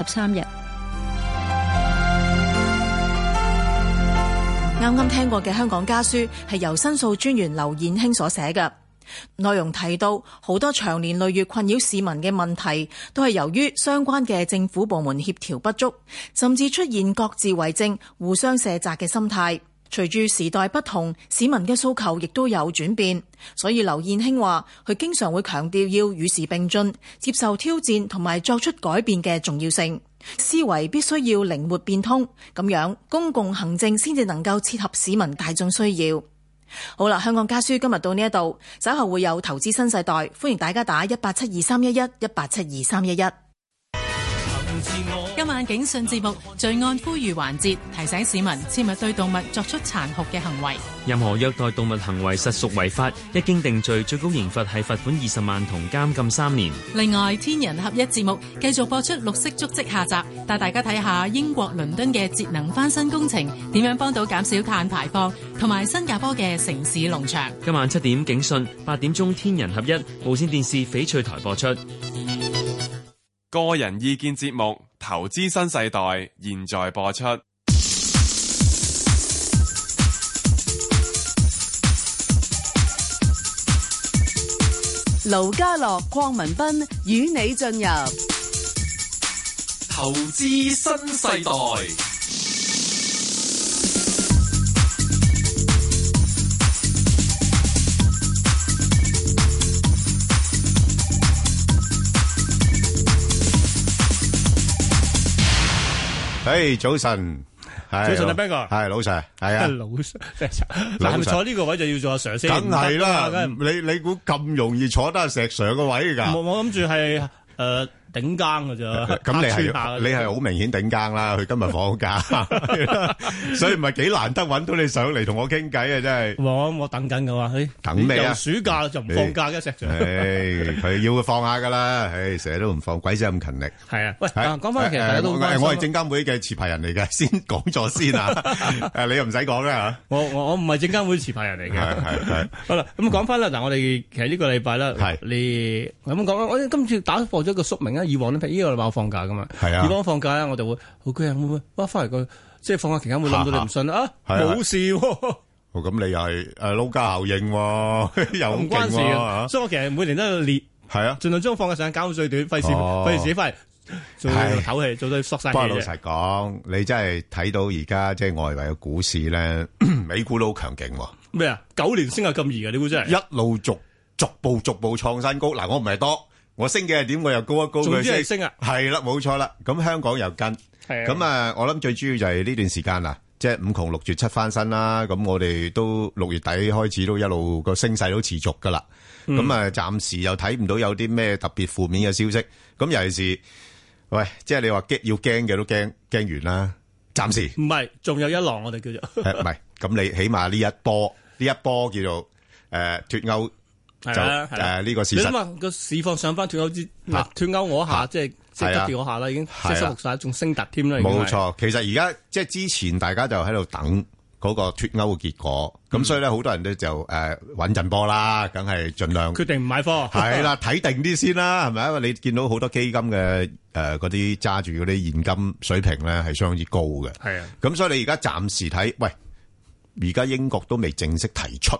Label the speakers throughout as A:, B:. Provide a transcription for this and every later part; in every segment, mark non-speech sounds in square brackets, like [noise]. A: 十三日，啱啱聽過嘅《香港家書》係由申訴專員劉燕卿所寫嘅，內容提到好多長年累月困擾市民嘅問題，都係由於相關嘅政府部門協調不足，甚至出現各自為政、互相卸責嘅心態。隨住時代不同，市民嘅訴求亦都有轉變，所以劉燕卿話：佢經常會強調要與時並進，接受挑戰同埋作出改變嘅重要性。思維必須要靈活變通，咁樣公共行政先至能夠切合市民大眾需要。好啦，香港家書今日到呢一度，稍後會有投資新世代，歡迎大家打一八七二三一一一八七二三一一。
B: 今晚警訊節目罪案呼籲環節，提醒市民切勿對動物作出殘酷嘅行為。
C: 任何虐待動物行為實屬違法，一經定罪，最高刑罰係罰款二十萬同監禁三年。
D: [laughs]
B: 另外，天人合一節目繼續播出綠色足跡下集，帶大家睇下英國倫敦嘅節能翻新工程點樣幫到減少碳排放，同埋新加坡嘅城市農場。
C: 今晚七點警訊，八點鐘天人合一無線電視翡翠台播出。
E: 個人意見節目《投資新世代》現在播出。
F: 盧家樂、鄺民彬與你進入
G: 投資新世代。
D: 誒，早晨，
H: 早晨啊，Ben 哥，
D: 係老 Sir，係
H: [laughs]
D: 啊，
H: 老 Sir，係咪坐呢個位就要做阿 Sir 先？
D: 梗係啦
H: 唔得㗎，
D: 你你估咁容易坐得阿石 Sir 個位㗎？
H: 我我諗住係誒頂更嘅
D: [laughs]
H: 啫，
D: 咁你
H: 客串下
D: 係
H: 㗎
D: 你係好明顯頂更啦，佢今日放假，所以唔係幾難得揾到你上嚟同我傾偈啊！真係。
H: 我我等緊嘅話，誒
D: 等咩啊
H: 由暑假就唔放假嘅石
D: [laughs]
H: Sir。
D: 誒，佢要佢放下㗎啦，誒，成日都唔放，鬼死咁勤力。
H: 係啊，喂，
D: 係
H: 啊講翻其實
D: 誒
H: 大家都好
D: 我
H: 關心啊
D: 我係證監會嘅持牌人嚟 [laughs] 嘅，先講咗先
H: [laughs]
D: 啊！ [laughs] 誒，你又唔使講啦
H: 我我我唔係證監會持牌人嚟
D: 嚇，係
H: 嘅。
D: 係係。
H: 好啦，咁講翻啦，嗱，我哋其實呢個禮拜啦
D: 係，
H: 你咁講啦，啊我今次打破咗個宿命啦。啊以往呢，譬如呢個禮拜我放假噶嘛，
D: 係啊
H: 以往我放假咧，我就會好驚，會唔會哇翻嚟個即係放假期間會諗到你唔信啦啊，
D: 係啊 [laughs]
H: 冇事喎。
D: 哦，咁你又係誒撈家效應喎， [laughs] 又好勁
H: 唔關事
D: 喎
H: 嘅，，所以我其實每年都有列，
D: 係啊。
H: 盡量將放嘅時間搞到最短，費事
D: 哦
H: 費事自己翻嚟做
D: 唉
H: 唞氣，做到索晒
D: 不過
H: 氣
D: 老
H: 啫。
D: 實講，你真係睇到而家即係外圍嘅股市咧，美股都好強勁喎，
H: 咩啊？九年升啊咁易嘅，你估真係？
D: 一路逐逐步逐步創新高。嗱，我唔係多，我升幾日點，我又高一高
H: 總
D: 佢
H: 之係升啊！
D: 係啦，冇錯啦。咁香港又跟，
H: 係
D: 咁啊，我諗最主要就係呢段時間啊，即係五窮六絕七翻身啦。咁我哋都六月底開始都一路個升勢都持續噶啦。咁啊，暫時又睇唔到有啲咩特別負面嘅消息。咁尤其是，喂，即係你話驚要驚嘅都驚驚完啦，
H: [laughs]
D: 暫時。
H: 唔係，仲有一浪我哋叫做
D: 誒唔係，咁你起碼呢一波呢一波叫做誒脱歐就
H: [laughs] 係啦係啦
D: 誒呢個事
H: 你諗
D: 實
H: 下個市況上翻脱歐之
D: 嚇
H: 嗱脱歐嗰下，即係即
D: 係啊
H: 係急調嗰下啦，已經即
D: 係啊
H: 係收復晒，仲升突添啦。已經係
D: 冇。錯。其實而家即係之前大家就喺度等嗰個脱歐嘅結果，
H: 嗯
D: 咁所以咧好多人咧就誒穩陣波啦，梗係盡量
H: 決定唔買貨，
D: 係
H: [laughs]
D: 啦，睇定啲先啦，係咪？因為你見到好多基金嘅誒嗰啲揸住嗰啲現金水平咧係相當之高嘅。
H: 係啊，
D: 咁所以你而家暫時睇，喂，而家英國都未正式提出，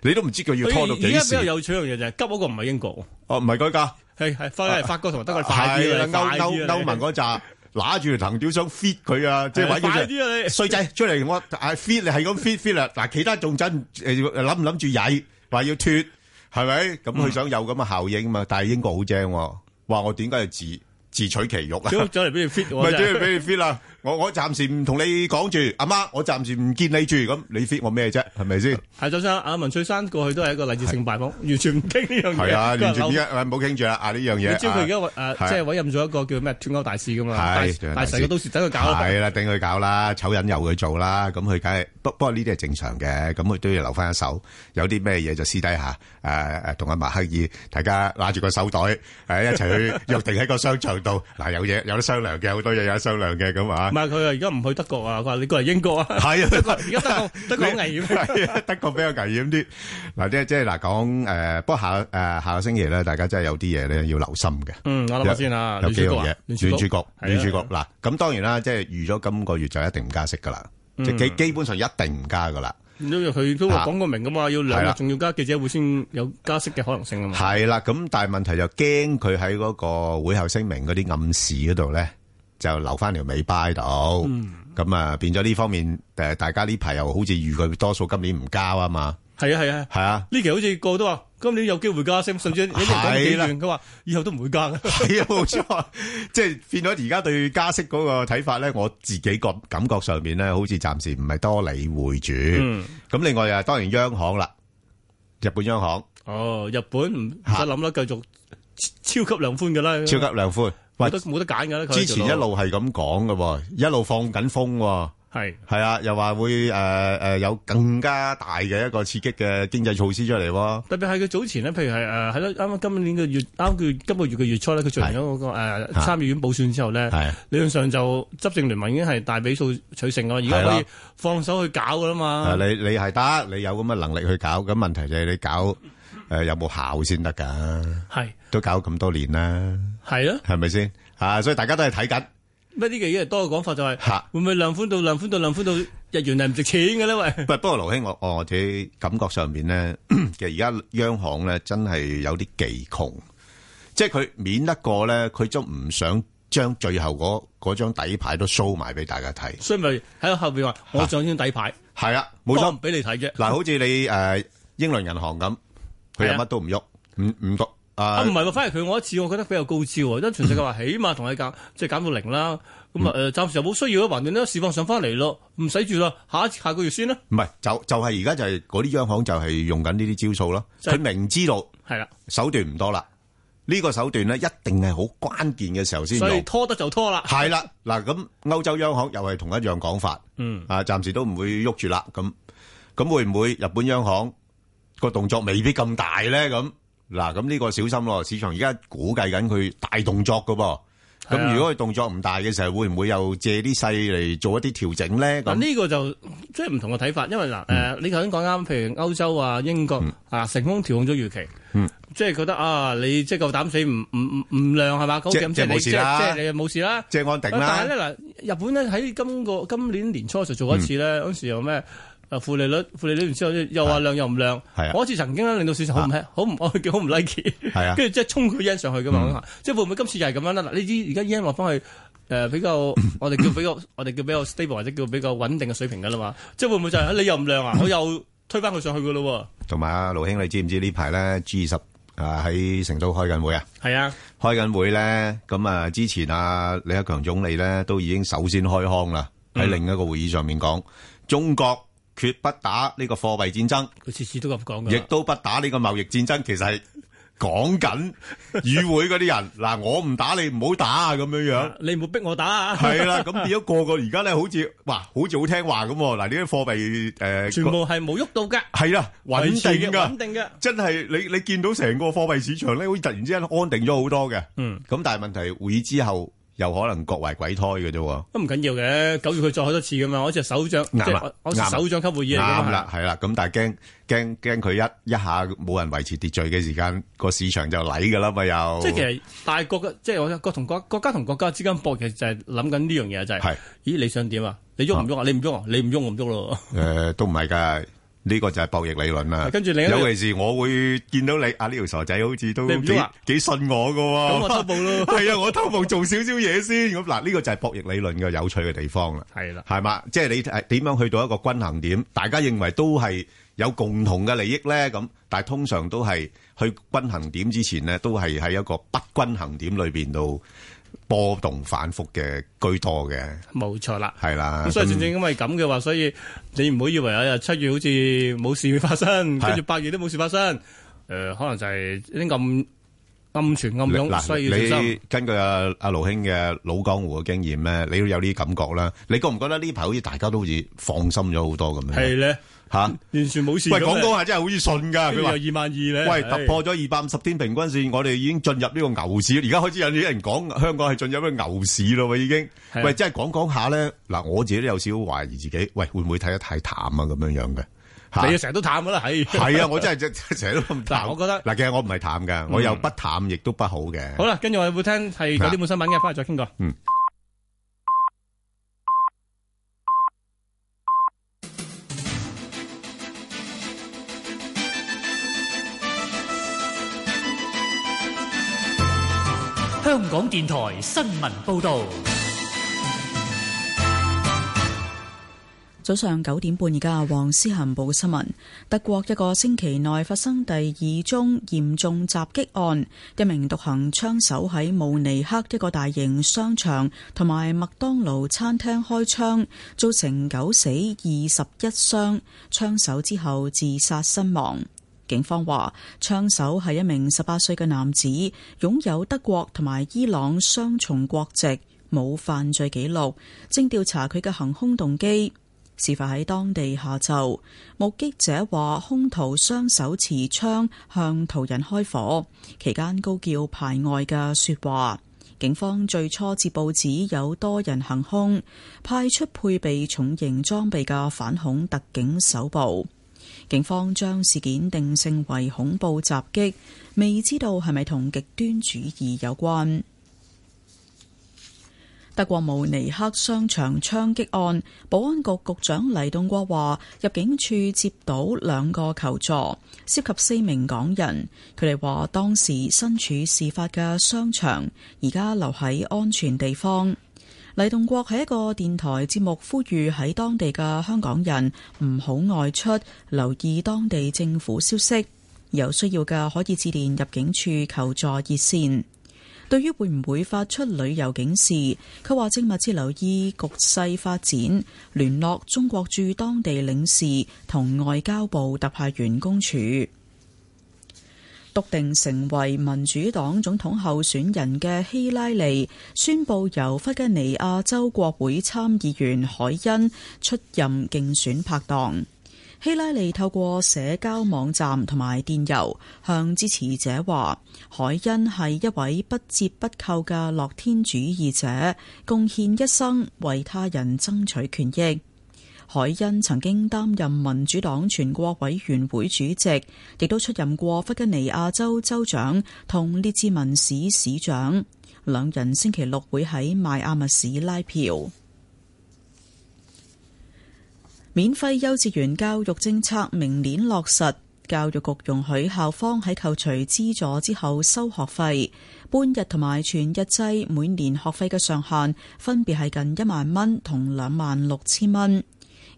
D: 你都唔知佢要拖到
H: 而
D: 幾
H: 家比較
D: 時。啊
H: 有趣一樣嘢就係急嗰個唔係英國
D: 哦，唔係佢㗎。
H: 喎，係係翻嚟法國同埋德國快啲啦，
D: 係啦，
H: 快
D: 歐-
H: 啲
D: 歐-
H: 啦
D: 歐盟嗰扎揦住條藤條想fit佢啊，即係
H: 係啊，
D: 揾佢出嚟，
H: [laughs] 快啲啊，你。
D: 衰仔，出嚟，我，啊，fit，你係咁fit，fit啦。嗱，其他仲真，誒，諗唔諗住曳，話要脫，係咪？咁佢想有咁嘅效應啊嘛，但係英國好精喎，話我點解要自-
H: [laughs]
D: 自取其辱啊？
H: 走
D: [laughs]
H: 走嚟俾你 fit 我真係。
D: 咪即係俾你fit啦，我-
H: [laughs]
D: 我暫時唔同你講住，阿媽，我暫時唔見你住，咁你fit我咩啫，係咪先？
H: 係，就算阿文翠珊過去都係一個禮節性拜訪，完全唔傾呢樣嘢。
D: 係啊，
H: 佢話
D: 完全
H: 留
D: 依家，唔好傾住啦，啊，呢樣嘢，
H: 你知佢而家
D: 啊。
H: 委誒，
D: 係
H: 即係委任咗一個叫咩脱歐大使噶嘛？
D: 係
H: 大大使嘅到時等佢搞啦。 [laughs]
D: 係啦，啊等佢搞啦，醜人由佢做啦，咁佢梗係不不過呢啲係正常嘅，咁佢都要留翻一手，有啲咩嘢就私底
H: [laughs]
D: 下誒誒同阿默克爾大家揦住個手袋誒一齊去約定喺個商場度，嗱有嘢有得商量嘅，好多嘢有得商量嘅咁啊
H: 唔。係佢話而家唔去德國啊，佢話你過嚟英國啊，
D: 係啊
H: 德國而家德國德國好危險。
D: 係啊，德國比較危險啲。嗱，即係即係嗱講誒，不過下誒下個星期咧，大家真係有啲嘢咧要留心嘅。
H: 嗯，我諗下先啊，
D: 有
H: 聯儲
D: 幾
H: 局
D: 樣
H: 啊
D: 嘢，
H: 聯
D: 聯
H: 儲局
D: 儲局，聯儲局
H: 係啊
D: 嗱，咁當然啦，即係預咗今個月就一定唔加息噶啦，
H: 嗯
D: 即係基基本上一定唔加噶啦。
H: 因為佢都話講過明噶嘛，要兩
D: 啊係啊
H: 日
D: 啦
H: 仲要加記者會先有加息嘅可能性啊嘛。
D: 係啦，咁但係問題就驚佢喺嗰個會後聲明嗰啲暗示嗰度咧，就留翻條尾巴喺度。
H: 嗯
D: 咁啊，變咗呢方面誒，大家呢排又好似預佢多數今年唔交啊嘛，
H: 係啊係啊，
D: 係啊。
H: 呢期好似個個都話今年有機會加息，甚至有啲人講幾
D: 係啦
H: 遠，佢話以後都唔會加嘅。
D: 係啊，冇錯，即係變咗而家對加息嗰個睇法咧，我自己個感覺上面咧，好似暫時唔係多理會住。咁、另外啊，當然央行啦，日本央行
H: [laughs] 哦，日本唔唔使諗啦，繼續超超級量寬嘅啦，
D: 超級量寬，
H: 冇
D: 喂
H: 得，冇得揀嘅啦。佢
D: 之前一路係咁講嘅喎，一路放緊風喎。
H: 係
D: 係啊，又話會誒誒、呃有更加大嘅一個刺激嘅經濟措施出嚟喎。
H: 特別係佢早前咧，譬如係呃誒係咯，啱啱今年嘅月啱佢今個月嘅月初咧，佢做完咗嗰個誒
D: 嚇
H: 參議院補選之後咧，
D: 係
H: 理論上就執政聯盟已經係大比數取勝啦，而家
D: 係啦
H: 可以放手去搞噶啦
D: 啊，
H: 嘛。
D: 你你係得，你有咁嘅能力去搞，咁問題就係你搞誒、呃有冇效先得㗎？
H: 係
D: 都搞咁多年啦。
H: 係啊，
D: 系咪先？啊，所以大家都系睇緊
H: 乜呢個嘢多嘅講法就係
D: 吓。
H: 會唔會量寬到量寬到量寬到日元係唔值錢嘅咧？喂， [laughs]
D: 不不過，盧兄，我我自己感覺上面咧， [clears throat] 其實而家央行咧真係有啲技窮，即係佢免得過咧，佢都唔想將最後嗰嗰張底牌都 show 埋俾大家睇。
H: 所以咪喺後邊話我上天底牌，
D: 係啊，冇
H: 冇錯，
D: 錯
H: 唔。俾你睇啫。
D: 嗱，好似你誒英倫銀行咁，佢又
H: 係啊
D: 乜都唔喐，唔唔喐
H: 啊，
D: 啊
H: 唔。係喎，反而佢我一次，我覺得比較高招喎，因為全世界話
D: 嗯
H: 起碼同你減，即係減到零啦。咁啊誒，暫時又冇需要啦，橫掂咧市況上翻嚟咯，唔使住啦，下一次下個月先啦。
D: 唔係就就係而家就係嗰啲央行就係用緊呢啲招數咯。
H: 即係
D: 佢明知道
H: 係啦，
D: 手段唔多啦，呢個手段咧一定係好關鍵嘅時候先
H: 所以
D: 用。
H: 拖得就拖啦。
D: 系啦，嗱咁歐洲央行又係同一樣講法，
H: 嗯，
D: 啊暫時都唔會喐住啦，咁咁會唔會日本央行個動作未必咁大咧？咁嗱咁呢個小心咯，市場而家估計緊佢大動作噶噃，
H: 係啊
D: 咁如果佢動作唔大嘅時候，會唔會又借啲勢嚟做一啲調整咧？咁
H: 嗱
D: 嗯
H: 呢個就即係唔同嘅睇法，因為嗱誒、你頭先講啱，譬如歐洲啊、英國、啊，成功調控咗預期，即係覺得啊，你即係夠膽死唔唔唔唔量係嘛？咁
D: 即
H: 咁
D: 即係
H: 你
D: 冇事啦
H: 即係即係你冇事啦。
D: 即係安定
H: 但
D: 啦，
H: 係咧嗱，日本咧喺今個今年年初就做一次咧，
D: 嗯
H: 嗰、時又咩？誒負利率，負利率完之後又話量又唔量，
D: 係啊啊
H: 我好似曾經咧令到市場好唔 h 好唔我叫好唔 like，
D: 係啊嗯
H: 跟住即係衝佢 yen 上去噶嘛，即係會唔會今次又係咁樣啦？嗱，呢啲而家 yen 落翻去誒、呃
D: [laughs]
H: 比較，我哋叫比較，我哋叫比較 stable 或者叫比較穩定嘅水平噶啦嘛，即係會唔會就係、你又唔量啊，我又推翻佢上去噶咯
D: 同埋啊，盧兄，你知唔知呢排咧 G 二十啊喺成都開緊會啊？
H: 喎？係啊，
D: 開緊會咧，咁啊之前啊李克強總理咧都已經首先開腔啦，
H: 嗯
D: 喺另一個會議上面講，中國決不打呢個貨幣戰爭，
H: 佢次次都咁講
D: 亦
H: 㗎。
D: 都不打呢個貿易戰爭，其實係講緊與會嗰啲人，嗱我唔打你唔好打啊咁樣樣。
H: 你唔好逼我打啊！
D: 係啦，咁變咗個個而家咧，好似哇，好似好聽話咁喎。嗱，呢啲貨幣誒，
H: 全部係冇喐到㗎，
D: 係啦，穩
H: 維持嘅
D: 定㗎。
H: 穩定嘅。
D: 真係你你見到成個貨幣市場咧，好似突然之間安定咗好多嘅。
H: 嗯，
D: 咁但係問題會議之後又可能各懷鬼胎嘅啫喎。
H: 都唔緊要嘅，九月佢再開多次噶嘛，我只首長，即
D: 啱啊
H: 係我我
D: 啱啊
H: 首長級會議嚟㗎嘛
D: 啱啦，，係啦，咁但係驚驚驚佢一一下冇人維持秩序嘅時間，個市場就嚟㗎啦嘛又。
H: 即係其實大國嘅，即係我覺得國同國國家同國家之間搏，其實就係諗緊呢樣嘢就係、
D: 係
H: 咦你想點啊？你喐唔喐啊？你唔喐啊？你唔喐我唔喐咯。
D: 誒都唔係㗎，呢個就係博弈理論啦。
H: 跟住另一個
D: 尤其是我會見到你啊呢條傻仔，好似都
H: 你唔
D: 幾
H: 喐啊
D: 幾信我㗎喎。
H: 咁我偷步
D: [laughs]
H: 咯
D: 係啊，我偷步做少少嘢先。咁嗱，呢個就係博弈理論嘅有趣嘅地方啦。
H: 係啦，
D: 系嘛？即係你誒點樣去到一個均衡點？大家認為都係有共同嘅利益咧，咁但係通常都係去均衡點之前咧，都係喺一個不均衡點裏邊度波動反覆嘅居多嘅，
H: 冇錯啦。
D: 係啦。
H: [laughs] 咁所以正正因為咁嘅話，所以你唔好以為啊七月好似冇事發生，
D: 係
H: 跟住八月都冇事發生。誒、可能就係啲暗暗存暗湧，所以要小
D: 你
H: 心。
D: 根據阿阿盧兄嘅老江湖嘅經驗咧，你都有啲感覺啦。你覺唔覺得呢排好似大家都好似放心咗好多咁樣？
H: 係咧，
D: 吓，
H: 完全冇事。
D: 喂，廣東係真係好似信㗎，佢話
H: 有二萬二咧，
D: 喂，
H: 係
D: 突破咗二百五十天平均線，我哋已經進入呢個牛市。而家開始有啲人講香港係進入咗牛市咯喎，已經。
H: 係啊
D: 喂，真係講講下咧，嗱，我自己都有少少懷疑自己，喂，會唔會睇得太淡啊？咁樣樣嘅嚇
H: 你啊成日都淡噶啦，係
D: 係啊，我真係成日都咁淡。
H: 嗱我覺得嗯
D: 嗱，其實我唔係淡㗎，我又不淡亦都不好嘅。
H: 好啦，跟住我哋會聽
D: 啊
H: 係九點半新聞嘅，翻嚟再傾過。
D: 嗯
I: 香港電台新聞報導，
J: 早上九點半，而家黃思涵報新聞。德國一個星期內發生第二宗嚴重襲擊案，一名獨行槍手喺慕尼黑一個大型商場同埋麥當勞餐廳開槍，造成九死二十一傷，槍手之後自殺身亡。警方話，槍手係一名十八歲嘅男子，擁有德國同埋伊朗雙重國籍，冇犯罪記錄，正調查佢嘅行兇動機。事發喺當地下晝，目擊者話兇徒雙手持槍向途人開火，期間高叫排外嘅説話。警方最初接報指有多人行兇，派出配備重型裝備嘅反恐特警搜捕。警方將事件定性為恐怖襲擊，未知道係咪同極端主義有關。德國慕尼黑商場槍擊案，保安局局長黎棟國話：入境處接到兩個求助，涉及四名港人。佢哋話當時身處事發嘅商場，而家留喺安全地方。黎棟國喺一個電台節目呼籲喺當地嘅香港人唔好外出，留意當地政府消息。有需要嘅可以致電入境處求助熱線。對於會唔會發出旅遊警示，佢話正密切留意局勢發展，聯絡中國駐當地領事同外交部特派員公署。篤定成為民主黨總統候選人嘅希拉里，宣布由弗吉尼亞州國會參議員海恩出任競選拍檔。希拉里透過社交網站同埋電郵向支持者話：海恩係一位不折不扣嘅樂天主義者，貢獻一生為他人爭取權益。海恩曾經擔任民主黨全國委員會主席，亦都出任過弗吉尼亞州州長同列治文市市長。兩人星期六會喺邁阿密市拉票。免費幼稚園教育政策明年落實，教育局容許校方喺扣除資助之後收學費，半日同埋全日制每年學費嘅上限分別係近一萬蚊同兩萬六千蚊。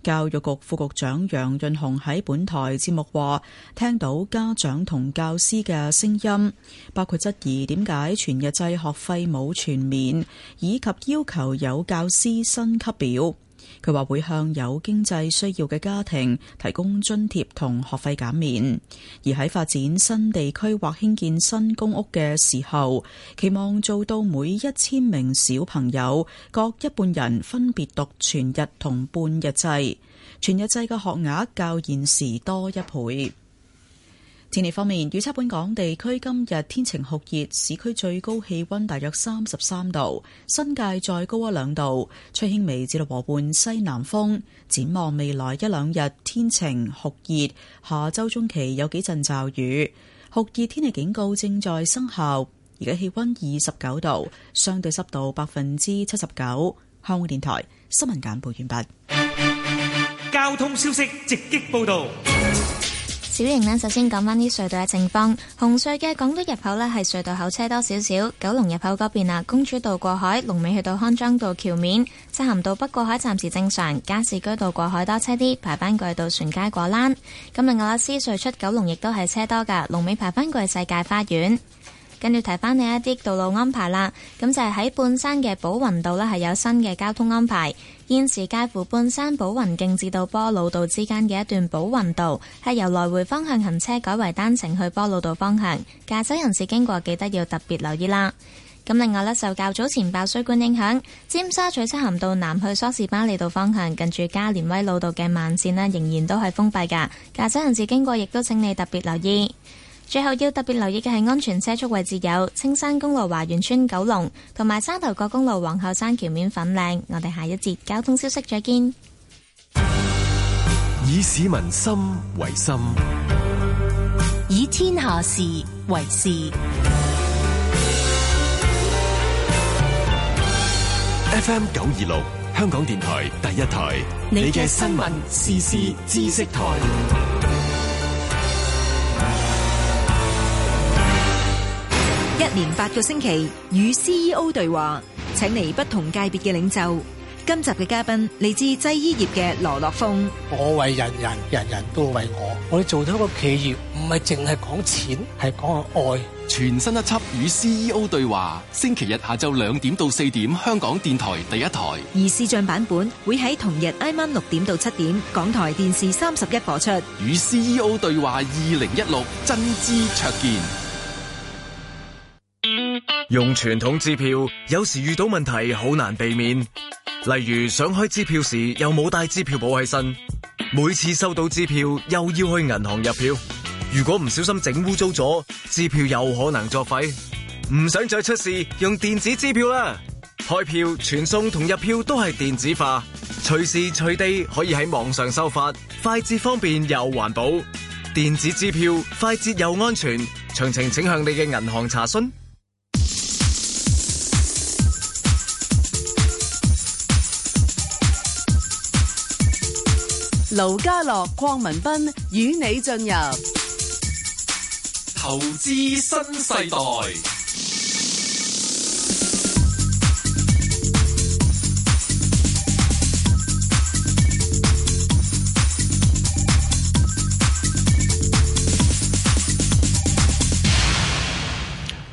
J: 教育局副局長楊潤雄喺本台節目話：聽到家長同教師嘅聲音，包括質疑點解全日制學費冇全免，以及要求有教師薪級表。佢話會向有經濟需要嘅家庭提供津貼同學費減免，而喺發展新地區或興建新公屋嘅時候，期望做到每一千名小朋友各一半人分別讀全日同半日制，全日制嘅學額較現時多一倍。天氣方面，預測本港地區今日天晴酷熱，市區最高氣溫大約三十三度，新界再高一兩度，吹輕微至到和緩西南風。展望未來一兩日天晴酷熱，下周中期有幾陣驟雨。酷熱天氣警告正在生效，而家氣溫二十九度，相對濕度百分之七十九。香港電台新聞簡報完畢。
G: 交通消息直擊報道。
K: 小瑩呢，首先講翻啲隧道嘅情況。紅隧嘅港島入口呢，係隧道口車多少少，九龍入口嗰邊啊，公主道過海，龍尾去到康莊道橋面，漆咸道北過海暫時正常，加士居道過海多車啲，排班過去到船街果欄。咁另外啦，獅隧出九龍亦都係車多㗎，龍尾排班過去世界花園。跟住提翻你一啲道路安排啦，咁就係喺半山嘅寶雲道呢，係有新嘅交通安排。現時介乎半山寶雲徑至到波老道之間嘅一段寶雲道，係由來回方向行車改為單程去波老道方向，駕駛人士經過記得要特別留意啦。咁另外呢，受較早前爆水管影響，尖沙咀漆咸道南去梳士巴利道方向，近住加連威老道嘅慢線呢，仍然都係封閉㗎。駕駛人士經過，亦都請你特別留意。最後要特別留意嘅係安全車速位置有青山公路華園村九龍，同埋沙頭角公路皇后山橋面粉嶺。我哋下一節交通消息再見。
L: 以市民心為心，
M: 以天下事為事。
L: FM 九二六，香港電台第一台，你嘅新聞、時事、知識台。
N: 一連八個星期 E 與 CEO 對話，請嚟不同界別嘅領袖。今集嘅嘉賓嚟自製衣業嘅羅樂峰。
O: 我為人人，人人都為我。我哋做到一個企業，唔係淨係講錢，係講愛。
L: 全新一輯與 CEO 對話，星期日下晝兩點到四點，香港電台第一台。
N: 而視像版本會喺同日挨晚六點到七點，港台電視三十一播出。
L: 與 CEO 對話二零一六，真知灼見。
P: 用傳統支票，有時遇到問題好難避免，例如想開支票時又冇帶支票簿喺身，每次收到支票又要去銀行入票，如果唔小心整污糟咗，支票有可能作廢。唔想再出事，用電子支票啦！開票、傳送同入票都係電子化，隨時隨地可以喺網上收發，快捷方便又環保。電子支票快捷又安全，詳情請向你嘅銀行查詢。
F: 盧家樂、鄺民彬與你進入
L: 投資新世代。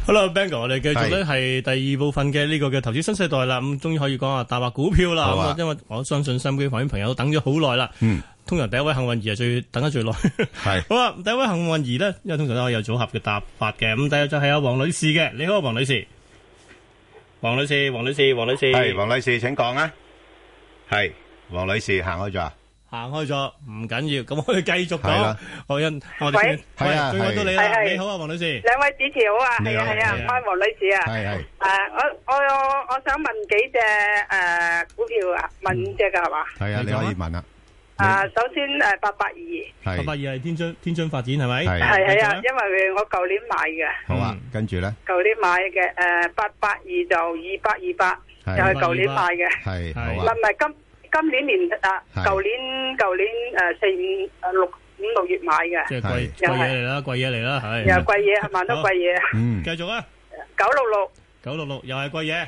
H: 好啦，Bang 哥，我哋繼續咧係第二部分嘅呢個嘅投資新世代啦，咁終於可以講下大話股票啦。咁啊，因為我相信心機旁邊朋友等咗好耐啦。
D: 嗯，
H: 通常第一位幸運兒係啊最等得最耐。
D: 係
H: [laughs] 好啊，第一位幸運兒咧，因為通常都可以有組合嘅答法嘅。咁第一就係阿黃女士嘅，你好，黃女士。黃女士，黃女士，黃女士，
D: 係黃女士，請講啊。係黃女士行開咗啊。
H: 行開咗，唔緊要。咁我哋繼續
D: 係啦
H: 講。我欣，我哋
Q: 喂
H: 先，
D: 係啊
H: 喂終於
D: 係
H: 到你
Q: 係
H: 啦。
Q: 係
H: 你好啊，黃女
D: 嗯
H: 士。
Q: 兩位主持好啊，
H: 你
Q: 係
H: 好
Q: 啊係啊，
H: 你
Q: 唔
H: 好
Q: 該黃女士啊，
D: 係係
Q: 啊我我我我想問幾隻誒股票啊，問五隻㗎係嘛？
D: 係啊，你可以問啦。
Q: 啊，首先誒八八二，
H: 八八二係天津天津發展係
D: 係
H: 咪？
Q: 係係啊
H: 繼續，
Q: 因為我舊年買嘅，
D: 好
H: 嗯
D: 啊，跟住咧
Q: 舊年買嘅誒八八二就二八二八，
D: 係
Q: 又係舊年買嘅，
D: 係好
Q: 唔係。
D: 啊
Q: 唔係今今年年啊，
D: 係
Q: 舊年舊年誒四五誒六五六月買嘅，
H: 即係貴
Q: 又
H: 貴嘢
Q: 係
H: 嚟啦，貴嘢嚟啦，係。
Q: 又係貴嘢，係萬多貴嘢，
D: 嗯，
H: 繼續啊，
Q: 九六六。
H: 九六六又係貴嘢。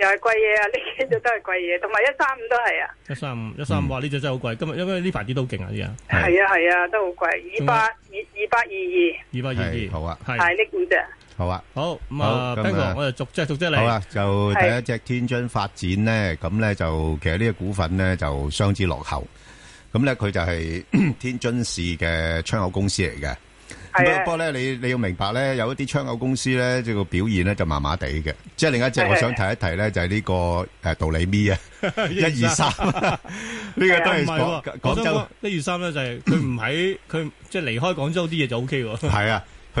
Q: 又係貴嘢啊！呢幾隻都係貴嘢，同埋一三五都係啊，
H: 一三
D: 嗯
H: 五一三五，哇！呢只真係好貴，今日因為呢排啲都好勁啊，啲啊，
Q: 係啊係啊，都好貴，二百二二百二
H: 二百二二，
D: 好啊，
H: 係
Q: 二，係呢五隻，
D: 好啊。
H: 好咁啊
D: 好咁啊
H: b a n g 我就逐隻逐隻嚟，
D: 好啊
H: [laughs]
D: 啦，就
Q: 係
D: 第一隻天津發展咧，咁咧就其實呢個股份咧就相之落後，咁咧佢就係 [clears throat] 天津市嘅窗口公司嚟嘅。
Q: 係啊
D: 不不過咧，你你要明白咧，有一啲窗口公司咧，即係個表現咧就麻麻地嘅。即係另一隻，
Q: 係
D: 我想提一提咧，就係呢個誒道理咪啊，一二三，
H: [laughs]
D: 呢個都係廣
H: 唔係喎
D: 廣州。
H: 一二三咧就係佢唔喺佢即係離開廣州啲嘢就 O K 喎， [laughs]
D: 係啊，佢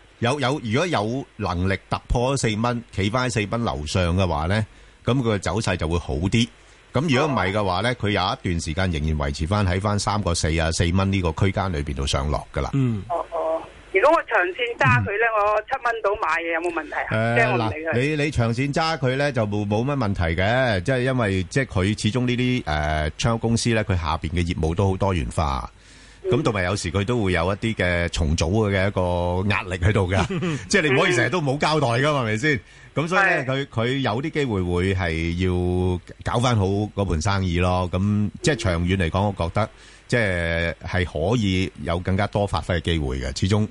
D: 有有如果有能力突破四蚊，企翻喺四蚊樓上嘅話咧，咁佢嘅走勢就會好啲。咁如果唔係嘅話咧，佢有一段時間仍然維持翻喺翻三個四啊四蚊呢個區間裏邊度上落噶啦。
H: 嗯，
Q: 哦哦，
R: 如果我長線揸佢咧，我七蚊到買嘅有冇問題啊？即係我唔
D: 嗯嗱，
R: 理佢。
D: 你你長線揸佢咧就冇冇乜問題嘅，即係因為即係佢始終呢啲誒窗口公司咧，佢下邊嘅業務都好多元化。咁同埋有時佢都會有一啲嘅重組嘅一個壓力喺度
R: [laughs]
D: 㗎，即係你唔可以成日都冇交代㗎嘛，係咪先？咁所以咧，佢佢有啲機會會係要搞翻好嗰盤生意咯。咁即係長遠嚟講，我覺得即係係可以有更加多發揮嘅機會嘅。始終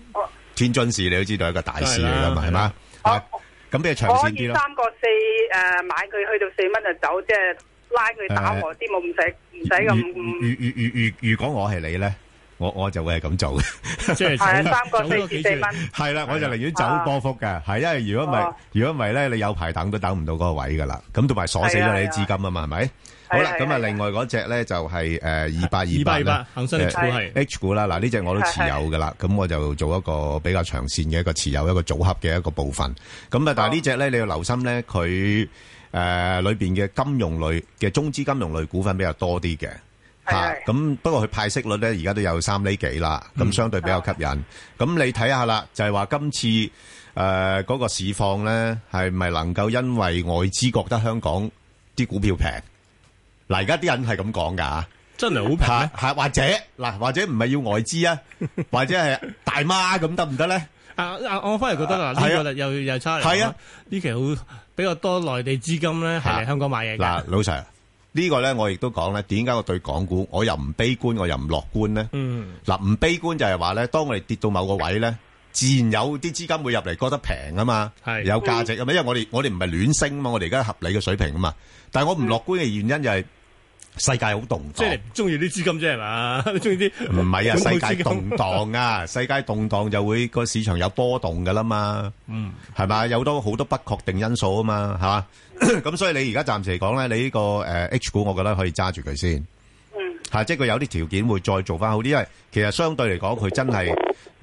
D: 天津市你都知道係一個大市嚟㗎嘛，係嘛？啊咁你長
R: 我可
D: 線
R: 以
D: 啲咯。
R: 三個四誒買佢，去到四蚊就走，即係拉佢打和啲，冇唔使唔使咁
D: 如如如如如如果我係你咧，我我就會係咁做嘅，
R: 即係走係啊三個四走多幾至四蚊轉
D: 係啦，我就寧願走波幅嘅，係因為如果唔係，如果唔係咧，你有排等都等唔到嗰個位噶啦，咁同埋鎖死
S: 係啊
D: 咗你啲資金啊嘛，係咪？好啦，咁啊，另外嗰只咧就係誒二八二八
H: 2828恒生 H 股係
D: H 股啦，嗱呢只我都持有噶啦，咁我就做一個比較長線嘅一個持有一個組合嘅一個部分。咁啊，但係呢只咧你要留心咧，佢呃誒裏邊嘅金融類嘅中資金融類股份比較多啲嘅。吓，咁不過佢派息率咧，而家都有三厘幾啦，咁相對比較吸引。咁你睇下啦，就係話今次誒嗰個市況咧，係咪能夠因為外資覺得香港啲股票平？嗱，而家啲人係咁講㗎，
H: 真係好平
D: 啊，係或者嗱，或者唔係要外
H: [laughs]
D: 資啊，或者係大媽咁得唔得咧？
H: 啊啊！我反而覺得嗱，
D: 係啊
H: 呢個又又差嚟講。
D: 係啊
H: 呢期好比較多內地資金咧，係嚟香港買嘢㗎。
D: 嗱，老 Sir，呢個咧我亦都講咧，點解我對港股我又唔悲觀，我又唔樂觀咧？
H: 嗯，
D: 嗱，唔悲觀就係話咧，當我哋跌到某個位咧，自然有啲資金會入嚟覺得平啊嘛，
S: 係
D: 有價值啊嘛，因為我哋我哋唔係亂升啊嘛，我哋而家合理嘅水平啊嘛。但係
H: 嗯
D: 我唔樂觀嘅原因就係世界好動
H: 即係
D: 盪
H: 你。唔中意啲資金啫係嘛？ [laughs] 你中意啲
D: 唔係啊，
H: 恐怖
D: 世
H: 資
D: 界
H: 金
D: 動盪啊，世界動盪就會個市場有波動噶啦嘛，
H: 嗯，
D: 係嘛，有多好多不確定因素啊嘛，係嘛，咁所以你而家暫時嚟講咧，你呢個誒 H 股，我覺得可以揸住佢先，嗯，嚇，即係佢有啲條件會再做翻好啲，因為其實相對嚟講，佢真係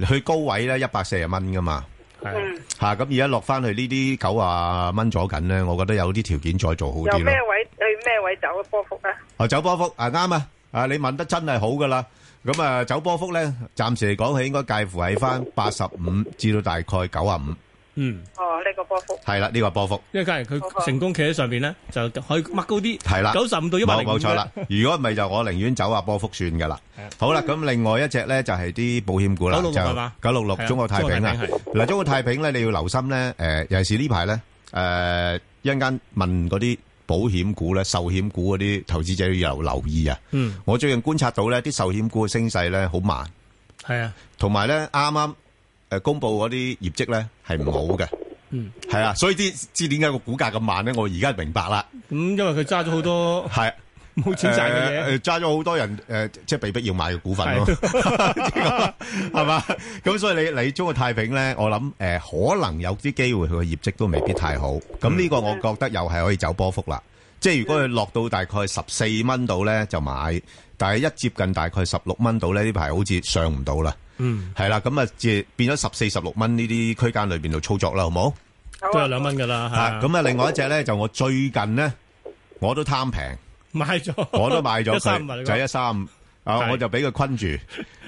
D: 去高位咧一百四十蚊噶嘛。
R: 嗯，
D: 嚇咁而家落翻去呢啲九啊蚊左緊咧，我覺得有啲條件再做好
R: 由
D: 啲咯
R: 咩。位去咩位走啊波幅啊？
D: 啊，走波幅啊，啱啊，啊你問得真係好噶啦。咁啊，走波幅咧，暫時嚟講，佢應該介乎喺翻八十五至到大概九啊五，
H: 嗯，
R: 哦，呢個波幅
D: 係啦，呢個波幅
H: 因為假如佢成功企喺上邊咧，就可以掹高啲，
D: 係啦，
H: 九十五到一百
D: 冇冇錯啦。如果唔係就我寧願走下波幅算噶啦
H: 係啊。
D: 好啦，咁另外一隻咧就係啲保險股啦，就
H: 966係嘛
D: 九六六
H: 係啊
D: 中國太平啦
H: 中國太平。
D: 嗱，中國太平咧，你要留心咧，誒，尤其是呢排咧，誒，一陣間問嗰啲保險股咧、壽險股嗰啲投資者要留意啊。
H: 嗯，
D: 我最近觀察到咧，啲壽險股嘅升勢咧好慢。
H: 係啊，
D: 同埋咧啱啱誒公布嗰啲業績咧係唔好嘅，
H: 嗯，
D: 係啊，所以啲知點解個股價咁慢咧？我而家明白啦，
H: 咁因為佢揸咗好多
D: 係
H: 冇錢賺嘅
D: 誒誒
H: 嘢。
D: 揸咗好多人誒、即係被逼要買嘅股份咯， [laughs] 係嘛？咁所以你你中國太平咧，我諗誒、可能有啲機會佢嘅業績都未必太好，咁呢個我覺得又係可以走波幅啦。即係如果佢落到大概十四蚊度咧就買，但係一接近大概十六蚊度咧，呢排好似上唔到啦。
H: 嗯，
D: 系啦，咁啊，即係變咗十四、十六蚊呢啲區間裏邊度操作啦，好冇？
H: 都有兩蚊㗎啦，係
D: 啊，咁啊，另外一隻咧就我最近咧，我都貪平，
H: 買咗，
D: [laughs] 我都買咗
H: 135啊
D: 佢，
H: 你
D: 就
H: 講
D: 係一三五啊，
H: 係
D: 我就俾佢困住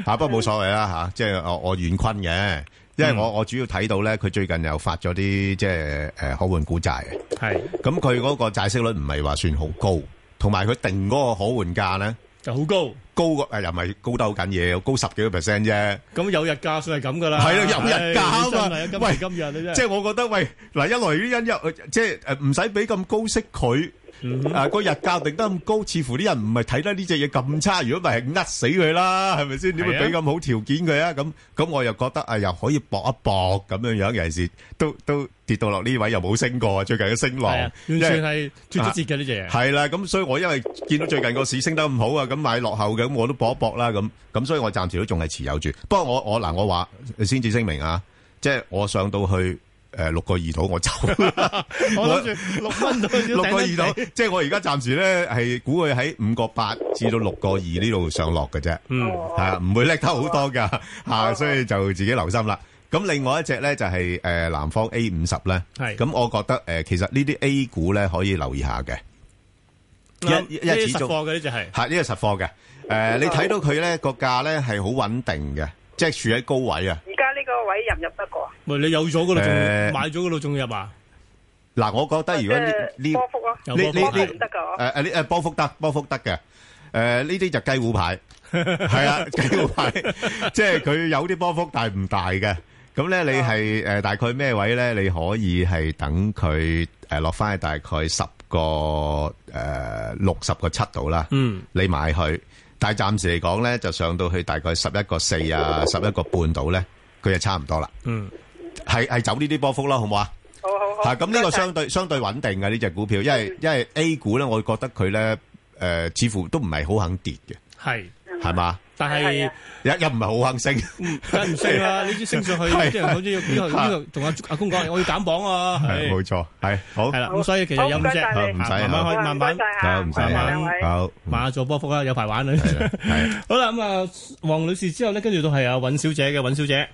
D: 啊，不過冇所謂
H: [laughs]
D: 啦吓，即係我我軟困嘅，因為
H: 嗯
D: 我我主要睇到咧，佢最近又發咗啲即係誒可換股債嘅，
H: 係
D: 咁佢嗰個債息率唔係話算好高，同埋佢定嗰個可換價咧
H: 就好高，
D: 高過呃誒又唔係高得好緊要，高十幾個 percent 啫。
H: 咁有日價算係咁㗎啦，
D: 係咯有日價啊嘛
H: 唉真係
D: 喂
H: 今時今日你真係
D: 即係我覺得喂，嗱一來啲因又即係誒唔使俾咁高息佢，啊個日價定得咁高，似乎啲人唔係睇得呢只嘢咁差，如果唔係呃死佢啦，係咪先？點會
S: 係啊
D: 俾咁好條件佢啊？咁咁我又覺得啊，又可以搏一搏咁樣樣，尤其是都都跌到落呢位又冇升過，最近嘅升浪
H: 係啊，完全
D: 因為
H: 係脱節嘅呢隻嘢。
D: 係啦，咁所以我因為見到最近個市升得咁好啊，咁買落後嘅，咁我都搏一搏啦，咁咁所以我暫時都仲係持有住。不過我我嗱，我話先至聲明啊，即係我上到去誒六個二度我走，
H: [laughs] 我諗住六蚊到
D: 六個二度，即係我而家暫時咧係估佢喺五個八至到六個二呢度上落嘅啫。
H: 嗯，
D: 係啊，唔會叻得好多
H: [laughs]
D: 噶嚇，所以就自己留心啦。咁另外一隻咧就係誒南方 A 五十咧，
H: 係
D: 咁我覺得誒其實呢啲 A 股咧可以留意下嘅。一
H: 呢啲
D: 始
H: 實
D: 終
H: 貨嘅呢隻係。
D: 係呢個實貨嘅。誒、你睇到佢咧個價咧係好穩定嘅，即係處喺高位啊。
R: 而家呢個位入唔入得過啊？
H: 喂，你有咗嗰度仲
D: 誒
H: 買咗嗰度仲入啊？
D: [laughs] 嗱，我覺得如果呢呢
R: 即係波幅咯
D: 呢
H: 有
D: 呢
H: 波幅
D: 呢
H: 唔
R: 得㗎
D: 誒誒呢誒波幅得波幅得嘅，誒呢啲就雞
H: [laughs]
D: 糊牌，係啊雞糊牌， [laughs] 即係佢有啲波幅，但係唔大嘅。咁咧你係誒大概咩位咧？你可以係等佢誒落翻去大概十個誒六十個七度啦。
H: 嗯，
D: 你買佢，但係暫時嚟講咧，就上到去大概十一個四啊，十一個半度咧，佢就差唔多啦。
H: 嗯，
D: 係係走呢啲波幅啦，好唔好啊？
R: 好好好。
D: 吓，咁呢個相對相對穩定嘅呢只股票，因為因為 A 股咧，我覺得佢咧诶，似乎都唔係好肯跌嘅，
H: 係，
D: 係嘛？
H: 但係
D: 又又唔係好肯升，
H: 梗唔升啦，你知升上去
D: 係
H: 啲人好似要呢度呢度同阿阿公講，我要減磅啊，
D: 係 [laughs] 冇錯，係好
H: 系啦，咁所以其實有五隻，
D: 好唔使
H: 慢慢可以慢慢
D: 好唔使
H: 慢慢
D: 啊好
H: 買做波幅啦，有排玩啦。
D: 係
H: 好啦，咁啊，黃女士之後咧，跟住到係阿尹小姐嘅，尹小姐，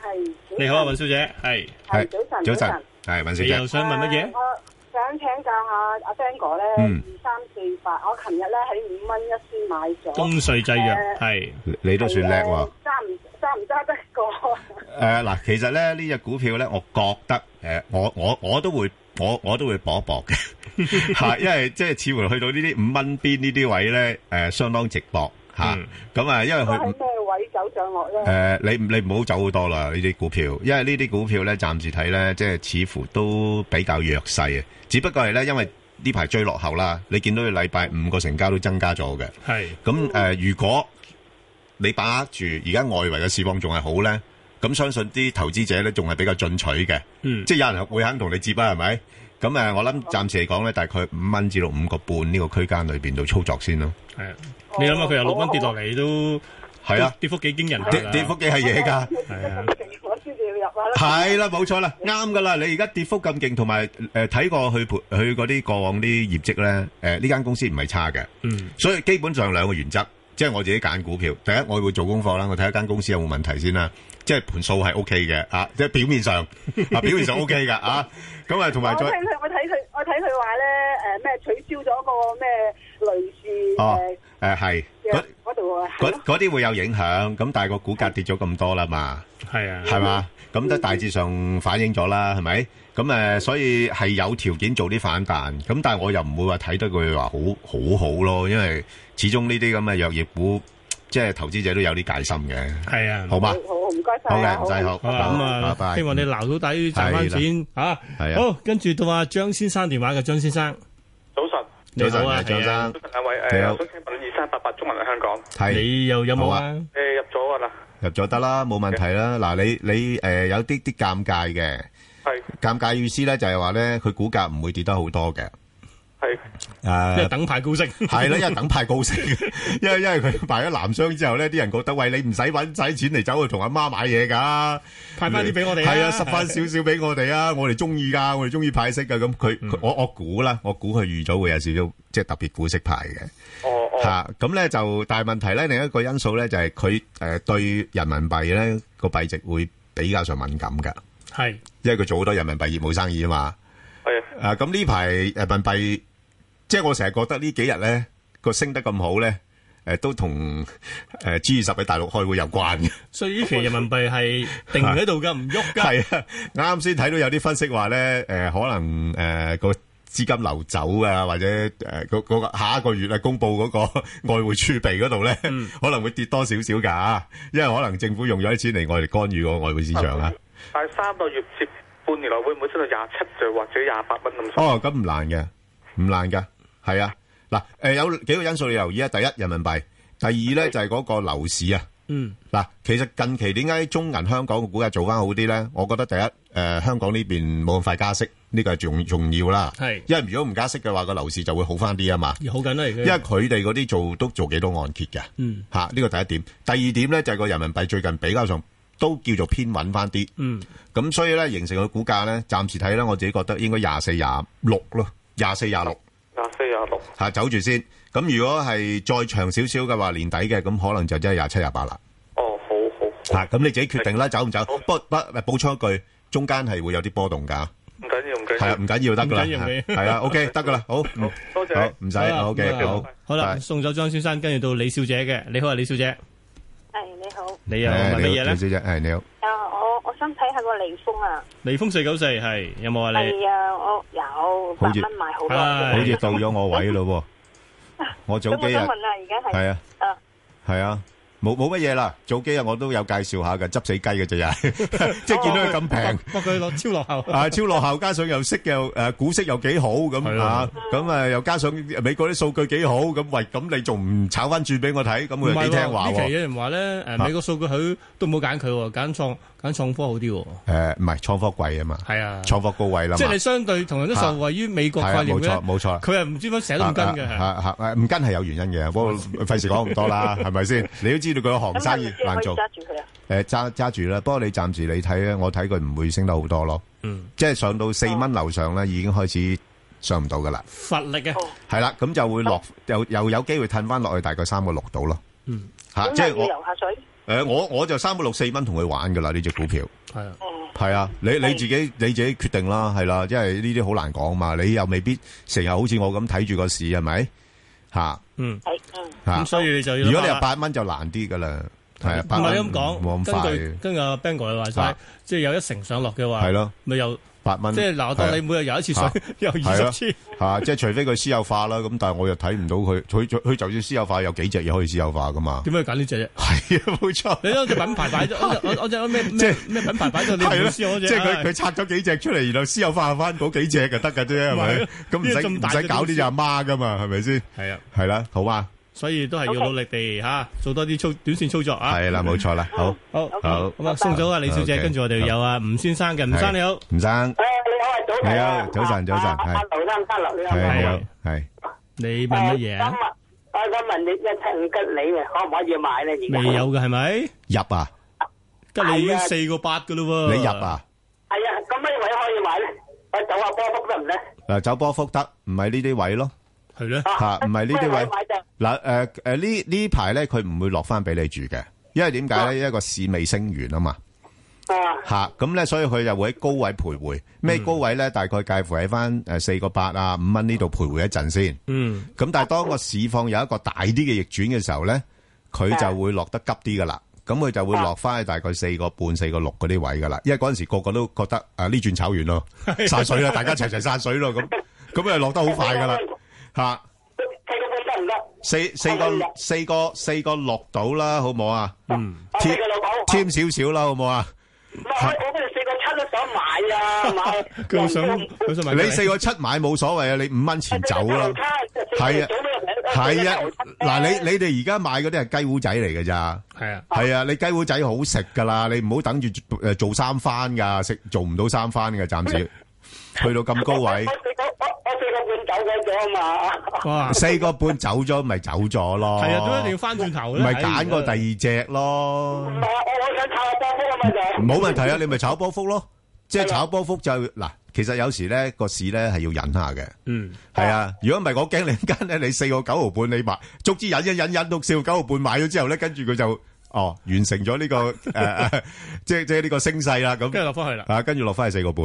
R: 係。
H: 你好啊，尹小姐，係
R: 係早晨早晨
D: 係
H: 你又想問乜嘢？
R: 誒呃我想請教下阿 Ben 哥咧，
H: 嗯
R: 二三四八，我琴日咧喺五蚊一先買咗。呃
H: 東瑞製藥
R: 誒
H: 係
D: 你你都算叻喎。
R: 揸唔揸唔揸得過？
D: 诶，呃嗱，其實咧呢只股票咧，我覺得诶，我我我都會我我都會搏一搏嘅 [laughs] 吓，因為即係似乎去到呢啲五蚊邊呢啲位咧，诶，相當直落吓。咁啊，因為
R: 都
D: [laughs] 佢
R: 喺咩位走上落咧？
D: 诶、你唔你唔好走好多啦，呢啲股票，因為呢啲股票咧，暫時睇咧，即係似乎都比較弱勢啊。只不過係咧，因為呢排追落後啦，你見到佢禮拜五個成交都增加咗嘅。
H: 係
D: 咁诶、呃如果你把握住而家外圍嘅市況仲係好咧，咁相信啲投資者咧仲係比較進取嘅。
H: 嗯
D: 即係有人會肯同你接啊，係咪？咁诶，呃我諗暫時嚟講咧，大概五蚊至到五個半呢個區間裏边度操作先咯。
H: 係啊，你諗下佢由六蚊跌落嚟都
D: 係啊
H: 都跌幅幾驚人
D: 跌跌幅幾係嘢㗎
H: 係啊。
R: 我先至要入啊！
D: 係啦，冇錯啦，啱噶啦。你而家跌幅咁勁，同埋誒睇過佢盤佢嗰啲過往啲業績咧，誒呢間公司唔係差嘅。
H: 嗯，
D: 所以基本上兩個原則，即係我自己揀股票。第一，我會做功課啦，我睇一間公司有冇問題先啦。即係盤數係 O K 嘅啊，即係表面上啊，表面上 O K 嘅啊。咁啊，同
R: 我
D: 埋
R: 睇
D: 再
R: 佢，我睇佢，我睇佢話咧，誒咩取消咗個咩類似
D: 哦
R: 誒
D: 誒係嗰
R: 嘅嗰度啊，係
D: 嗰
R: 咯
D: 嗰啲會有影響。咁但係個股價跌咗咁多啦嘛。
H: 係啊，
D: 係嘛？咁
R: 嗯
D: 都大致上反映咗啦，係咪？咁诶，所以係有條件做啲反彈。咁但係我又唔會話睇得佢話好好好咯，因為始終呢啲咁嘅藥業股，即係投資者都有啲戒心嘅。
H: 係啊，
D: 好嘛？
R: 好唔該
D: 好
R: 晒啊，
D: 嘅，唔使好。
H: 好啦，咁啊，
D: 拜拜
H: 希望你撈到底賺翻錢嚇。
D: 係啊
H: 好，跟住到阿張先生電話嘅張先生，
T: 早晨，
H: 你好啊，
D: 早晨
H: 係啊
D: 張
T: 早晨兩位，
D: 你
T: 誒，
D: 好
T: 我想請問二三八八中文喺香港，
D: 係
H: 你又有冇
D: 好啊
H: 啊？
T: 誒入咗㗎啦，
D: 入咗得啦，冇問題啦。嗱，你你誒有啲啲尷尬嘅，
T: 係
D: 尷尬意思咧就係話咧，佢股價唔會跌得好多嘅。
T: 係
D: 誒，
H: 因為等派高息，
D: 係啦，因為等派高息，因為因為佢賣咗南商之後咧，啲人覺得喂你唔使揾使錢嚟走去同阿媽買嘢㗎，
H: 派返啲俾我哋啊
D: 係啊，十翻少少俾我哋啊，我哋中意㗎，我哋中意派息㗎。咁佢
H: 嗯
D: 佢我我估啦，我估佢預咗會有少少即係特別股息派嘅。
T: 哦
D: 哦，嚇咁咧就但係問題咧，另一個因素咧就係佢誒對人民幣咧個幣值會比較上敏感㗎。
H: [laughs] 係
D: 因為佢做好多人民幣業務生意啊嘛。
T: 係
D: 啊，咁呢排人民幣，即係我成日覺得呢幾日咧個升得咁好咧，誒、都同 [laughs] 誒 G 二十喺大陸開會有關嘅。 [laughs]
H: 所以呢期人民幣係定喺度㗎，唔喐㗎。
D: 係啊，啱先睇到有啲分析話咧，誒、可能誒個、資金流走啊，或者誒嗰嗰個下一個月啊，公佈嗰個 [laughs] 外匯儲備嗰度咧，可能會跌多少少㗎，因為可能政府用咗啲錢嚟我哋干預個外匯市場啊。
T: 但係三個月接半年內會唔會出到廿七就或者廿八蚊咁？
D: 哦，咁唔難嘅，唔難嘅，係啊。嗱，誒、有幾個因素你留意啊。第一，人民幣；第二咧就係嗰個樓市啊。
H: 嗯，
D: 嗱，其實近期點解中銀香港嘅股價做翻好啲咧？我覺得第一，誒、香港呢邊冇咁快加息，呢、個係重重要啦。
H: 係
D: 因為如果唔加息嘅話，個樓市就會好翻啲啊嘛。
H: 好緊啦而
D: 因為
H: 家。
D: 佢哋嗰啲做都做幾多按揭嘅，
H: 嗯
D: 嚇呢個第一點。第二點咧就係、個人民幣最近比較上都叫做偏穩翻啲，
H: 嗯，
D: 咁所以咧形成個股價咧，暫時睇咧我自己覺得應該廿四廿六咯，廿四廿六
T: 廿四廿六，
D: 嚇走住先。咁如果係再長少少嘅話，年底嘅咁可能就真係廿七廿八啦。
T: 哦，好好，
D: 嚇咁你自己決定啦，走唔走？不不補充一句，中間係會有啲波動㗎，
T: 唔緊要唔緊
D: 係啊，
T: 要，
D: 唔緊要得㗎啦
H: 唔緊要你，
D: 係啊，OK
T: [laughs]
D: 得㗎啦，好，
T: 多
D: 好唔使
H: 好啦
D: ，OK
H: 咁啊
D: 好，
H: 好啦，送走張先生，跟住到李小姐嘅，你好啊，李小姐。
U: 诶，你好。
H: 你啊
D: 誒
H: 問乜
D: 你
H: 嘢
D: 好
H: 呢
D: 李小姐，係你好，
U: 啊，我我想睇下個利豐啊。
H: 利豐四九四係有冇啊？你
U: 係啊，我有百
D: 好似
U: 蚊買好
H: 啊
U: 耐。
D: 好似到咗我位
U: [laughs]
D: 咯喎，我早
U: 咁
D: 幾
U: 我
D: 日
U: 想問啊，而家係
D: 係啊。
U: 啊，
D: 系啊，冇冇乜嘢啦。早幾日我都有介紹下嘅，執死雞嘅就又係， [laughs] 即係見到佢咁平，
H: 搏佢落超落後。
D: [laughs] 啊超落後，加上又息又诶股息又幾好咁啊，咁啊又加上美國啲數據幾好，咁喂咁你仲唔炒翻轉俾我睇？咁
H: 唔
D: 佢
H: 係
D: 又
H: 喎
D: 幾聽話
H: 呢期有
D: 喎？
H: 人話咧，誒
D: 嚇
H: 美國數據佢都冇揀佢喎，揀創揀創科好啲喎。
D: 诶，唔係創科貴啊嘛，
H: 係啊
D: 創科高位啦嘛，
H: 即係你相對同樣都受惠於美國
D: 係啊
H: 概念
D: 冇
H: 嘅呢
D: 錯冇錯。
H: 佢係唔知點解成日都唔跟嘅。係
D: 啊，啊啊唔跟係有原因嘅，不過費事講咁
H: [laughs]
D: 多啦，係咪先？你都知道佢個行
U: 咁係
D: 生
U: 咪
D: 意
U: 即係
D: 難
U: 可以
D: 做。
U: 揸住佢啊？
D: 诶，揸揸住啦。不過你暫時你睇咧，我睇佢唔會升得好多咯。
H: 嗯，
D: 即係上到四蚊樓上咧，已經開始上唔到噶啦。
H: 乏力啊，
D: 係啦，咁就會落又又有機會褪翻落去大概三個六度咯。
H: 嗯，
D: 吓，
U: 咁
D: 即係
U: 係要
D: 我
U: 游下水。
D: 诶，我我就三個六四蚊同佢玩噶啦呢只股票。
H: 係啊，
D: 係啊，你你自己你自己決定啦，係啦，因為呢啲好難講嘛，你又未必成日好似我咁睇住個市係咪？吓
H: 嗯，
D: 吓，
H: 咁所以你就要
D: 如果你
H: 諗
D: 係
H: 下
D: 八蚊就難啲噶啦，係啊，
H: 唔
D: 八
H: 係
D: 蚊
H: 你咁
D: 冇咁
H: 講，
D: 快
H: 根據跟阿 Bang 哥話齋
D: 啊，
H: 即係有一成上落嘅話，
D: 係咯，
H: 咪又
D: 八蚊
H: 即係嗱，我當
D: 係啊
H: 你每日游一次水 [laughs]
D: 啊，
H: 有二
D: 係
H: 十
D: 啊
H: 次，
D: 吓，即係除非佢私有化啦，咁但係我又睇唔到佢，佢佢就算私有化有幾隻嘢可以私有化噶嘛？
H: 點解要揀呢只啫？
D: 係啊，冇錯。
H: 你將只品牌擺咗，我我我只
D: [laughs]
H: 咩咩咩品牌擺咗，你
D: 係
H: 唔
D: 咯，
H: 知我嗰
D: 即
H: 只。
D: 係佢佢拆咗幾隻出嚟，然後私有化翻嗰幾隻就得㗎啫，係
H: 咪係
D: 咪
H: 咯？
D: 咁唔
H: 呢個咁大
D: 使
H: 嘅
D: 唔使搞
H: 公司
D: 啲阿媽噶嘛，係咪先？
H: 係啊，
D: 係啦，好嘛，
H: 所以都係要努力地吓做多啲操短線操作啊。
D: 係啦，冇錯啦，好，
H: 好
D: 好，
H: 咁啊，送咗啊李小姐，
D: 好
H: 跟住我哋有啊吳先生嘅，吳生你好，，
D: 吳生，
U: 你
D: 你好，早晨，啊早晨，係，
U: 劉生生劉
D: 係，
H: 啊
D: 你好，係。
H: 你問乜嘢啊？
U: 我想問你一七五吉利啊，可唔可以買咧？
H: 未有嘅係咪？
D: 入啊，
H: 吉利已經四個八嘅咯喎。
D: 你入啊？
U: 係啊，咁咩位可以買咧？我走下波幅得唔得？
D: 嗱，走波幅得，唔係呢啲位咯，
H: 係咧
D: 吓，唔係呢啲位。
U: 啊買就
D: 嗱，誒誒呢呢排咧，佢唔會落翻俾你住嘅，因為點解
U: 啊
D: 咧？因為個市未升完啊嘛。吓咁咧，所以佢就會喺高位徘徊。咩
H: 嗯
D: 高位咧？大概介乎喺翻誒四個八啊五蚊呢度徘徊一陣先。
H: 嗯，
D: 咁但係當個市況有一個大啲嘅逆轉嘅時候咧，佢就會落得急啲噶啦。咁佢就會落翻去大概四個半、四個六嗰啲位噶啦。因為嗰陣時個個都覺得啊呢轉炒完咯，散水啦，大家齊齊散水咯，咁咁啊落得好快噶啦吓。四四個四個四個六到啦，好唔好啊？嗯，添添少少啦，好唔好啊？
U: 我哋四個七都想買啊，買。
D: 佢好
H: 想佢想
D: 你四個七買冇所謂啊，你五蚊錢走啦。
H: [laughs]
D: 係啊，係啊，嗱，你你哋而家買嗰啲係雞糊仔嚟嘅咋？
H: 係啊，
D: 係啊，你雞糊仔好食噶啦，你唔好等住誒做三番噶，食做唔到三番嘅，
H: [laughs]
D: 暫時去到咁高位，
H: 哇，
D: 四個半走咗咪走咗咯。
H: 係啊，點解一定要翻轉頭咧？
D: 咪揀個第二隻咯。冇問題啊，你咪炒波幅咯。即係炒波幅就嗱，其實有時咧個市咧係要忍下嘅。
H: 嗯，
D: 係啊，如果唔係我驚你一間咧，你四個九毫半你買，足之忍一忍忍到四個九毫半買咗之後咧，跟住佢就哦完成咗呢
H: [laughs]
D: 個誒， [laughs] 即係即係呢個升勢啦。咁
H: 跟住落返去啦
D: 啊，跟住落翻去四個半，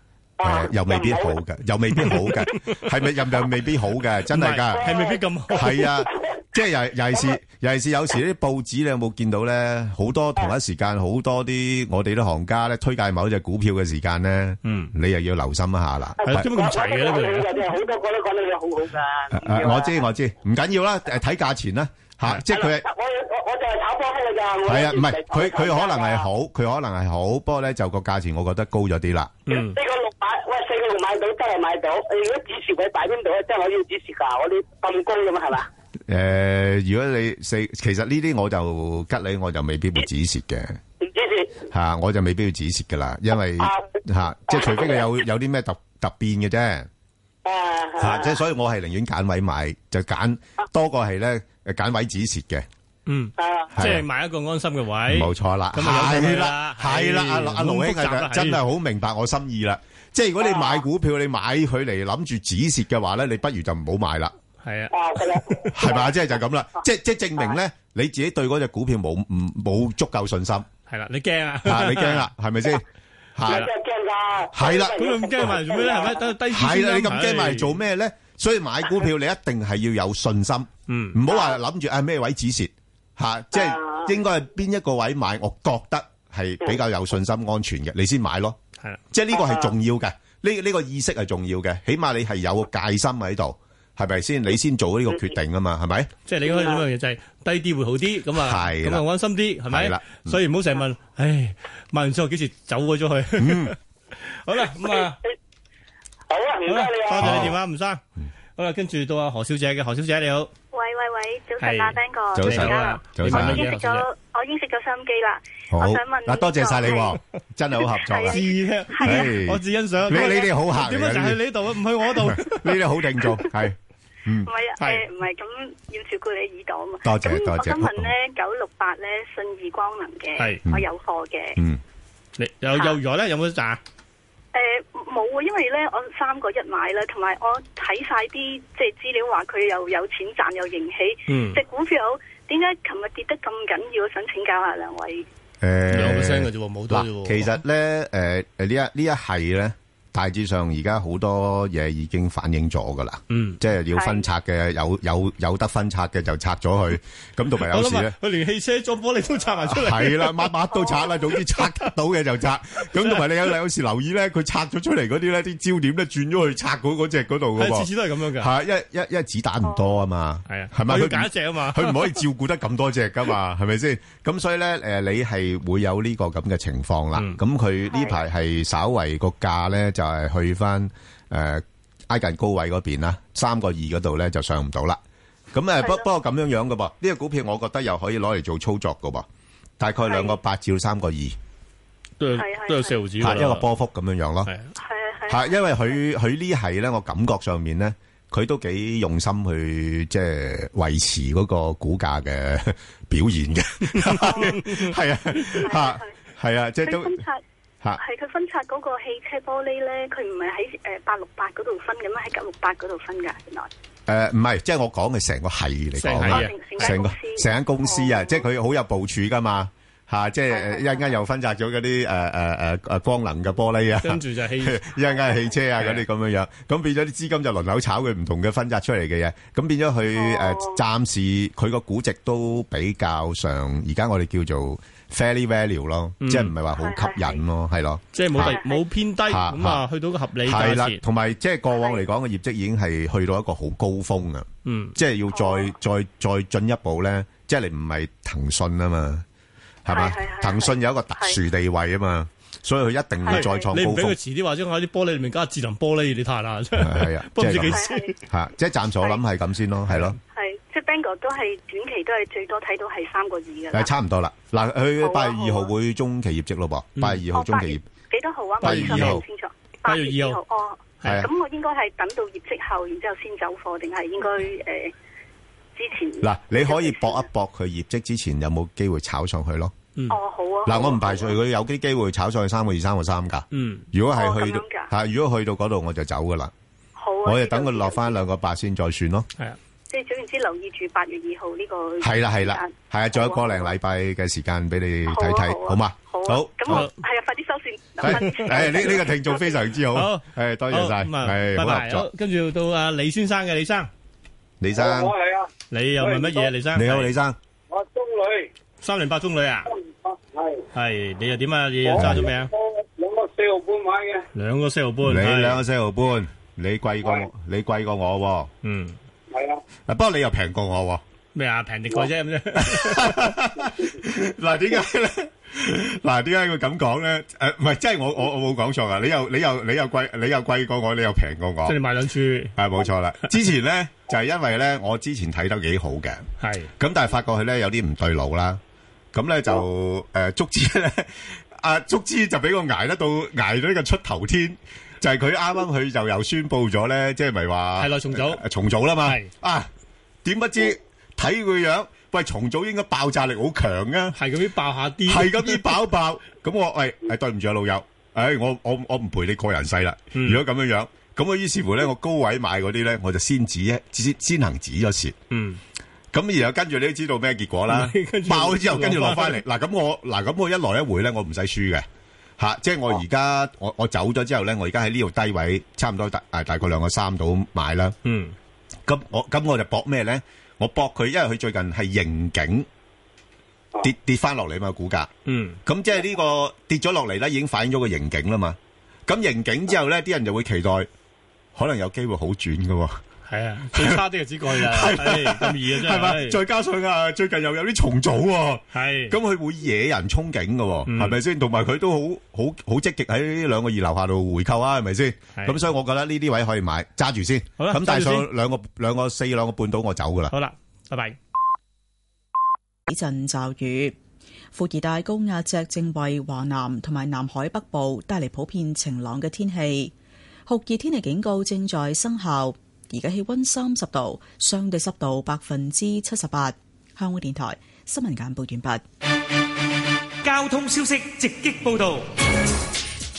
D: 誒，又未必好嘅， [laughs] 又未必好嘅，係咪？又-又未必好嘅，真係㗎。
H: 係未必咁好。
D: [laughs] 係啊，即係尤-尤其是-尤其是有時啲報紙，你有冇見到呢？好多同一時間，好多啲我哋啲行家呢，推介某隻股票嘅時間呢，你又要留心一下啦。
H: 係點解咁齊嘅咧？佢哋
U: 啊
D: 誒，誒，我知，我知，唔緊要啦，誒，睇價錢啦，嚇，即係佢係-係啊，唔係，佢-佢可能係好，佢可能係好，不過呢，就個價錢我覺得高咗啲啦。
H: 嗯。
U: 呢個六百，喂四個六買到真係買到，如果指示位擺邊度咧，真係我要指示價，我哋咁高咁嘛，係嘛？
D: 誒，如果你四-其實呢啲我就吉你，我就未必會止蝕嘅，嚇，我就未必會止蝕㗎啦，因為，
U: 唔指示
D: 嚇，即係除非佢有-有啲咩突-突變嘅啫，嚇，即係所以我係寧願揀位買，就揀多過係呢，誒，揀位止蝕嘅，
H: 嗯，即
D: à?
H: 係買一個安心嘅位，
D: 冇錯啦，
H: 咁啊有
D: 係
H: 咗佢
D: 啦，
H: 係
D: 係啦，阿阿阿盧兄
H: 好複雜啦
D: 係真係好明白我心意啦。即係如果你買股票，你買佢嚟諗住止蝕嘅話咧，你不如就唔好買啦，
H: [laughs] 係啊，
D: 係嘛？即係就咁啦，即即證明咧，你自己對嗰只股票冇唔冇足夠
H: [laughs]
D: 信心，啊，
H: 係啦，你驚啊？
D: 你驚啦，係
H: [laughs]
D: 咪先？係啦。
H: 係
D: 係
H: 啦
D: 啦，
H: 咁你唔驚埋嚟做咩咧係咪等佢低啲先
D: 係啦，你
H: 啦
D: 咁驚埋嚟做咩咧？所以買股票你一定係要有信心，
H: 嗯，
D: 唔好話諗住啊咩位止蝕吓，即係應該係邊一個位買，我覺得係比較有信心安全嘅，你先買咯。
H: 係啦，
D: 即係呢個係重要嘅，呢呢個意識係重要嘅，起碼你係有個戒心喺度，係咪先？你先做呢個決定啊嘛，係咪？
H: 即係你嗰樣嘢就係低啲會好啲，咁啊，
D: 係
H: 咁
D: 啦
H: 啊安心啲，係
D: 係
H: 咪
D: 啦？嗯
H: 所以唔好成日問，唉，買完之後幾時走咗咗
D: 嗯
H: 去？ [laughs] 好啦，咁啊，
U: [laughs] 好啊，唔
H: 好啦
U: 該你，
H: 多
U: 啊，
H: 謝你電話，吳生。好啦，跟住到阿啊何小姐嘅，何小姐你好，
V: 喂喂喂，早晨啊
H: 係
V: ，Ben 哥，
H: 早晨
V: 啊，
H: 早
V: 我
H: 晨
V: 已經食咗，我已經食咗收音機啦。
D: 好
V: 我想問
D: 嗱，多謝晒你喎，真係好合作啊！ [laughs]
H: 係啊，我自欣賞。
D: 你你哋好客嚟
H: 點
D: 㗎
H: 解就
D: 呢
H: 係
D: 啲
H: 你度啊？唔去我度。
D: [laughs] 呢啲好定做
H: [laughs]
D: 係，嗯
V: 唔，係呃
D: 係
V: 誒，唔係咁要照顧你耳朵啊嘛。
D: 多謝
V: 咁
D: 多謝
V: 我想問咧，九六八咧，信義光能嘅
H: 係，
V: 我有貨嘅。
D: 嗯，
H: 你有幼魚咧？有冇賺？
V: 誒冇啊，因為咧我三個一買啦，同埋我睇晒啲即係資料話佢又有錢賺又盈起，
D: 嗯
V: 隻股票點解琴日跌得咁緊要？我想請教下兩位。
D: 誒，
H: 2%嘅啫喎冇多啫喎
D: 嗱其實咧，誒誒呢一呢一系咧，大致上而家好多嘢已經反映咗噶啦。
H: 嗯，
D: 即係要分拆嘅，有有有得分拆嘅就拆咗佢。咁同埋有
H: 我
D: 時
H: 諗
D: 咧
H: 啊，，佢連汽車裝玻璃都拆埋出嚟。
D: 係
H: [laughs]
D: 啦，乜乜都拆啦，總之拆得到嘅就拆。咁同埋
H: [laughs]
D: 你有有時留意咧，佢拆咗出嚟嗰啲咧，啲焦點咧轉咗去拆嗰嗰只嗰度嘅
H: 係
D: 喎。
H: 次次都係咁樣㗎
D: 係因為因為因為子彈唔多啊嘛。
H: 係啊
D: 係咪
H: 我
D: 佢
H: 要
D: 唔
H: 揀一隻啊嘛
D: 佢唔可以照顧得咁多隻噶嘛，係咪先？咁所以咧，誒你係會有呢個咁嘅情況啦。
H: 嗯
D: 咁佢呢排係稍為個價咧，就係去翻誒挨近高位嗰邊啦，三個二嗰度咧就上唔到啦。咁誒不不過咁樣樣嘅噃，呢個股票我覺得又可以攞嚟做操作嘅噃，大概兩個八至到三個二。
H: 都有
V: 係係
H: 都有四毫子㗎
D: 嚇
H: 啦。啊
D: 一個波幅咁樣樣咯。係因為佢佢呢係咧，我感覺上面咧，佢都幾用心去即係維持嗰個股價嘅 [laughs] 表現
V: [laughs]
D: 嘅，係 [laughs] 啊嚇，係啊，即係
V: 佢
D: 都
V: 分拆
D: 嚇
V: 係佢分拆嗰個汽車玻璃咧，佢唔係喺誒八六八嗰度分嘅咩？喺九六八嗰度分㗎，原來。
D: 呃誒唔係，即係我講嘅成個係嚟
V: 成
D: 講
V: 係
D: 啊
V: 啊
D: 成
V: 成間
D: 個
V: 公司
D: 成間公司啊，即係佢好有部署噶嘛。嚇！即係一陣間又分拆咗嗰啲誒呃誒誒誒光能嘅玻璃啊，
H: 跟住就汽
D: [laughs] 一陣間係汽車啊嗰啲咁樣樣，咁變咗啲資金就輪流炒佢唔同嘅分拆出嚟嘅嘢，咁變咗佢誒暫時佢個估值都比較上，而家我哋叫做 fairly value 咯，
H: 嗯
D: 即係唔係話好吸引咯，係咯，
H: 即係冇
D: 係
H: 特冇偏低，
D: 嚇
H: 咁啊
D: 嚇
H: 去到個合理價
D: 係啦
H: 錢，。
D: 同埋即係過往嚟講嘅業績已經係去到一個好高峰啊！
H: 嗯，
D: 即係要再再再進一步咧，即係你唔係騰訊啊嘛，係嘛？騰訊有一個特殊地位啊嘛，所以佢一定嗯會再創
H: 你
D: 高
H: 唔俾佢
D: 峰。
H: 遲啲話將喺啲玻璃裏面加智能玻璃，你睇下，真 [laughs]
D: 係啊，
H: 不過唔
D: 即
H: 知
D: 係
H: 幾
D: 咁
H: 時。
D: [laughs] 嚇，即係暫時我諗係咁先咯，係咯，
V: 係，即係 Bang 哥都係短期都係最多睇到係三個二㗎啦
D: 誒。差唔多啦。嗱，佢
V: 好
D: 八
V: 啊
D: 月二號會中期業績咯
H: 嗯
D: 噃，哦八月二號中期業
V: 幾多號啊？
D: 八月
V: 我唔
D: 二號
V: 清楚。
D: 八月二號
V: 哦，
D: 係啊
V: 咁我應該係等到業績後，然之後先走貨，定係應該誒之前？
D: 嗱，你可以搏一搏佢業績之前有冇機會炒上去咯。
H: 嗯
V: 哦，好啊。
D: 嗱，我唔排除佢有啲機會炒上去三個二、三個三㗎。
H: 嗯，
D: 如果係去
V: 哦咁樣㗎
D: 到嚇，如果去到嗰度我就走㗎啦。
V: 好啊。
D: 我就等佢落翻兩個八先再算咯。
H: 係啊，
V: 即係總言之，留意住八月二號呢個。
D: 係啦，係啦，係啊，仲有個零禮拜嘅時間俾你睇睇，好嘛？好，
V: 咁我係啊，快啲收線。
D: [laughs] 係係呢呢個聽眾非常之好
H: 好，
D: 係多謝晒，
H: 好咁啊
D: 係
H: 拜
D: 好合
H: 拜。好
D: 作，
H: 跟住到阿李先生嘅李生，
D: 李生，
U: 我係啊，
H: 你又問乜嘢？李生，
D: 你好，李生。
U: 我中女，
H: 三零八中女啊，
U: 係。
H: 係你又點啊？你又揸咗未啊？
U: 我兩個四毫半買嘅，
H: 兩個四毫半，
D: 你
H: 係
D: 兩個四毫半，你貴過我，你貴過我喎。
H: 嗯，
U: 係啊，
D: 嗱，不過你又平過我喎。
H: 咩啊？平啲過啫咁啫。
D: 嗱，點解咧？嗱，點解會咁講咧？誒，唔係，即係我我我冇講錯啊！你又你又你又貴，你又貴過我，你又平過我。
H: 即係你買兩注，
D: 係冇錯啦。之前咧就係因為咧，我之前睇得幾好嘅，
H: 係
D: 咁，但係發覺佢咧有啲唔對路啦。咁咧
H: 哦
D: 就呃誒足之咧，阿足之啊就俾我捱得到捱到呢個出頭天，就係佢啱啱佢就又宣布咗咧，即係咪話呃
H: 係啦重組
D: 重組啦嘛？啊，點不知睇佢樣，喂，重組應該爆炸力好強啊，
H: 係咁啲爆下啲，
D: 係咁啲爆一爆，咁我喂，誒對唔住啊老友，誒我我我唔陪你過人世啦，
H: 嗯
D: 如果咁樣樣，咁我於是乎咧，我高位買嗰啲咧，我就先止一先先行止咗蝕。
H: 嗯。
D: 咁然後跟住你都知道咩結果啦，爆咗之後跟住落翻嚟。嗱咁我嗱咁我一來一回咧，我唔使輸嘅嚇，即係我而家我我走咗之後咧，我而家喺呢度低位，差唔多大誒大概兩個三度買啦。
H: 嗯，
D: 咁我咁我就搏咩咧？我搏佢，因為佢最近係盈警跌跌翻落嚟嘛，股價。
H: 嗯，
D: 咁即係呢個跌咗落嚟咧，已經反映咗個盈警啦嘛。咁盈警之後咧，啲人就會期待可能有機會好轉嘅喎。
H: 係啊，最差啲就只過去啦，
D: 係
H: 唉咁易啊真係，
D: 係嘛？再加上啊，最近又有啲重組喎，咁
H: 係
D: 佢會惹人憧憬嘅喎，
H: 嗯
D: 係咪先？同埋佢都好好好積極喺兩個二樓下度回購啊，係咪先？
H: 係
D: 咁所以我覺得呢啲位可以買揸住先。
H: 好啦
D: 咁但係
H: 揸住先
D: 上兩個兩個四兩個半到我走㗎啦。
H: 好啦，拜拜。
J: 幾陣驟雨。副熱帶高壓脊正為華南同埋南海北部帶嚟普遍晴朗嘅天氣，酷熱天氣警告正在生效。而家氣温三十度，相對濕度百分之七十八。香港電台新聞簡報完畢。
G: 交通消息直擊報道。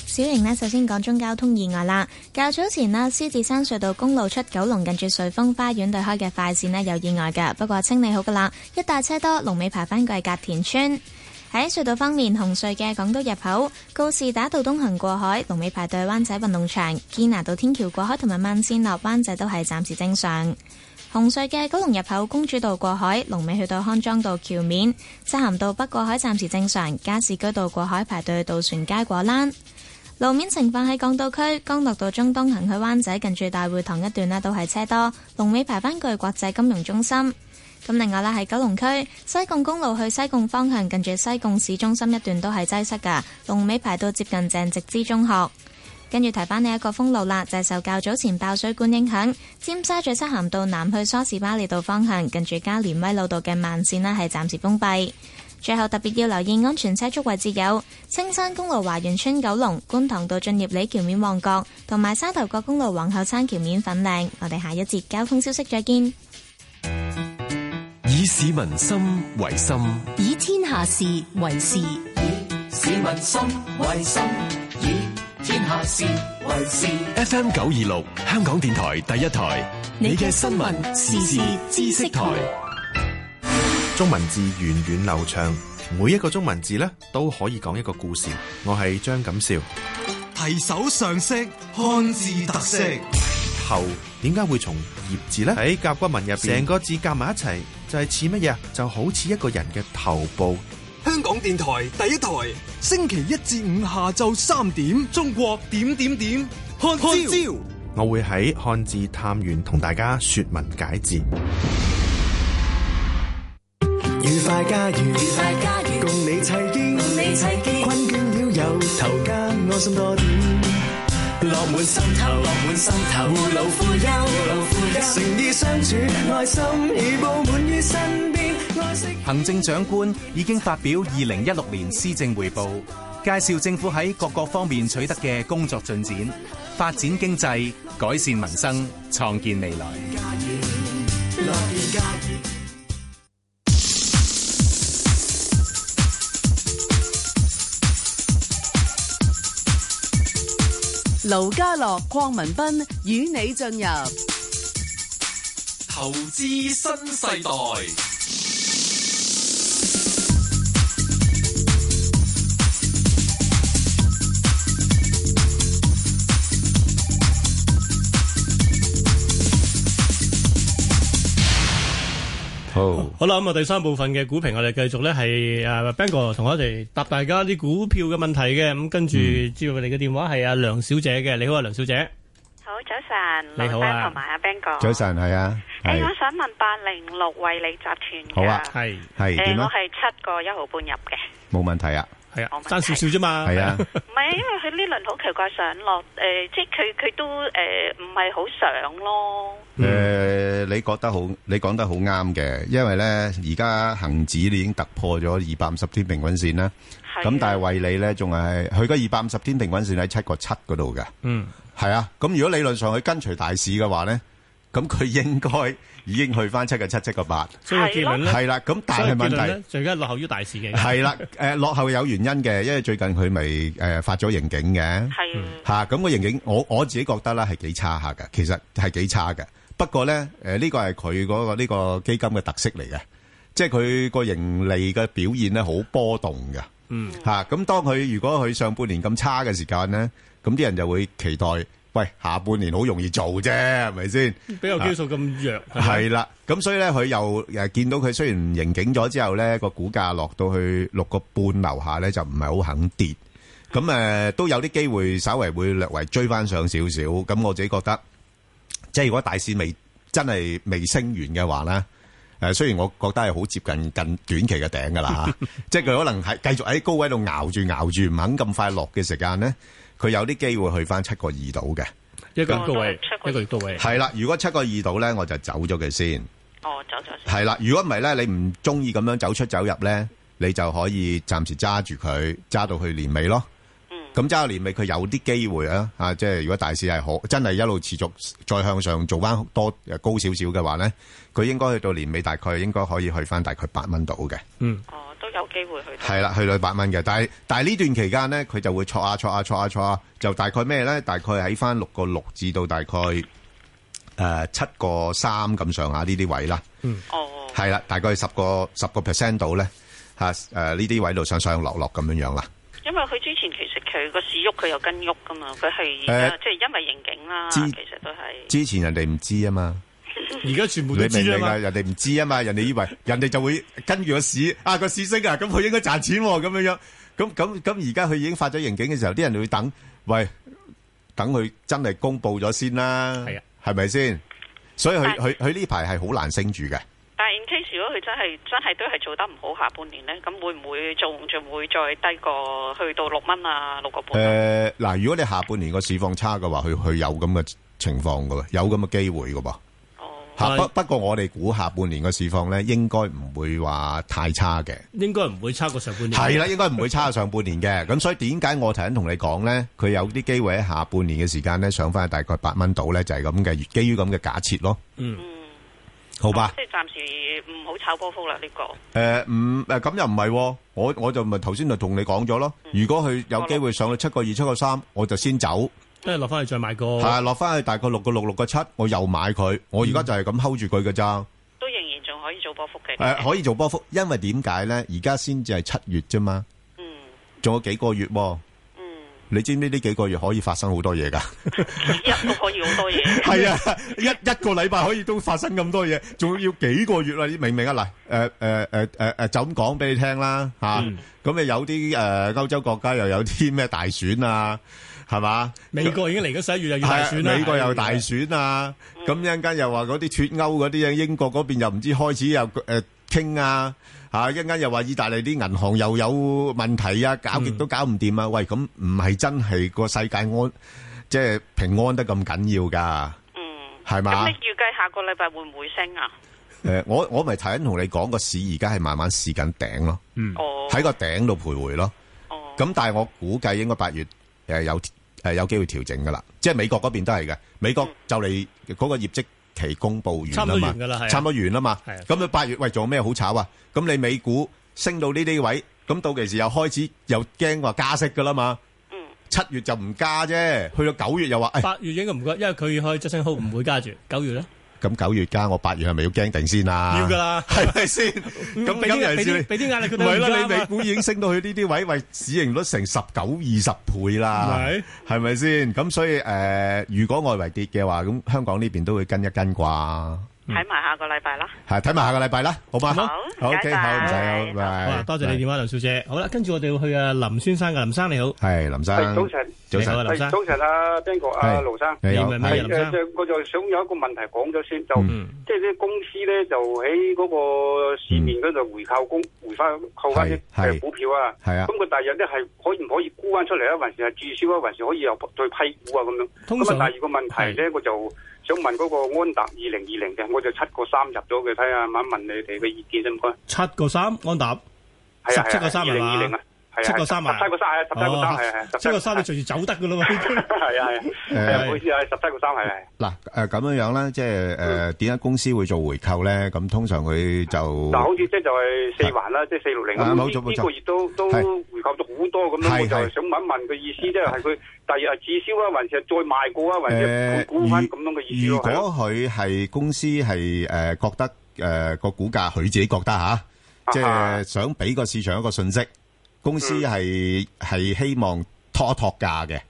K: 小瑩呢，首先講中交通意外啦。較早前啦，獅子山隧道公路出九龍近住瑞峰花園對開嘅快線呢，有意外㗎，不過清理好㗎啦，一大車多，龍尾排返過去隔田村。喺隧道方面，紅隧嘅港島入口、告士打道東行過海、龍尾排隊灣仔運動場、堅拿道天橋過海同埋慢線落灣仔都係暫時正常。紅隧嘅九龍入口公主道過海，龍尾去到康莊道橋面；漆咸道北過海暫時正常，加士居道過海排隊渡船街果欄。路面情況喺港島區，江樂道中東行去灣仔，近住大會堂一段呢都係車多，龍尾排返過去國際金融中心。咁另外啦，喺九龍區西貢公路去西貢方向，近住西貢市中心一段都係擠塞㗎，龍尾排到接近鄭植之中學。跟住提翻呢一個封路啦，就係、受較早前爆水管影響，尖沙咀漆咸道南去梳士巴利道方向，近住加連威老道嘅慢線呢係暫時封閉。最後特別要留意安全車速位置有青山公路華園村九龍、觀塘道進業里橋面旺角，同埋沙頭角公路皇后山橋面粉嶺。我哋下一節交通消息再見。
S: 以市民心為心，
M: 以天下事為事，
I: 市民心為心，以天下事為事。
S: FM 九二六，香港電台第一台，你嘅新聞時事知識台，
W: 中文字源遠流長，每一個中文字呢都可以講一個故事。我係張錦兆。
X: 提手上色，漢字特色。
W: 後點解會從葉字呢？喺甲骨文入邊，成個字夾埋一齊就係似乜嘢啊？就好似一個人嘅頭部。
X: 香港電台第一台，星期一至五下晝三點，中國點點點，漢朝。
W: 我會喺漢字探源同大家說文解字。
P: 愉快家園，愉快家園，共你砌經，共你砌經，困倦了有頭家，安心多點。落滿心頭，落滿心頭，護老護幼，護老護幼，誠意相處，愛心已布滿於身邊，愛惜。
L: 行政長官已經發表二零一六年施政匯報，介紹政府喺各個方面取得嘅工作進展，發展經濟，改善民生，創建未來。
P: 樂意家園。
F: 盧家樂、邝文斌與你進入
S: 投資新世代。
D: 好，
H: 好啦，咁啊，第三部分嘅股評，我哋繼續咧係誒 b a n g o 同我哋答大家啲股票嘅問題嘅，咁跟住接入我哋嘅電話係阿梁小姐嘅，你好啊，梁小姐，
Y: 好早晨，
H: 你好啊
Y: 劉生同埋阿 Ben 哥。
D: 早。晨係啊，
Y: 诶、
D: 係
Y: 我想問八零六惠理集團
D: 好啊，
H: 係
D: 係
Y: 诶、
D: 點
Y: 我
D: 啊？
Y: 係七個一毫半入嘅， [laughs]
D: 冇問題啊，
H: 係
Y: 啊
H: 爭少少啫嘛，
D: 係
H: [laughs]
D: 啊，
Y: 唔係因為佢呢輪好奇怪上落，诶、即係佢佢都诶唔係好上咯。
D: 誒，你覺得好？你講得好啱嘅，因為咧而家恒指已經突破咗二百五十天平均線啦。咁但係惠理咧，仲係佢個二百五十天平均線喺七個七嗰度嘅。
H: 嗯，
D: 係啊，咁如果理論上佢跟隨大市嘅話咧，咁佢應該已經去翻七個七、七個八。
H: 所以結論咧
D: 係啦，咁但係問
H: 所以結論
D: 題
H: 咧。就而家落後於大市嘅。
D: 係啦，誒落後有原因嘅，因為最近佢咪誒發咗刑警嘅，嚇咁個刑警，我我自己覺得啦係幾差下嘅，其實係幾差嘅。不過咧，誒呢個係佢嗰個呢個基金嘅特色嚟嘅，即係佢個盈利嘅表現咧好波動嘅。
A: 嗯
D: 吓咁、當佢如果佢上半年咁差嘅時間咧，咁啲人就會期待，喂下半年好容易做啫，係咪先？
H: 比較基數咁弱，
D: 系啦，咁所以咧，佢又誒見到佢雖然刑警咗之後咧，個股價落到去六個半樓下咧，就唔係好肯跌。咁誒、呃都有啲機會，稍微會略為追翻上少少。咁我自己覺得，即係如果大市未真係未升完嘅話咧，誒、雖然我覺得係好接近近短期嘅頂㗎啦嚇，即係佢可能係繼續喺高位度熬住熬住，唔肯咁快落嘅時間咧，佢有啲機會去翻七個二度嘅。
H: 一個月到位，一個月到位。
D: 係啦，如果七個二度咧，我就走咗佢先。
Y: 哦，走咗
D: 係啦，如果唔係咧，你唔中意咁樣走出走入咧，你就可以暫時揸住佢，揸到去年尾咯。
Y: 嗯
D: 咁揸到年尾，佢有啲機會啊！啊，即係如果大市係好，真係一路持續再向上做翻多誒高少少嘅話咧，佢應該去到年尾大概應該可以去翻大概八蚊度嘅。
H: 嗯，
Y: 哦，都有機會去
D: 係啦，去到八蚊嘅，但係但係呢段期間咧，佢就會挫下挫下挫下挫下，就大概咩咧？大概喺翻六個六至到大概誒七個三咁上下呢啲位啦。
H: 嗯，
Y: 哦，
D: 係啦，大概十個十個 percent 度咧嚇誒呢啲位度上上落落咁樣樣啦。
Y: 因為佢之前其實佢個市喐，佢有跟喐噶嘛，佢
D: 誒
Y: 係而家即係因為刑警啦，
D: 知
Y: 其實都係
D: 之前人哋唔知啊嘛，
H: [laughs] 而家全
D: 你
H: 部
D: 明
H: 都
D: 唔
H: 知啦
D: 明
H: 嘛
D: 啊？人哋唔知啊嘛，人哋以為人哋就會跟住個市啊個市升啊，咁佢應該賺錢喎咁樣樣。咁咁咁而家佢已經發咗刑警嘅時候，啲人就會等，喂，等佢真係公佈咗先啦，係啊，係咪先？所以佢佢佢呢排係好難升住嘅。
Y: 但係 in case 如果佢真係真係都係做得唔好下半年咧，咁會唔會仲仲會再低過去到六蚊啊六個半？
D: 誒嗱，如果你下半年個市況差嘅話，佢佢有咁嘅情況嘅喎，有咁嘅機會嘅噃。嚇不不過我哋估下半年個市況咧，應該唔會話太差嘅。
H: 應該唔會超過上半年。
D: 係啦，應該唔會差過上半年嘅。咁所以點解我頭先同你講咧，佢有啲機會喺下半年嘅時間咧上翻大概八蚊度咧，就係咁嘅，基於咁嘅假設咯。
H: 嗯，
D: 好吧。
Y: 即係暫時唔好炒波幅啦呢個。
D: 誒唔誒咁又唔係喎，我我就咪頭先就同你講咗嗯咯。如果佢有機會上到七個二、七個三，我就先走。
H: 跟住落翻去再買個。
D: 係啊落翻去大概六個六、六個七，我又買佢。我而家就係咁 hold 住佢嘅咋。
Y: 都仍然仲可以做波幅嘅。
D: 誒，可以做波幅，因為點解咧？而家先至係七月啫嘛。嗯。仲有幾個月喎。嗯。你知唔知呢幾個月可以發生好多嘢㗎？
Y: 一都可以好多
D: [laughs]
Y: 嘢。
D: 係啊，一一個禮拜可以都發生咁多嘢，仲要幾個月啦？你明唔明啊？嗱，誒誒誒誒誒，就咁講俾你聽啦嚇。咁你有啲誒歐洲國家又有啲咩大選啊，係嘛？
H: 美國已經嚟緊十一月又要大選
D: 係
H: 啦。
D: 啊美國又大選啊，咁一陣間又話嗰啲脱歐嗰啲嘢，英國嗰邊又唔知開始又誒傾啊，嚇一陣間又話意大利啲銀行又有問題啊，搞極都搞唔掂啊！喂，咁唔係真係個世界安即係平安得咁緊要㗎，係嘛
Y: 咁你？預計下個禮拜會唔會升啊？
D: 誒，我我咪頭先同你講個市而家係慢慢試緊頂咯，
Y: 哦
D: 喺個頂度徘徊咯。咁但係我估計應該八月誒有誒有機會調整噶啦，即係美國嗰邊都係嘅。美國就嚟嗰個業績期公佈完啦
H: 差唔多
D: 嘛
H: 完㗎啦係，啊
D: 差唔多完啦嘛。
H: 係啊
D: 咁佢八月喂仲有咩好炒啊？咁你美股升到呢啲位，咁到期時又開始又驚話加息噶啦嘛。七月就唔加啫，去到九月又話誒。
H: 八月應該唔該，因為佢可以質升好，唔會加住。九月咧，
D: 咁九月加我八月係咪要驚定先啊？
H: 要㗎啦，
D: 係咪先？咁
H: 俾啲
D: 咁尤其是
H: 俾啲
D: 你
H: 俾啲壓力佢
D: 唔係啦，
H: 都唔
D: 你
H: 加
D: 美股已經升到去呢啲位，喂，市盈率成十九二十倍啦，
H: 係
D: 係咪先？咁所以誒、呃如果外圍跌嘅話，咁香港呢邊都會跟一跟啩，係
Y: 睇埋下個禮拜啦。
D: 睇埋下個禮拜啦，好嘛？
Y: 好
D: ，OK，好唔
Y: 拜
D: 使，好，
Y: 拜
D: 拜拜
H: 好啊多謝你電話，林小姐。好啦，跟住我哋要去啊林先生嘅，林生你好。
D: 係林生，
H: 早晨
D: 早晨
H: 你好啊林生
B: 早晨啊，Ben 哥啊，
H: 係
B: 盧生，
H: 你好你問咩
B: 係
H: 林生
B: 誒就我就想有一個問題講咗先，就
D: 嗯
B: 即係啲公司咧就喺嗰個市面嗰度回購公回翻購翻啲
D: 嗯係係
B: 誒股票啊，
D: 係啊
B: 咁佢第日咧係可唔可以沽翻出嚟啊？還是係註銷啊？還是可以又再批股啊？咁樣。
C: 通常
B: 咁啊，第二個問題咧，我就想問嗰個安踏二零二零嘅，我就七個三入咗
D: 哦
B: 嘅，睇下問一問你哋嘅意見先唔該。
H: 七個三安踏，
B: 係啊
H: 十七個三
B: 係啊
H: 係
B: 2020
H: 嘛
B: 啊？係啊
H: 七個三啊，
B: 十七個三係啊十七個三係啊
H: 哦
B: 係啊十七個三
H: 七個三你隨時走得噶啦嘛。
B: [laughs] 係啊係啊，係啊唔好意思啊，十七個三係係。
D: 嗱，诶咁樣樣咧，即係诶點解公司會做回購咧？咁通常佢就
B: 嗱，好似即係就係四環啦，即係四六零
D: 啊
B: 咁，
D: 冇錯
B: 呢
D: 冇錯
B: 呢個月都都
D: 係
B: 回購咗好多
D: 係
B: 咁樣，我就
D: 係
B: 係想問一問佢意思，即係係佢第二日註銷啊，還是係再賣過啊，還是係
D: 誒
B: 估翻咁樣嘅意思
D: 如
B: 咯？
D: 果
B: 係咯
D: 佢係公司係誒覺得誒個股價，佢自己覺得
B: 啊
D: 嚇，即係想俾個市場一個信息，公司
B: 嗯
D: 係係希望拖一托價
B: [laughs]
D: 嘅，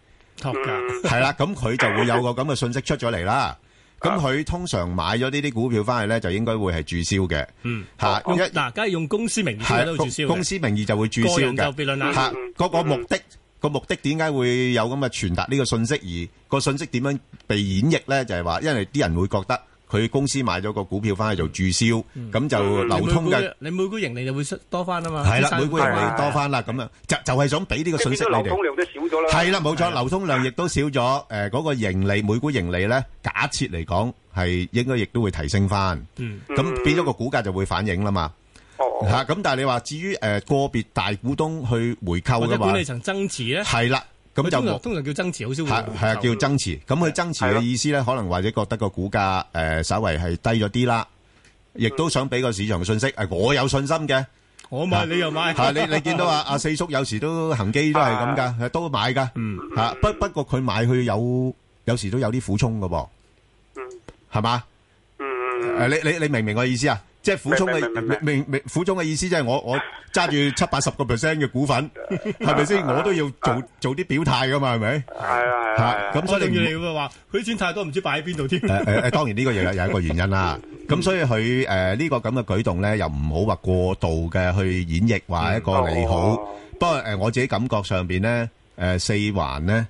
H: 托價
D: 係啦，咁佢就會有個咁嘅信息出咗嚟啦。咁佢通常買咗呢啲股票翻去咧，就應該會係註銷嘅。
H: 嗯，
D: 嚇，
H: 用
D: 一
H: 嗱，梗係用公司名義先喺度註銷
D: 係
H: 嘅
D: 公司名義就會註
H: 個
D: 銷
H: 人就
D: 嘅。
H: 別論啦
D: 嚇嗰個目的個目的點解會有咁嘅傳達呢個信息？而個信息點樣被演繹咧？就係話，因為啲人會覺得佢公司買咗個股票翻去做註銷，咁就流通嘅。
H: 你每股，你每股盈利就會多翻啊嘛。
D: 係啦，
H: 生
D: 每股盈利
H: 係
D: 多翻啦，咁啊，就就係想俾呢個
B: 即係
D: 信
B: 變
D: 息
B: 咗
D: 你
B: 流通
D: 哋。
B: 量都少咗啦。
D: 係啦，冇錯，流通量亦都少咗，誒嗰個盈利每股盈利咧，假設嚟講係應該亦都會提升翻。
H: 嗯
D: 咁變咗個股價就會反映啦嘛。嚇咁，但係你話至於誒個別大股東去回購
H: 或者
D: 嘅
H: 管
D: 話，
H: 理層增持咧，
D: 係啦，咁就
H: 佢通常
D: 冇
H: 通常叫增持，好少會
D: 係係啊，叫增持。咁佢增持嘅意思咧，可能或者覺得個股價誒稍為係低咗啲啦，亦都想俾個市場嘅信息，誒我有信心嘅。
H: 我買你又買
D: 係你你見
H: [laughs]
D: 到阿啊阿四叔有時都恒基都係咁㗎，都買㗎。嗯，嚇不不過佢買佢有有時都有啲苦衷㗎噃。嗯，係嘛？
U: 嗯
D: 誒，你你你明唔明我意思啊？即係苦衷嘅
B: 明明明
D: 明明苦衷嘅意思，即係我我揸住七八十個 percent 嘅股
B: [laughs]
D: 份，係咪先？我都要做做啲表態噶嘛，係咪？
B: 係啊係啊
D: 嚇，咁所以
H: 我仲
D: 你
H: 要
D: 唔
H: 你會話佢啲錢太多，唔知擺喺邊度添。
D: 誒誒誒，當然呢個又有有一個原因啦。咁所以佢誒呢個咁嘅舉動咧，又唔好話過度嘅去演繹話一個利好。不過誒，我自己感覺上邊咧，誒四環咧，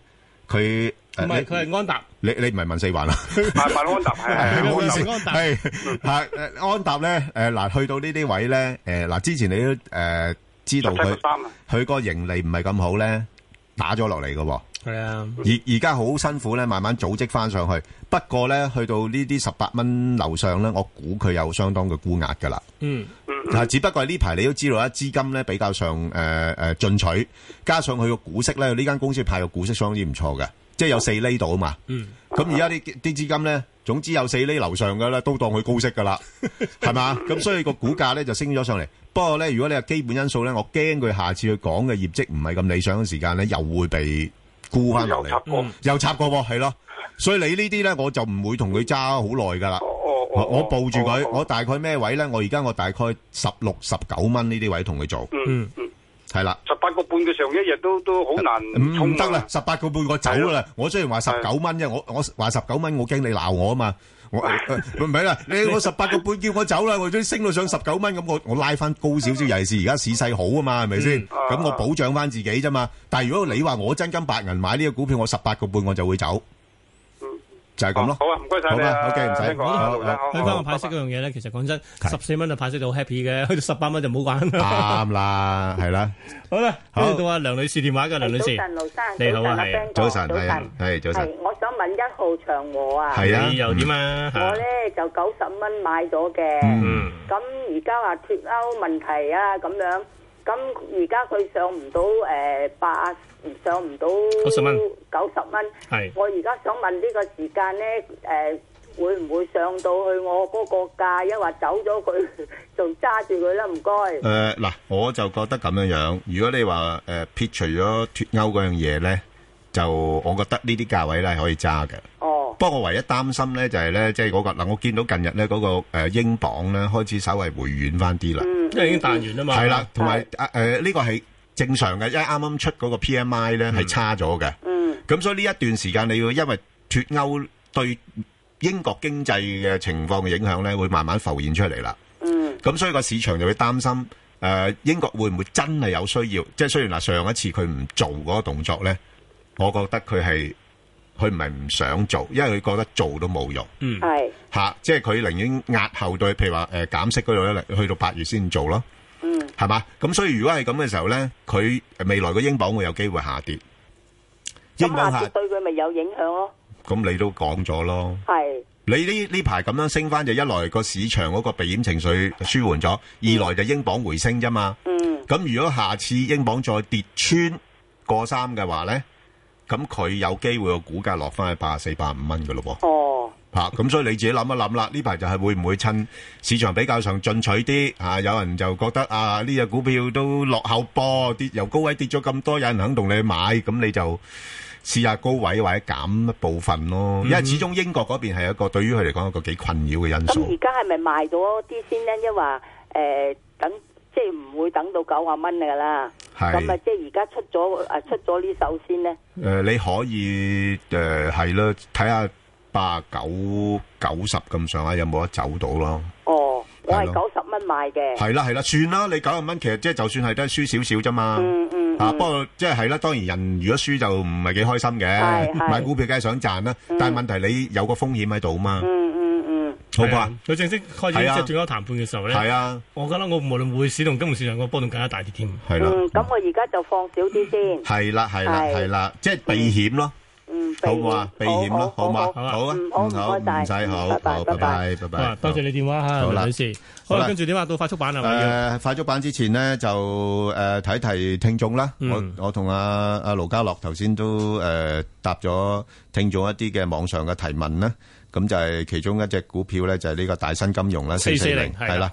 D: 佢
H: 唔
D: 誒
H: 係
D: 你
H: 佢係安踏，
D: 你你唔係問四環
H: [laughs]
D: 啦，
B: 慢慢安踏係係
D: [laughs] 係唔好意思，
H: 安踏
D: 係係誒安踏咧誒嗱，去到呢啲位咧誒嗱，之前你都誒知道佢
B: 17.3啊
D: 佢個盈利唔係咁好咧，打咗落嚟嘅喎。
H: 係啊，
D: 而而家好辛苦咧，慢慢組織翻上去。不過咧，去到呢啲十八蚊樓上咧，我估佢有相當嘅沽壓㗎啦。
H: 嗯
D: 嗱，只不過係呢排你都知道啦，啊資金咧比較上誒誒進取，加上佢個股息咧，呢間公司派個股息相當之唔錯嘅，即係有四厘度啊嘛。
H: 嗯，
D: 咁而家啲啲資金咧，總之有四厘樓上嘅咧，都當佢高息噶啦，係嘛？咁所以個股價咧就升咗上嚟。不過咧，如果你係基本因素咧，我驚佢下次佢講嘅業績唔係咁理想嘅時間咧，又會被沽翻落嚟，又插
B: 過，
D: 又插過喎，係咯。所以你呢啲咧，我就唔會同佢揸好耐噶啦。我我報住佢，我大概咩位咧？我而家我大概十六、十九蚊呢啲位同佢做，
B: 嗯嗯，
D: 係啦。
B: 十八個半嘅上一日都都好難衝
D: 唔
B: 啊
D: 得啦，。十八個半個走啦。我雖然話十九蚊啫，我我話十九蚊，我驚你鬧我啊嘛。我唔係啦，你我十八個半叫我走啦，我都升到上十九蚊咁，我我拉翻高少少，尤其是而家市勢好啊嘛，係咪
B: 嗯
D: 先？咁我保障翻自己啫嘛。但係如果你話我真金白銀買呢個股票，我十八個半我就會走，就係咁咯。
B: 嗯好啊，唔該晒
D: 好
B: 你
D: 嘛
B: 啊
D: ，OK，唔
B: 聽
D: 使，
B: 過
D: 好
B: 啊
D: 好
B: 好好
D: 好
H: 睇翻個派息嗰樣嘢咧，其實講真，十四蚊就派息到好 happy 嘅，去到十八蚊就唔好玩啦。
D: 啱
H: [laughs]
D: 啦，係啦。
H: 好啦，跟
D: 好
H: 住到阿梁女士電話嘅，梁女士，你好啊，係
D: 早晨，係啊，係早晨，係啊，
H: 你又點啊？嚇
D: 嗯。
H: 90蚊。係。
D: 誒嗱、我就覺得咁樣樣。如果你話誒、撇除咗脱歐嗰樣嘢咧，就我覺得呢啲價位咧係可以揸嘅。
A: 哦，
D: 不過我唯一擔心咧就係、咧，即係嗰個嗱，我見到近日咧嗰、個誒、英鎊咧開始稍微回軟翻啲啦，
H: 因為已經彈完啦嘛
D: 係啦，同埋啊誒呢個係正常嘅，因為啱啱出嗰個 PMI 咧係差咗嘅。
A: 嗯，
D: 咁所以呢一段時間你要因為脱歐對英國經濟嘅情況嘅影響咧，會慢慢浮現出嚟啦。
A: 嗯，
D: 咁所以個市場就會擔心誒、呃英國會唔會真係有需要？即係雖然嗱上一次佢唔做嗰個動作咧，我覺得佢係佢唔係唔想做，因為佢覺得做都冇用。
H: 嗯，
A: 系，
D: 吓、即係佢寧願押後對，譬如話诶减息嗰度咧，去到八月先做咯，
A: 嗯，
D: 係嘛？咁所以如果係咁嘅時候咧，佢未來個英鎊會有機會下跌，英
A: 咁
D: 鎊
A: 下
D: 下
A: 次對佢咪有影響咯？
D: 咁你都講咗咯。
A: 係，
D: 你呢呢排咁樣升翻，就一來個市場嗰個避險情緒舒緩咗，二來就英鎊回升啫嘛。
A: 嗯，
D: 咁如果下次英鎊再跌穿過三嘅話咧，咁佢有機會個股價落翻去八十四、八十五蚊嘅咯喎。
B: 哦，
D: 吓咁、所以你自己諗一諗啦。呢排就係會唔會趁市場比較上進取啲啊？有人就覺得啊，呢只股票都落後噃，跌由高位跌咗咁多，有人肯同你買，咁你就試下高位或者減一部分咯。因為始終英國嗰邊係一個對於佢嚟講一個幾困擾嘅因
A: 咁
D: 素。
A: 而家係咪賣咗啲先咧？因話誒等即係唔會等到九啊蚊㗎啦。
D: 係
A: 咁啊，即係而家出咗啊出咗呢手先咧。
D: 誒、你可以誒係咯，睇下八九九十咁上下有冇得走到咯。
A: 哦，我係
D: 係
A: 九
D: 咯
A: 十蚊買嘅。
D: 係啦係啦，算啦，你九十蚊其實即係就算係都係輸少少啫嘛。
A: 嗯嗯
D: 啊，不過即係係啦，當然人如果輸就唔係幾開心
A: 係
D: 嘅，
A: 係
D: 買股票梗係想賺啦，但係問題你有個風險喺度嘛，
A: 嗯嗯嗯，
D: 好唔好啊？
H: 佢正式開始
D: 係啊
H: 即係脱歐談判嘅時候咧，
D: 係啊，
H: 我覺得我無論匯市同金融市場個波動更加大啲添。
D: 係
A: 嗯，咁我而家就放少啲先。
D: 係啦係啦
A: 係
D: 係啦，即係避險咯，
A: 嗯，避
D: 好
A: 險
D: 唔好啊？避險咯，好嘛？好啊，
A: 好
D: 嗯好，
A: 唔該
D: 唔
A: 晒
D: 使好，好，拜拜拜
H: 啊
D: 拜，
H: 多謝你電話嚇，
D: 好
H: 梁
D: 啦
H: 女士。好
D: 好
H: 啦，
D: 啦
H: 跟住點啊？到快速版係咪要？
D: 誒快速版之前咧，就誒睇提聽眾啦。
H: 嗯
D: 我我同阿阿盧家樂頭先都誒答咗聽眾一啲嘅網上嘅提問啦。咁就係其中一隻股票咧，就係呢個大新金融啦，四四零
H: 440係
D: 係啦
H: 啦。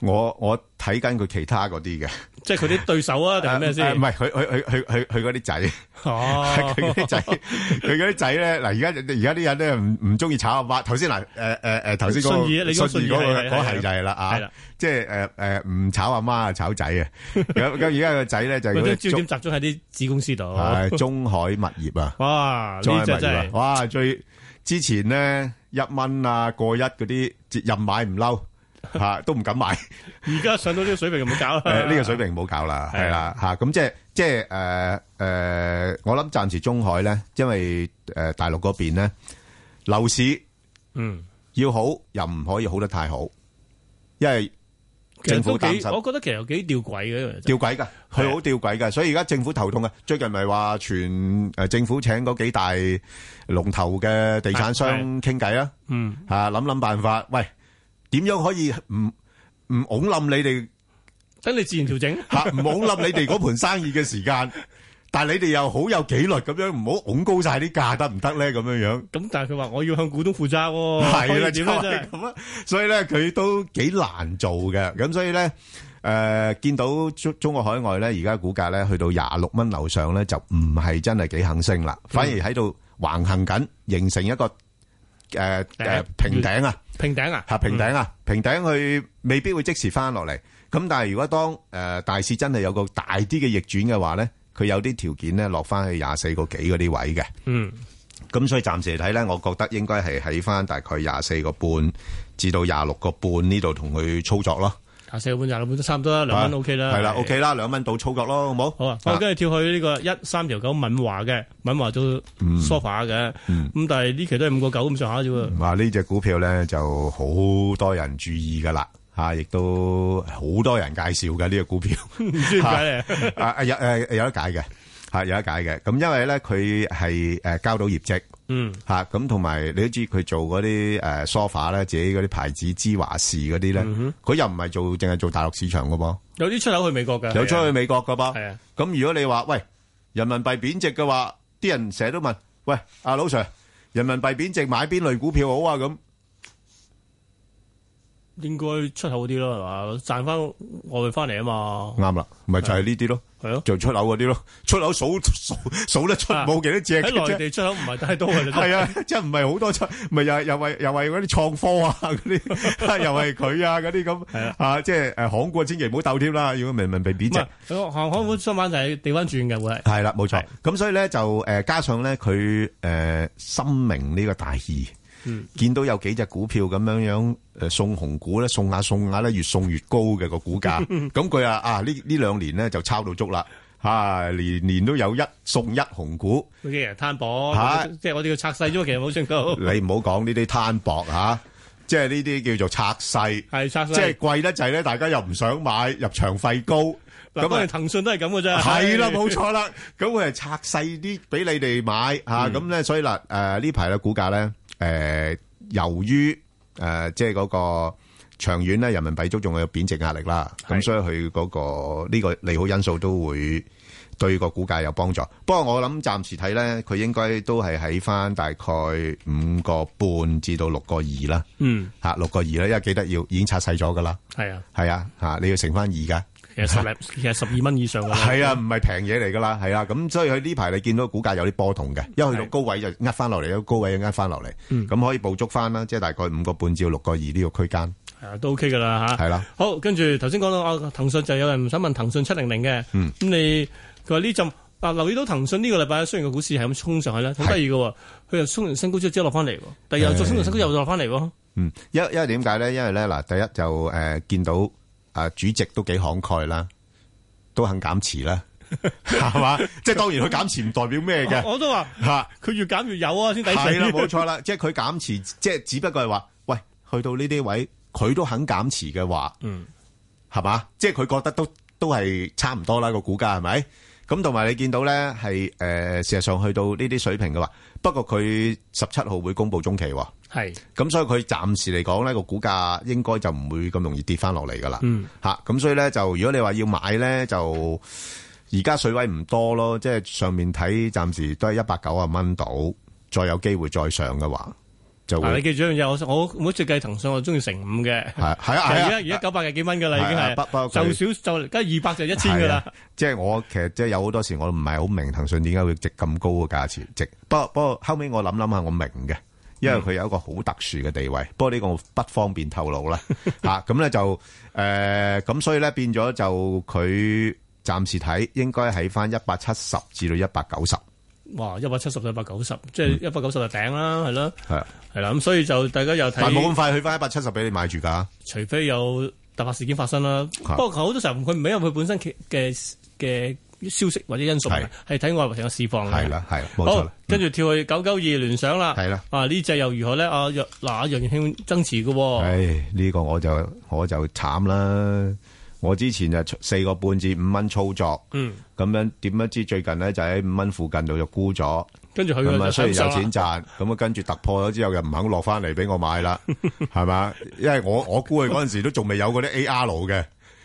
D: 我我睇緊佢其他嗰啲嘅，
H: 即係佢啲對手啊，定係咩
D: 誒
H: 先？
D: 唔係佢佢佢佢佢佢嗰啲仔，
H: 哦，
D: [laughs] 佢嗰啲仔，佢嗰啲仔咧，嗱，而家而家啲人咧唔唔中意炒阿媽。頭先嗱，诶诶诶，誒頭先嗰
H: 信義
D: 個
H: 你講
D: 信
H: 信義
D: 義嗰個
H: 係
D: 嗰
H: 係係
D: 係就係啦
H: 係
D: 啊
H: 啦，
D: 即係诶诶唔炒阿媽啊，炒仔
H: [laughs]
D: 啊，咁咁而家個仔咧就係
H: 佢
D: 嗰
H: 都
D: 啲
H: 焦點集中喺啲子公司度。
D: 係中海物業啊。
H: 哇，
D: 再
H: 呢隻
D: 咪
H: 真係
D: 話哇！最之前咧一蚊啊過一嗰啲，任買唔
H: [laughs]
D: 嬲吓，都唔敢買。
H: 而家上到呢個水平，唔好搞啦。
D: [laughs] 誒呢個水平唔好搞啦，係啦嚇。咁即係即係誒誒，我諗暫時中海咧，因為誒大陸嗰邊咧樓市
H: 嗯
D: 要好又唔可以好得太好，因為
H: 其
D: 政
H: 實
D: 府
H: 都
D: 擔
H: 幾，
D: 心
H: 我覺得其實有幾吊詭嘅因為真係。
D: 吊詭㗎，佢好吊詭㗎。所以而家政府頭痛啊！最近咪話全誒政府請嗰幾大龍頭嘅地產商傾偈啊。
H: 嗯，
D: 吓谂谂办法，喂，点样可以唔唔拱冧你哋
H: 等你自然調整。
D: 吓，唔拱冧你哋嗰盤生意嘅時間？但系你哋又好有紀律咁樣，唔好拱高晒啲價得唔得咧？咁樣樣
H: 咁但係佢話我要向股東負責喎，
D: 係啦
H: 可以點咧
D: 就係
H: 真
D: 咁啊！所以咧佢都幾難做嘅。咁所以咧，诶、見到中中國海外咧，而家股價咧去到廿六蚊樓上咧，就唔係真係幾肯升啦，反而喺度橫行緊，形成一個诶 [laughs] 诶、呃平頂啊！
H: 平頂啊，
D: 吓平頂啊，平頂佢未必會即時翻落嚟。咁但係如果當诶大市真係有個大啲嘅逆轉嘅話咧，佢有啲條件咧落翻去廿四個幾嗰啲位嘅。
H: 嗯， [laughs]
D: 咁所以暫時嚟睇咧，我覺得應該係喺翻大概廿四個半至到廿六個半呢度同佢操作咯。
H: 廿四個半廿六半都差唔多啦，兩蚊 OK 啦，
D: 係啦，OK 啦，兩蚊到操作咯，好冇？
H: 好啊，我跟住跳去呢個一三條九敏華嘅，敏華都
D: 嗯
H: sofa 嘅，咁但係呢期都係五個九咁上下啫喎。
D: 話呢只股票咧就好多人注意噶啦，吓亦都好多人介紹嘅呢個 [laughs] 股票，
H: 唔知點解咧
D: 嚇啊啊有誒有得解嘅，嚇有得解嘅。咁因為咧佢係誒交到業績。
H: 嗯，
D: 吓咁同埋你都知佢做嗰啲誒 sofa 咧，自己嗰啲牌子芝華士嗰啲咧，
H: 嗯
D: 佢又唔係做淨係做大陸市場噶噃，
H: 有啲出口去美國嘅，
D: 有出去美國噶
H: 係啊
D: 噃。咁如果你話喂人民幣貶值嘅話，啲人成日都問喂阿老 Sir，人民幣貶值買邊類股票好啊咁。
H: 應該出口啲咯，係嘛？賺翻外匯翻嚟啊嘛。
D: 啱啦，咪就係呢啲咯，
H: 系咯，啊
D: 就出口嗰啲咯，出口數數數得出冇幾多隻嘅
H: 喺內
D: 啫，
H: 地出口唔係太多嘅，真
D: [laughs] 係啊，即係唔係好多出，咪又係又係又係嗰啲創科啊嗰
H: [laughs]
D: 啲，又係佢啊嗰啲咁啊，即係誒行過千祈唔好鬥添啦，如果明明被貶
H: 唔
D: 值
H: 係。佢行開會相反就係地翻轉嘅會係。
D: 係啦，冇錯。咁所以咧就誒加上咧佢誒深明呢個大義，
H: 嗯
D: 見到有幾隻股票咁樣樣誒送紅股咧，
H: [laughs]
D: 送下送下咧越送越高嘅個股價。咁佢啊啊呢呢兩年咧就抄到足啦。吓年年都有一送一紅股。
H: 嗰啲人攤薄
D: 嚇，
H: 即係我哋要拆細啫嘛，其實冇信到。
D: 你唔好講呢啲攤薄吓，即係呢啲叫做拆細，
H: 係拆細
D: 即係貴得滯咧，大家又唔想買，入場費高，
H: 嗱，
D: 咁
H: 當
D: 啊
H: 然。騰訊都係咁嘅啫。
D: 係啦，冇錯啦。咁佢係拆細啲俾你哋買吓，咁咧、所以嗱，诶呢排嘅股價咧，诶、由於诶、誒即係嗰個長遠咧，人民幣都仲有貶值壓力啦。咁所以佢嗰、個呢、個利好因素都會對個股價有幫助。不過我諗暫時睇咧，佢應該都係喺翻大概五個半至到六個二啦。
H: 嗯，
D: 吓六個二啦，因為記得要已經拆細咗噶啦。
H: 係啊，
D: 係啊，吓你要乘翻二噶。
H: 其實十零，其實十二蚊以上㗎啦。
D: 係啊，唔係平嘢嚟㗎啦，係啊，咁所以佢呢排你見到股價有啲波動嘅，因為去到
H: 嗯係
D: 高位就呃翻落嚟，有高位就呃翻落嚟，咁、
H: 嗯
D: 可以捕捉翻啦，即係大概五個半至六個二呢個區間，
H: 係啊，都 OK 㗎啦嚇。
D: 係啦，
H: 好，跟住頭先講到啊，騰訊就有人想問騰訊七零零嘅，咁、
D: 嗯
H: 你佢話呢陣啊留意到騰訊呢個禮拜雖然個股市係咁衝上去啦，好得意嘅喎，佢又衝完新高之後即刻落翻嚟喎，第二日再衝完新高又落翻嚟喎，
D: 嗯，因因為點解咧？因為咧嗱，第一就誒、呃、見到啊、主席都幾慷慨啦，都肯減持
H: [laughs]
D: 啦，係嘛？即係當然佢減持唔代表咩嘅
H: 我我都話
D: 嚇。
H: 佢越減越有啊，先抵死。
D: 係啦，冇錯啦，即係佢減持，即係只不過係話，喂，去到呢啲位，佢都肯減持嘅話，
H: [laughs] 嗯，
D: 係嘛？即係佢覺得都都係差唔多啦個股價係咪？咁同埋你見到咧係誒，事實上去到呢啲水平嘅話，不過佢十七號會公布中期喎，
H: 係
D: 咁所以佢暫時嚟講咧個股價應該就唔會咁容易跌翻落嚟噶啦。
H: 嗯
D: 吓咁、所以咧就如果你話要買咧就而家水位唔多咯，即係上面睇暫時都係一百九啊蚊到，再有機會再上嘅話就
H: 啊嗱，
D: 會
H: 你記住一樣嘢，我我每次計騰訊，我中意成五嘅，
D: 係係啊係
H: 而
D: 啊
H: 家而家九百幾蚊㗎啦，已經
D: 係啊不不過
H: 係
D: 佢
H: 就少就梗係二百就一千㗎
D: 係
H: 啦
D: 啊。。即係我其實即係有好多時我唔係好明騰訊點解會值咁高嘅價錢值，不過不過後尾我諗諗下我明嘅。因為
H: 嗯
D: 佢有一個好特殊嘅地位，不過呢個我不方便透露
H: [laughs]
D: 啦。嚇咁咧就誒，呃咁、所以咧變咗就佢暫時睇應該喺翻一百七十至到一百九十，
H: 哇！一百七十到一百九十，即
D: 嗯
H: 係一百九十就頂啦，係咯，
D: 係啊
H: 係啦，咁所以就大家又睇，
D: 但係冇咁快去翻一百七十俾你買住㗎。
H: 除非有突發事件發生啦。
D: 係
H: 不過好多時候佢唔係因為佢本身嘅嘅嘅消息或者因素問題，係睇外圍成個市況嘅。
D: 係啦，係啦，冇錯
H: 好
D: 啦。，
H: 跟住跳去九九二聯想啦。
D: 係啦
H: 啊呢只又如何咧？啊若嗱，啊楊元慶增持嘅喎，
D: 唉，呢個我就我就慘啦。我之前就四個半至五蚊操作，
H: 嗯，
D: 咁樣點樣知最近咧就喺五蚊附近度就沽咗。
H: 跟住佢
D: 咁啊，
H: 就
D: 雖然
H: 上
D: 有
H: 啦
D: 錢賺，咁啊跟住突破咗之後又唔肯落翻嚟俾我買啦，係嘛？因為我我估佢嗰陣時都仲未有嗰啲 A R 嘅，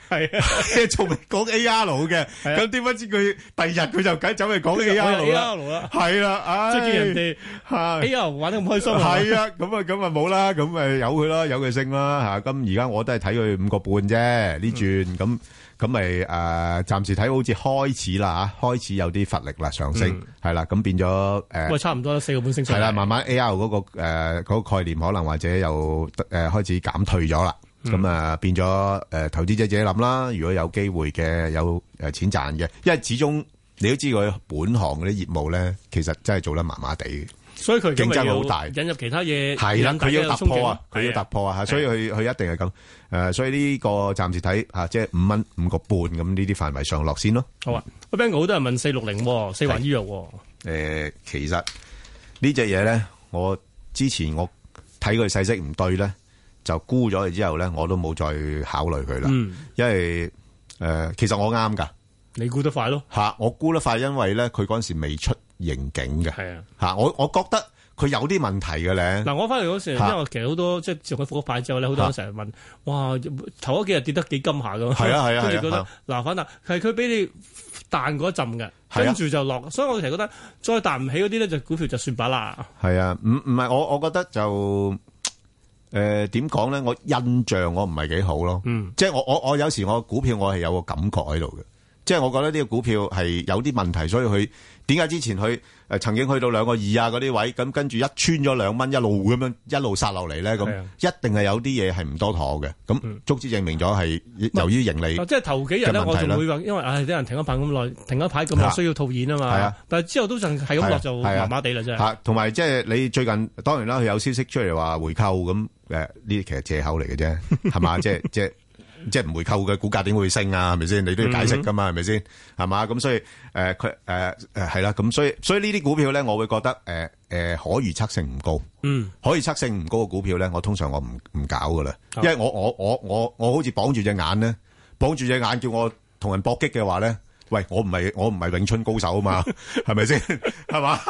H: 係啊
D: [laughs] 即係仲未講 A R 嘅，咁點不知佢第二日佢就梗走去講 A
H: [laughs] 我
D: R
H: 又
D: 啦
H: AR 啦，
D: 係啦，唉，
H: [laughs] 即係見人哋 [laughs]
D: 係
H: AR 玩得咁開心
D: 係啊，咁啊咁啊冇啦，咁咪由佢啦，由佢升啦吓。咁而家我都係睇佢五個半啫，
H: 嗯
D: 呢轉咁咁咪诶，暫時睇好似開始啦吓，開始有啲乏力啦，上升
H: 嗯
D: 係啦，咁變咗诶
H: 啊喂，。差唔多啦，四個半升上
D: 係
H: 嚟
D: 啦，慢慢 A R 嗰、個个诶、嗰個概念可能或者又诶、呃、开始減退咗啦。
H: 嗯
D: 咁啊、變咗诶、呃投資者自己諗啦。如果有機會嘅，有诶钱赚嘅，因為始終你都知佢本行嗰啲業務咧，其實真係做得麻麻地嘅。
H: 所以佢今日
D: 競爭
H: 要
D: 好大
H: 引入其他嘢，
D: 係啦，
H: 引大
D: 佢
H: 家
D: 要
H: 有
D: 突破
H: 憧
D: 啊，
H: 憬
D: 佢要突破啊，所以佢佢一定係咁。诶、所以呢個暫時睇吓、啊即係五蚊五個半咁呢啲範圍上落先咯。
H: 好啊，喂 b a n g 好多人問四六零四環醫藥喎，
D: 诶、其實呢只嘢咧，我之前我睇佢細息唔對咧，就沽咗佢之後咧，我都冇再考慮佢啦。
H: 嗯
D: 因為诶、誒其實我啱㗎
H: 你估得快咯，
D: 吓，嚇我沽得快，因為咧佢嗰阵时未出刑警嘅，
H: 係啊
D: 吓，我我觉得佢有啲問題嘅咧。
H: 嗱，我翻嚟嗰時，因
D: 嗯嚇
H: 為其實好多即係自從佢復咗牌之後咧，好多人
D: 嚇
H: 成日問，哇，頭嗰幾日跌得幾金下咁，
D: 係啊係啊
H: 跟住覺
D: 係
H: 得
D: 啊
H: 嗱反彈係佢俾你彈嗰一陣嘅，
D: 係啊
H: 跟住就落，所以我成日覺得再彈唔起嗰啲咧，就股票就算把啦，
D: 系啊，唔唔系我，我觉得就诶点讲咧？我印象我唔系几好咯，
H: 嗯
D: 即系我我我有时我股票我系有个感觉喺度嘅，即系我觉得呢个股票系有啲问题，所以佢点解之前佢诶曾經去到兩個二啊嗰啲位，咁跟住一穿咗兩蚊，一路咁樣一路殺落嚟咧，咁
H: 係啊
D: 一定係有啲嘢係唔多妥嘅，咁足之證明咗係由於盈利
H: 嗱即係頭幾日
D: 嘅
H: 咧，
D: 問題
H: 我仲
D: 啦
H: 會話，因為唉啲人停一排咁耐，停一排咁耐
D: 嚇
H: 需要套現啊
D: 係
H: 嘛
D: 啊，
H: 但係之後都仲係咁落就
D: 係啊係啊
H: 麻麻地啦，真係
D: 吓，同埋即係你最近當然啦，佢有消息出嚟話回購咁，诶呢啲其實借口嚟嘅啫，係嘛？即係即係即係唔回購嘅股價點會升啊？係咪先？你都要解釋噶嘛？係咪先？係嘛？咁所以誒佢誒誒係啦，咁所以所以呢啲股票咧，我會覺得誒誒、可預測性唔高。
C: 嗯，
D: 可以測性唔高嘅股票咧，我通常我唔唔搞噶
H: 哦
D: 啦，因為我我我我我好似綁住隻眼咧，綁住隻眼叫我同人搏擊嘅話咧，喂，我唔係我唔係詠春高手啊嘛，係咪先？係嘛？
H: [laughs]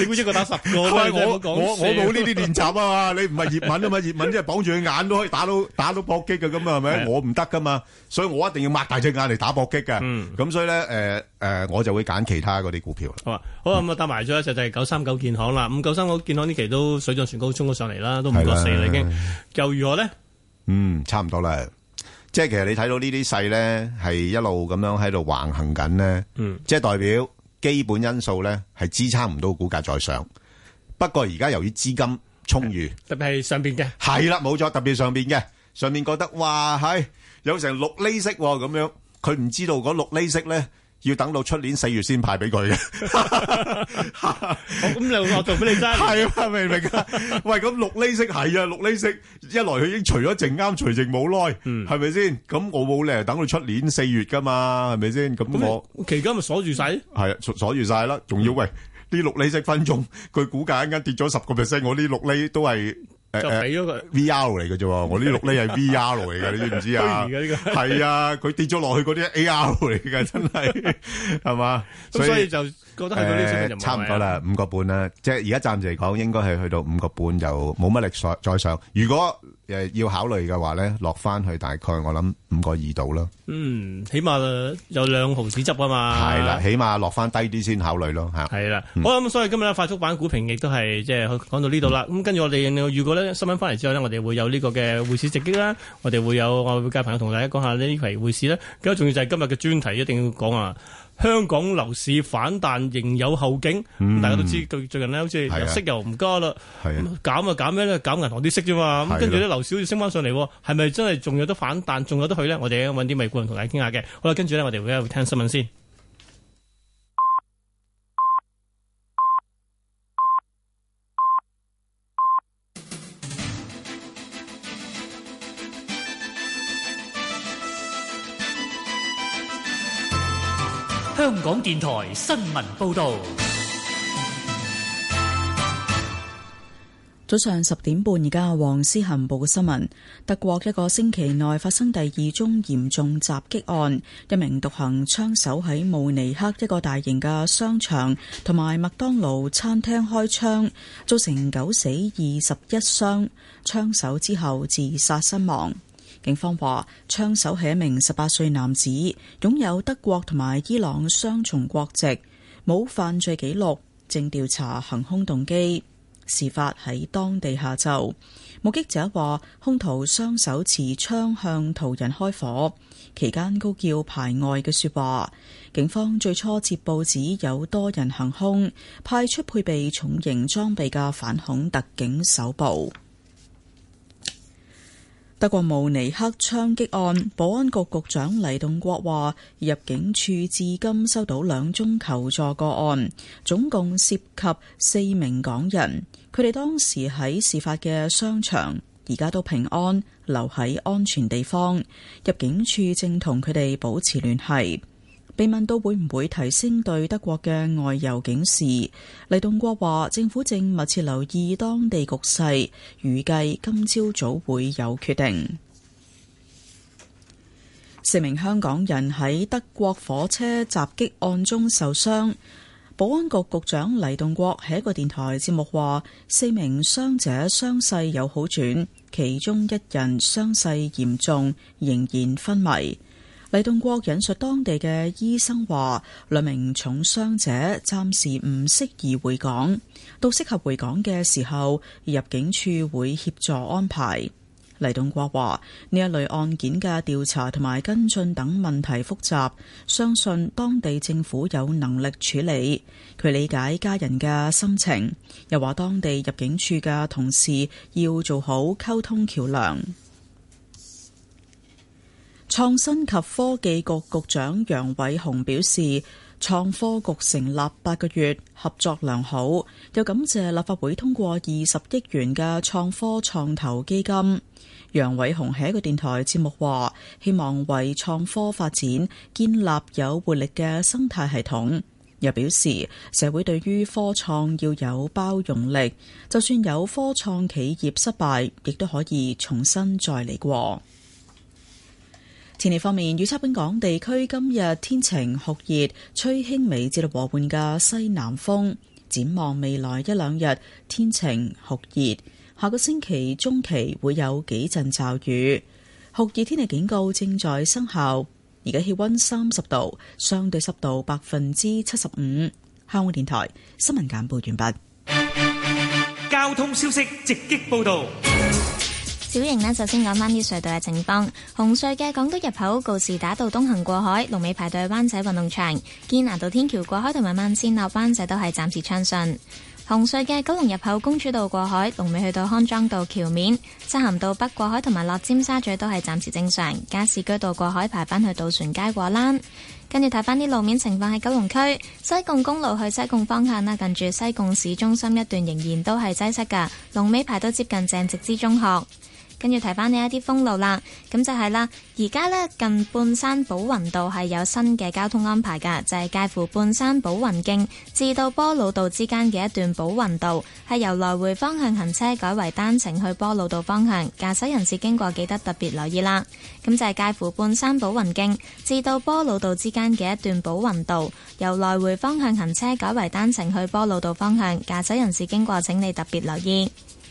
H: 你估一個打 [laughs] 十個咩
D: 喂
H: 真係
D: 我
H: 唔好講
D: 我我
H: 笑
D: 冇呢啲練習啊嘛，
H: [laughs]
D: 你唔係葉問啊嘛，葉問即係綁住佢眼都可以打到打到搏擊嘅咁啊，係咪？我唔得噶嘛，所以我一定要擘大隻眼嚟打搏擊嘅。
H: 嗯
D: 咁所以咧，誒誒，我就會揀其他嗰啲股票啦。
H: 好啊，好啊，咁啊搭埋咗一隻就係九三九建行啦，咁九三九建行呢期都水漲船高，衝咗上嚟啦，都五個四啦已經，又如何咧？
D: 嗯，差唔多啦。即係其實你睇到呢啲勢咧，係一路咁樣喺度橫行緊咧，
H: 嗯
D: 即係代表基本因素咧係支撐唔到股價再上。不過而家由於資金充裕，
H: 特別係上邊嘅，
D: 係啦，冇錯，特別上邊嘅上面覺得哇，係有成六厘息喎咁樣，佢唔知道嗰六厘息咧要等到出年四月先派俾佢嘅。
H: 咁就我做俾你真
D: 係啊，明唔明
H: [laughs]
D: 啊？喂，咁六厘息係啊，六厘息一來佢已經除咗剩啱，除剩冇耐，係咪先？咁我冇理由等到出年四月噶嘛，係咪先？咁我
H: 期間咪鎖住晒，
D: 係啊，鎖鎖住晒啦，仲要喂呢六厘息分鐘，佢股價一間跌咗十個 percent，我呢六厘都係。誒
H: 就俾咗佢
D: V R 嚟嘅啫喎，我呢六厘係 V R 嚟嘅，你知唔知
H: [laughs]
D: 啊？
H: 虛擬嘅呢個
D: 係啊，佢跌咗落去嗰啲 A R 嚟嘅，真
H: [laughs]
D: 係係嘛？
H: 咁所以就覺得喺嗰啲水平就
D: 誒
H: 冇
D: 差唔多啦，五個半啦，即係而家暫時嚟講，應該係去到五個半就冇乜力再再上。如果誒要考慮嘅話咧，落翻去大概我諗五個二度啦，
H: 嗯，起碼有兩毫子執啊嘛，
D: 係啦，起碼落翻低啲先考慮咯嚇。
H: 係啦，好咁，所以今日咧快速版股評亦都係即係講到呢度啦。咁跟住我哋預告咧新聞翻嚟之後呢，我哋會有呢個嘅匯市直擊啦，我哋會有我會介朋友同大家講下呢期匯市啦。更加重要就係今日嘅專題一定要講啊！香港樓市反彈仍有後勁，
D: 嗯
H: 咁大家都知最最近呢，好似
D: 係啊
H: 又息又唔加啦，
D: 係啊
H: 咁減啊減咩咧？減銀行啲息啫嘛。
D: 係
H: 咁
D: 啦
H: 跟住咧樓市好似升翻上嚟喎，係咪真係仲有得反彈，仲有得去咧？我哋揾啲美股人同大家傾下嘅。好啦，跟住咧我哋會聽新聞先。
E: 香港電台新聞報導，
J: 早上十點半，而家黃思恒報嘅新聞：德國一個星期內發生第二宗嚴重襲擊案，一名獨行槍手喺慕尼克一個大型嘅商場同埋麥當勞餐廳開槍，造成九死二十一傷。槍手之後自殺身亡。警方話，槍手係一名十八歲男子，擁有德國同埋伊朗雙重國籍，冇犯罪記錄，正調查行兇動機。事發喺當地下晝，目擊者話，兇徒雙手持槍向途人開火，期間高叫排外嘅説話。警方最初接報指有多人行兇，派出配備重型裝備嘅反恐特警搜捕。德國慕尼克槍擊案，保安局局長黎棟國話：入境處至今收到兩宗求助個案，總共涉及四名港人，佢哋當時喺事發嘅商場，而家都平安留喺安全地方。入境處正同佢哋保持聯繫。被問到會唔會提升對德國嘅外遊警示，黎棟國話：政府正密切留意當地局勢，預計今朝早會有決定。四名香港人喺德國火車襲擊案中受傷。保安局局長黎棟國喺一個電台節目話：四名傷者傷勢有好轉，其中一人傷勢嚴重，仍然昏迷。黎棟國引述當地嘅醫生話，兩名重傷者暫時唔適宜回港，到適合回港嘅時候，入境處會協助安排。黎棟國話：呢一類案件嘅調查同埋跟進等問題複雜，相信當地政府有能力處理。佢理解家人嘅心情，又話當地入境處嘅同事要做好溝通橋梁。創新及科技局局長楊偉雄表示，創科局成立八個月，合作良好，又感謝立法會通過二十億元嘅創科創投基金。楊偉雄喺一個電台節目話，希望為創科發展建立有活力嘅生態系統。又表示社會對於科創要有包容力，就算有科創企業失敗，亦都可以重新再嚟過。天氣方面，預測本港地區今日天晴酷熱，吹輕微至到和緩嘅西南風。展望未來一兩日天晴酷熱，下個星期中期會有幾陣驟雨。酷熱天氣警告正在生效。而家氣温三十度，相對濕度百分之七十五。香港電台新聞簡報完畢。
G: 交通消息直擊報道。
K: 小瑩呢，就先講翻啲隧道嘅情況。紅隧嘅港島入口告士打道東行過海，龍尾排隊灣仔運動場；堅拿道天橋過海同埋慢線落灣仔都係暫時暢順。紅隧嘅九龍入口公主道過海，龍尾去到康莊道橋面；漆咸道北過海同埋落尖沙咀都係暫時正常。加士居道過海排返去渡船街果欄。跟住睇翻啲路面情況喺九龍區西貢公路去西貢方向啦，近住西貢市中心一段仍然都係擠塞㗎，龍尾排到接近鄭植之中學。跟住提翻呢一啲封路啦，咁就係啦。而家呢，近半山寶雲道係有新嘅交通安排㗎，就係、是、介乎半山寶雲徑至到波老道之間嘅一段寶雲道，係由來回方向行車改為單程去波老道方向，駕駛人士經過記得特別留意啦。咁就係介乎半山寶雲徑至到波老道之間嘅一段寶雲道，由來回方向行車改為單程去波老道方向，駕駛人士經過請你特別留意。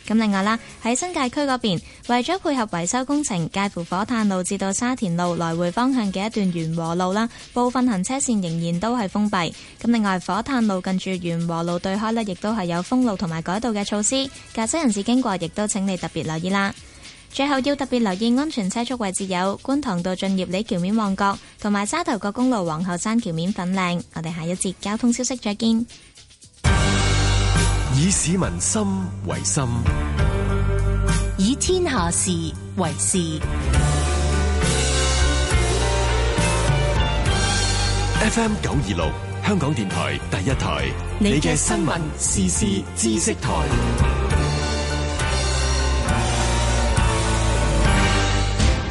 K: 咁另外啦，喺新界區嗰邊，為咗配合維修工程，介乎火炭路至到沙田路來回方向嘅一段元和路啦，部分行車線仍然都係封閉。咁另外，火炭路近住元和路對開呢，亦都係有封路同埋改道嘅措施，駕駛人士經過亦都請你特別留意啦。最後要特別留意安全車速位置有觀塘道進業里橋面旺角，同埋沙頭角公路皇后山橋面粉嶺。我哋下一節交通消息再見。
S: 以市民心為心，
M: 以天下事為事。
S: FM 九二六，香港電台第一台，你嘅新聞、時事、知識台。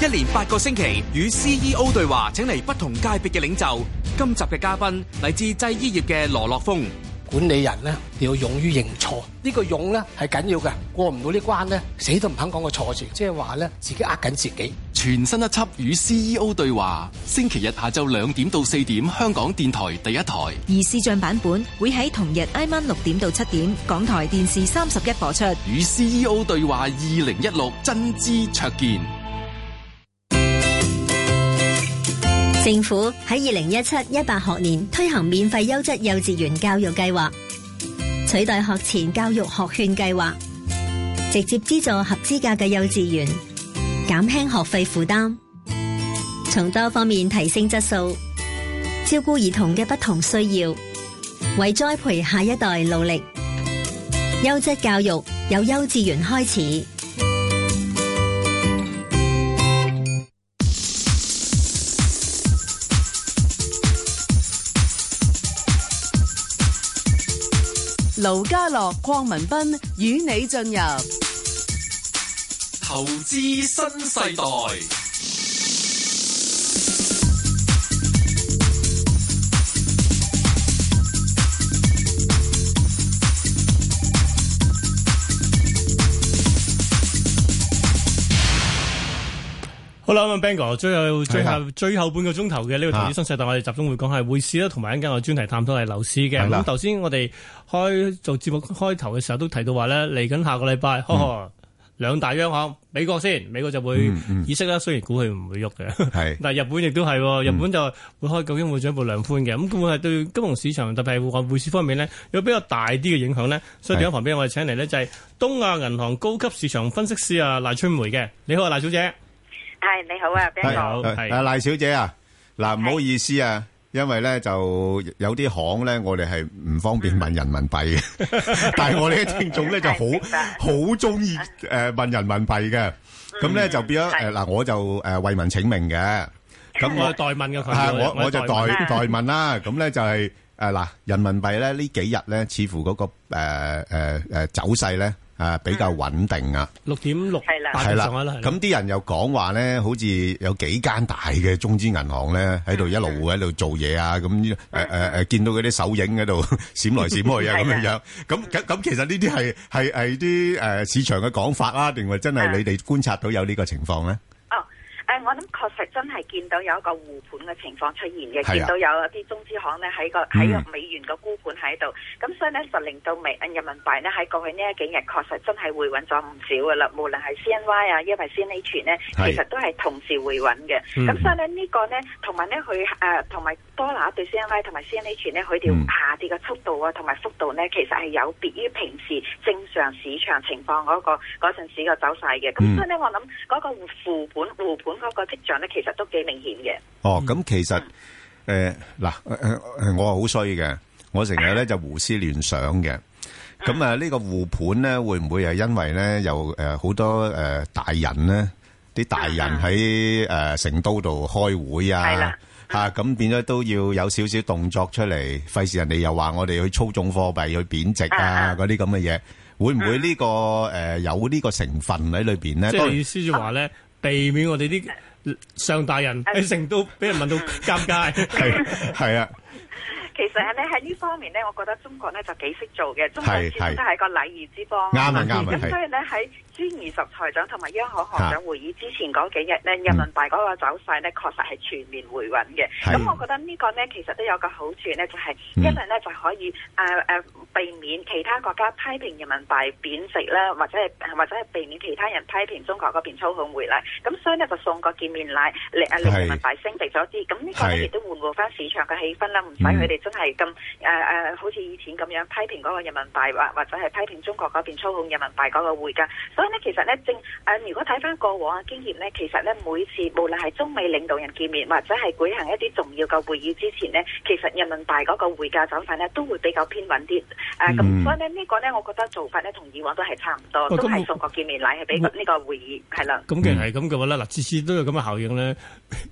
C: 一連八個星期與 CEO 對話，請嚟不同界別嘅領袖。今集嘅嘉賓嚟自製衣業嘅羅樂峰。
N: 管理人咧，你要勇於認錯，呢個勇咧係緊要嘅。過唔到呢關咧，死都唔肯講個錯字，即係話咧自己呃緊自己。
S: 全新一輯與 CEO 對話，星期日下晝兩點到四點，香港電台第一台。
O: 而視像版本會喺同日挨晚六點到七點，港台電視三十一播出。
S: 與 CEO 對話二零一六，真知灼見。
Z: 政府喺二零一七一八學年推行免費優質幼稚園教育計劃，取代學前教育學券計劃，直接資助合資格嘅幼稚園，減輕學費負擔，從多方面提升質素，照顧兒童嘅不同需要，為栽培下一代努力。優質教育由幼稚園開始。
F: 盧家樂、鄺民彬與你進入
S: 投資新世代，
H: 好啦，咁 Bang 哥，最後最
D: 係啊
H: 後最後半個鐘頭嘅呢個投資新世代，我哋集中會講係匯市啦，同埋一陣間我專題探討係樓市嘅。
D: 係啦
H: 咁頭先我哋開做節目開頭嘅時候都提到話咧，嚟緊下個禮拜，呵呵，兩大央行，美國先，美國就會
D: 嗯嗯
H: 議息啦，雖然估佢唔會喐嘅。
D: 係嗯
H: [laughs] 但係日本亦都係喎，日本就會開究竟會進一步量寬嘅，咁會唔會係對金融市場特別係外匯市方面呢，有比較大啲嘅影響呢？所以電話旁邊我哋請嚟呢，就係東亞銀行高級市場分析師啊賴春梅嘅，你好啊賴小姐，
R: 系你好啊，Ben
D: 係，
R: 哥，
D: 係，à? 啊，賴小姐啊，嗱，à? 唔好意思啊，因為呢，就有啲行呢，我哋係唔方便問人民幣嘅。但係我哋啲聽眾呢，就好- à, à, 好鍾意，誒，問人民幣嘅。咁呢，就變咗，誒，嗱，我就，誒，為民請命嘅。咁
H: 我
D: 我
H: 係代問嘅佢
D: 啊
H: 叫
D: 我
H: 我係
D: 我就
H: 代
D: 代
H: 問
D: 代問啦。咁咧就係誒嗱，人民幣咧呢幾日咧，似乎嗰個誒誒誒走勢咧誒比較穩定啊。
H: 六點六八
D: 係
H: 咁
D: 啦
H: 上下啦，，
D: 咁啲人又講話咧，好似有幾間大嘅中資銀行咧喺度一路喺度做嘢啊，咁誒誒誒，見到嗰啲手影喺度 [laughs] 閃來閃去啊，咁樣樣。咁咁咁，其實呢啲係係係啲誒市場嘅講法啦，定係真係你哋觀察到有呢個情況咧？
R: 哦，誒、我諗確實真係見到有一個護盤嘅情況出現嘅，
D: 係啊
R: 見到有一啲中資行咧喺個
H: 嗯
R: 喺個美元嘅沽盤喺度，咁、所以咧實令到美呃人民幣咧喺過去呢一幾日確實真係回穩咗唔少噶啦，無論係 CNY 啊，因為 CNH 全咧
I: 係
R: 其實都係同時回穩嘅，
I: 嗯
R: 咁、所以咧呢個咧同埋咧佢誒同埋多拿對 CNY 同埋 CNH 全咧佢哋下跌嘅速度啊同埋幅度咧其實係有別於平時正常市場情況嗰、個嗰陣時嘅走勢嘅，咁
D: 嗯
R: 所以咧我諗嗰個護盤護盤嗰個跡象咧其實都幾明顯嘅。
D: 哦，咁其實誒嗱，誒誒誒我係好衰嘅，我成日咧就胡思亂想嘅。咁啊，呢個護盤咧，會唔會係因為咧有誒好多誒大人咧，啲大人喺誒成都度開會啊？吓咁、變咗都要有少少動作出嚟，費事人哋又話我哋去操縱貨幣、去貶值啊嗰啲咁嘅嘢，會唔會呢、個誒、有呢個成分喺裏邊咧？
H: 即
D: 當
H: 係
D: 然
H: 意思就話
D: 啊
H: 咧，避免我哋啲上大人喺成都俾人問
D: 嗯
H: 到尷
D: [laughs]
H: 尬，
D: 係係啊。 [laughs]
R: 其實咧喺呢方面咧，我覺得中國咧就幾識做嘅，中國
D: 係
R: 始終
D: 係
R: 都係個禮儀之邦。
D: 啱啊
R: 係咪
D: 啱啊
R: 咁
D: 係
R: 所以咧喺 G 二十財長同埋央行行長會議之前嗰幾日咧，人民幣嗰個走勢咧確實係全面回穩嘅。咁我覺得呢個咧其實都有個好處咧，就係
D: 嗯
R: 因為咧就可以誒誒避免其他國家批評人民幣貶值啦，或者係呃或者係避免其他人批評中國嗰邊操控匯率。咁所以咧就送個見面禮令啊令
I: 係
R: 人民幣升值咗啲。咁呢個
I: 係
R: 咧亦都緩和翻市場嘅氣氛啦，唔使
H: 嗯
R: 佢哋真係咁誒誒，好似以前咁樣批評嗰個人民幣，或或者係批評中國嗰邊操控人民幣嗰個匯價。所以咧，其實咧正誒、呃如果睇翻過往嘅經驗咧，其實咧每次無論係中美領導人見面，或者係舉行一啲重要嘅會議之前咧，其實人民幣嗰個匯價走勢咧都會比較偏穩啲。誒、呃咁、
H: 嗯
R: 所以咧呢、呢個咧，我覺得做法咧同以往都係差唔多，
H: 喂
R: 都
H: 咁
R: 係送個見面禮係俾個呢個會議係啦。
H: 咁既
D: 嗯
H: 然係咁嘅話咧，嗱，次次都有咁嘅效應咧，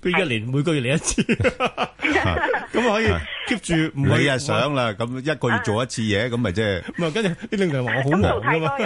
H: 佢一年每個月嚟一次， [laughs] 咁可以 keep 住唔
D: 你
H: 會
D: 啊想啦，咁一個月做一次嘢，咁咪即係。
H: 唔係跟住啲領導人話我好忙㗎嘛，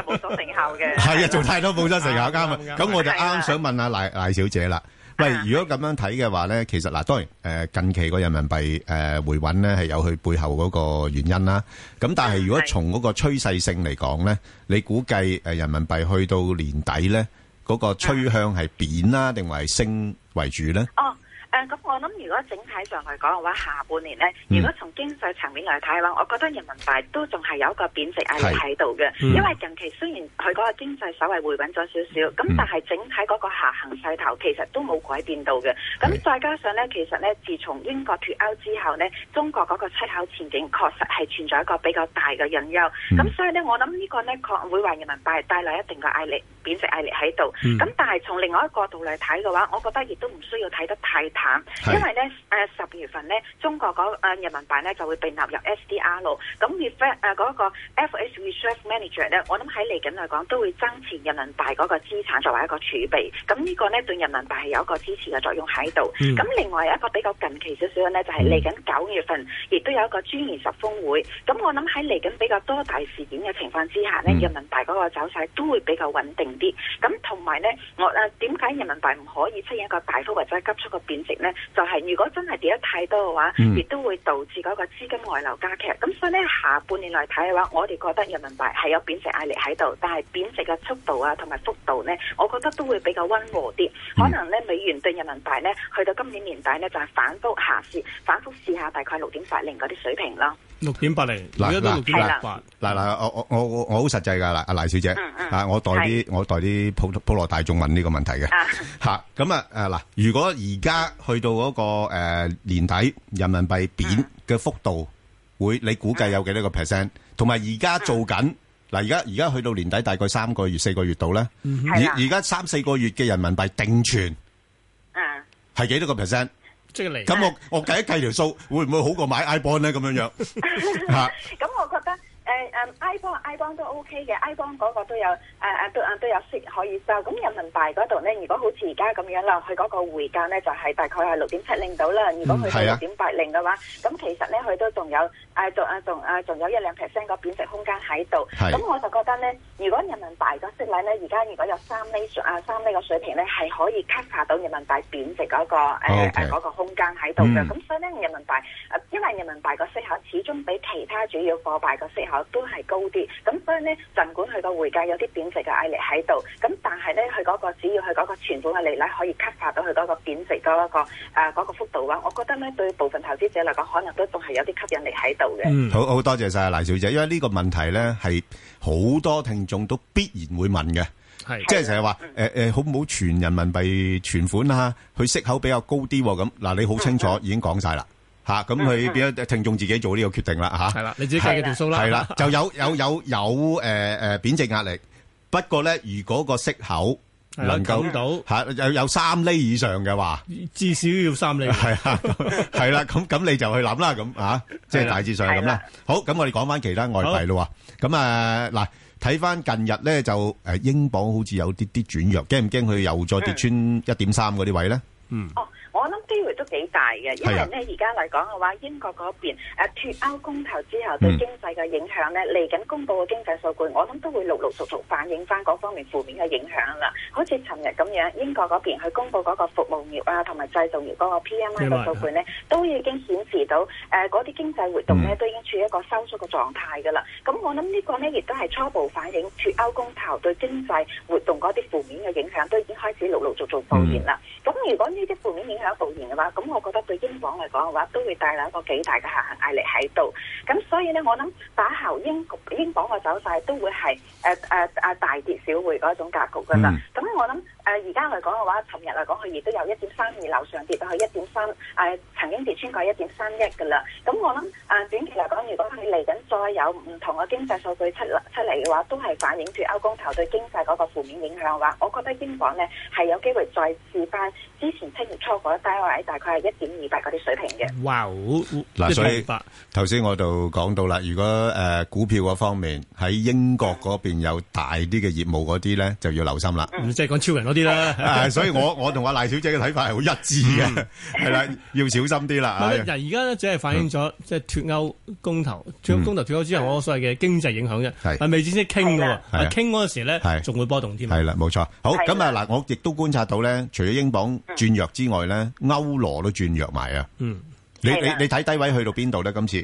H: [laughs]
D: 係啊，做太多冇咗成效，啱啊。咁我就啱啱想問下賴-賴小姐啦。喂，如果咁樣睇嘅話呢，其實嗱，當然，誒，近期個人民幣，誒，回穩呢，係有佢背後嗰個原因啦。咁但係如果從嗰個趨勢性嚟講呢，你估計，誒，人民幣去到年底呢，嗰個趨向係貶啦，定係升為主呢？
R: 哦，誒咁、我諗，如果整體上嚟講嘅話，下半年咧，
I: 嗯
R: 如果從經濟層面嚟睇嘅話，我覺得人民幣都仲係有一個貶值壓力喺度嘅，
I: 嗯
R: 因為近期雖然佢嗰個經濟稍微回穩咗少少，咁
I: 嗯
R: 但係整體嗰個下行勢頭其實都冇改變到嘅。咁再加上咧，其實咧，自從英國脱歐之後咧，中國嗰個出口前景確實係存在一個比較大嘅隱憂。
I: 嗯
R: 咁、所以咧，我諗呢個咧確會為人民幣帶來一定嘅壓力。貶值壓力喺度。
I: 嗯
R: 咁、但係從另外一個角度嚟睇嘅話，我覺得亦都唔需要睇得太淡，
I: 係
R: 因為咧誒十月份咧，中國嗰、誒人民幣咧就會被納入 SDR 路。咁 reflect 誒嗰個 FH Reserve Manager 咧，我諗喺嚟緊嚟講都會增持人民幣嗰個資產作為一個儲備。咁呢個咧對人民幣係有一個支持嘅作用喺度。
I: 嗯
R: 咁、另外一個比較近期少少嘅咧，就係嚟緊九月份，亦都有一個 G 二十峰會。咁我諗喺嚟緊比較多大事件嘅情況之下咧，人民幣嗰個走勢都會比較穩定啲。咁同埋咧，我誒點解人民幣唔可以出現一個大幅或者急速嘅貶值咧？就係、如果真係跌得太多嘅話，
I: 嗯
R: 亦都會導致嗰個資金外流加劇。咁所以咧，下半年嚟睇嘅話，我哋覺得人民幣係有貶值壓力喺度，但係貶值嘅速度啊同埋幅度咧，我覺得都會比較溫和啲。可能咧，美元對人民幣咧，去到今年年底咧就係、反覆下試，反覆試下大概六點八零嗰啲水平咯。
H: 六點八零，
D: 嗱
H: 而家都六
D: 嗱
H: 點
D: 嗱
H: 六八，
D: 嗱嗱，我我我我我好實際㗎啦，阿賴小姐
H: 嗯嗯
D: 啊，我代啲我代啲普普羅大眾問呢個問題嘅嚇。咁啊誒嗱，如果而家去到嗰個誒年底人民幣貶嘅幅度，會你估計有幾多個 percent？同埋而家做緊嗱，而家而家去到年底大概三個月四個月度咧，
I: 嗯哼
D: 而
I: 係啦
D: 而家三四個月嘅人民幣定存
R: 嗯，
D: 係幾多個 percent？
H: 即係嚟
D: 咁我我計一計條數，會唔會好過買 iBond 咧？咁樣樣嚇。
R: [laughs] 咁我覺得誒、誒誒 I 邦 I 邦都 OK 嘅，I 邦嗰個都有誒誒都啊誒都有息可以收。咁人民幣嗰度咧，如果好似而家咁樣啦，佢嗰個匯價咧就係大概係六點七零到啦。如果佢到
I: 嗯係
R: 六
I: 啊
R: 點八零嘅話，咁其實咧佢都仲有誒仲誒仲誒仲有一兩 percent 個貶值空間喺度。
I: 係
R: 咁我就覺得咧，如果人民幣個息率咧，而家如果有三厘啊三厘個水平咧，係可以 cover 到人民幣貶值嗰、個誒
I: OK
R: 誒嗰個空間喺度嘅。
I: 嗯
R: 咁所以咧，人民幣誒，因為人民幣個息口始終比其他主要貨幣個息口都係高啲，咁所以咧，儘管佢個匯價有啲貶值嘅壓力喺度，咁但係咧，佢嗰、個只要佢嗰個存款嘅利率可以 cover 到佢嗰個貶值嗰、個誒嗰、個幅度嘅話，我覺得咧對部分投資者嚟講，可能都仲係有啲吸引力喺度嘅。
D: 好好多謝晒啊，賴小姐，因為呢個問題咧係好多聽眾都必然會問嘅，
H: 係
D: 即係成日話誒誒，好唔好存人民幣存款啊？佢息口比較高啲喎咁，嗱你好清楚已經講晒啦嚇，咁佢變咗聽眾自己做呢個決定啦嚇。
H: 係啦你自己計嘅條數啦 [laughs]
D: 係啦，就有有有有誒誒貶值壓力，不過咧如果個息口
H: 係啦
D: 能夠
H: 冚到
D: 嚇有有三厘以上嘅話。
H: 至少要三厘。
D: 係啊，係啦，咁咁你就去諗啦，咁啊，即
H: 係
D: 係
H: 啦
D: 大致上係咁啦。好，咁我哋講翻其他外幣咯喎。咁啊，嗱，睇翻近日咧就誒英鎊好似有啲啲轉弱，驚唔驚佢又再跌穿一點三嗰啲位咧？嗯，
R: 哦我諗機會都幾大嘅，因為
D: 係啊
R: 咧而家嚟講嘅話，英國嗰邊誒脱歐公投之後對
I: 嗯
R: 經濟嘅影響咧，嚟緊公佈嘅經濟數據，我諗都會陸陸續續反映翻嗰方面負面嘅影響啦。好似尋日咁樣，英國嗰邊佢公佈嗰個服務業啊同埋製造業嗰個 PMI 嘅數據咧，都已經顯示到誒嗰啲經濟活動咧都已經處於一個收縮嘅狀態㗎啦。咁我諗呢個咧亦都係初步反映脱歐公投對經濟活動嗰啲負面嘅影響都已經開始陸陸續續浮現啦。咁如果呢啲負面影響浮現嘅話，咁我覺得對英鎊嚟講嘅話，都會帶來一個幾大嘅下行壓力喺度。咁所以呢，我諗打後英英鎊嘅走勢都會係誒誒誒大跌小回嗰種格局㗎啦。咁、我諗誒呃而家嚟講嘅話，尋日嚟講佢亦都有一點三二樓上跌到去一點三誒，曾經跌穿過一點三一㗎啦。咁我諗誒、呃短期嚟講，如果佢嚟緊再有唔同嘅經濟數據出嚟出嚟嘅話，都係反映住歐公投對經濟嗰個負面影響嘅話，我覺得英鎊咧係有機會再試翻之前七月初嗰個低位，大概係一點二八嗰啲水平嘅。
H: 哇！
D: 嗱，
H: 一
D: 所以
H: 明白
D: 頭先我就講到啦，如果誒股票嗰方面喺英國嗰邊有大啲嘅業務嗰啲咧，就要留心啦。
H: 唔即係講超人嗰啲啦
D: 啊，。所以
H: [laughs]
D: 我我同阿賴小姐嘅睇法係好一致嘅， [laughs] 係啦，要小心啲啦。
H: 嗱，
D: 啊
H: 人而家咧只係反映咗即係脱歐公投，脱
D: 嗯
H: 歐公投脱歐之後，我所謂嘅經濟影響
D: 係
H: 啫，係未正式傾嘅喎。
D: 係啊
H: 啊傾嗰陣時咧
D: 係，
H: 仲會波動添。
D: 係啦，冇錯。好，
H: 係
D: 咁啊嗱，我亦都觀察到咧，除咗英鎊轉弱之外咧，歐羅都轉弱埋啊。
H: 嗯，
D: 你
R: 係
D: 你
R: 啦
D: 你睇低位去到邊度咧？今次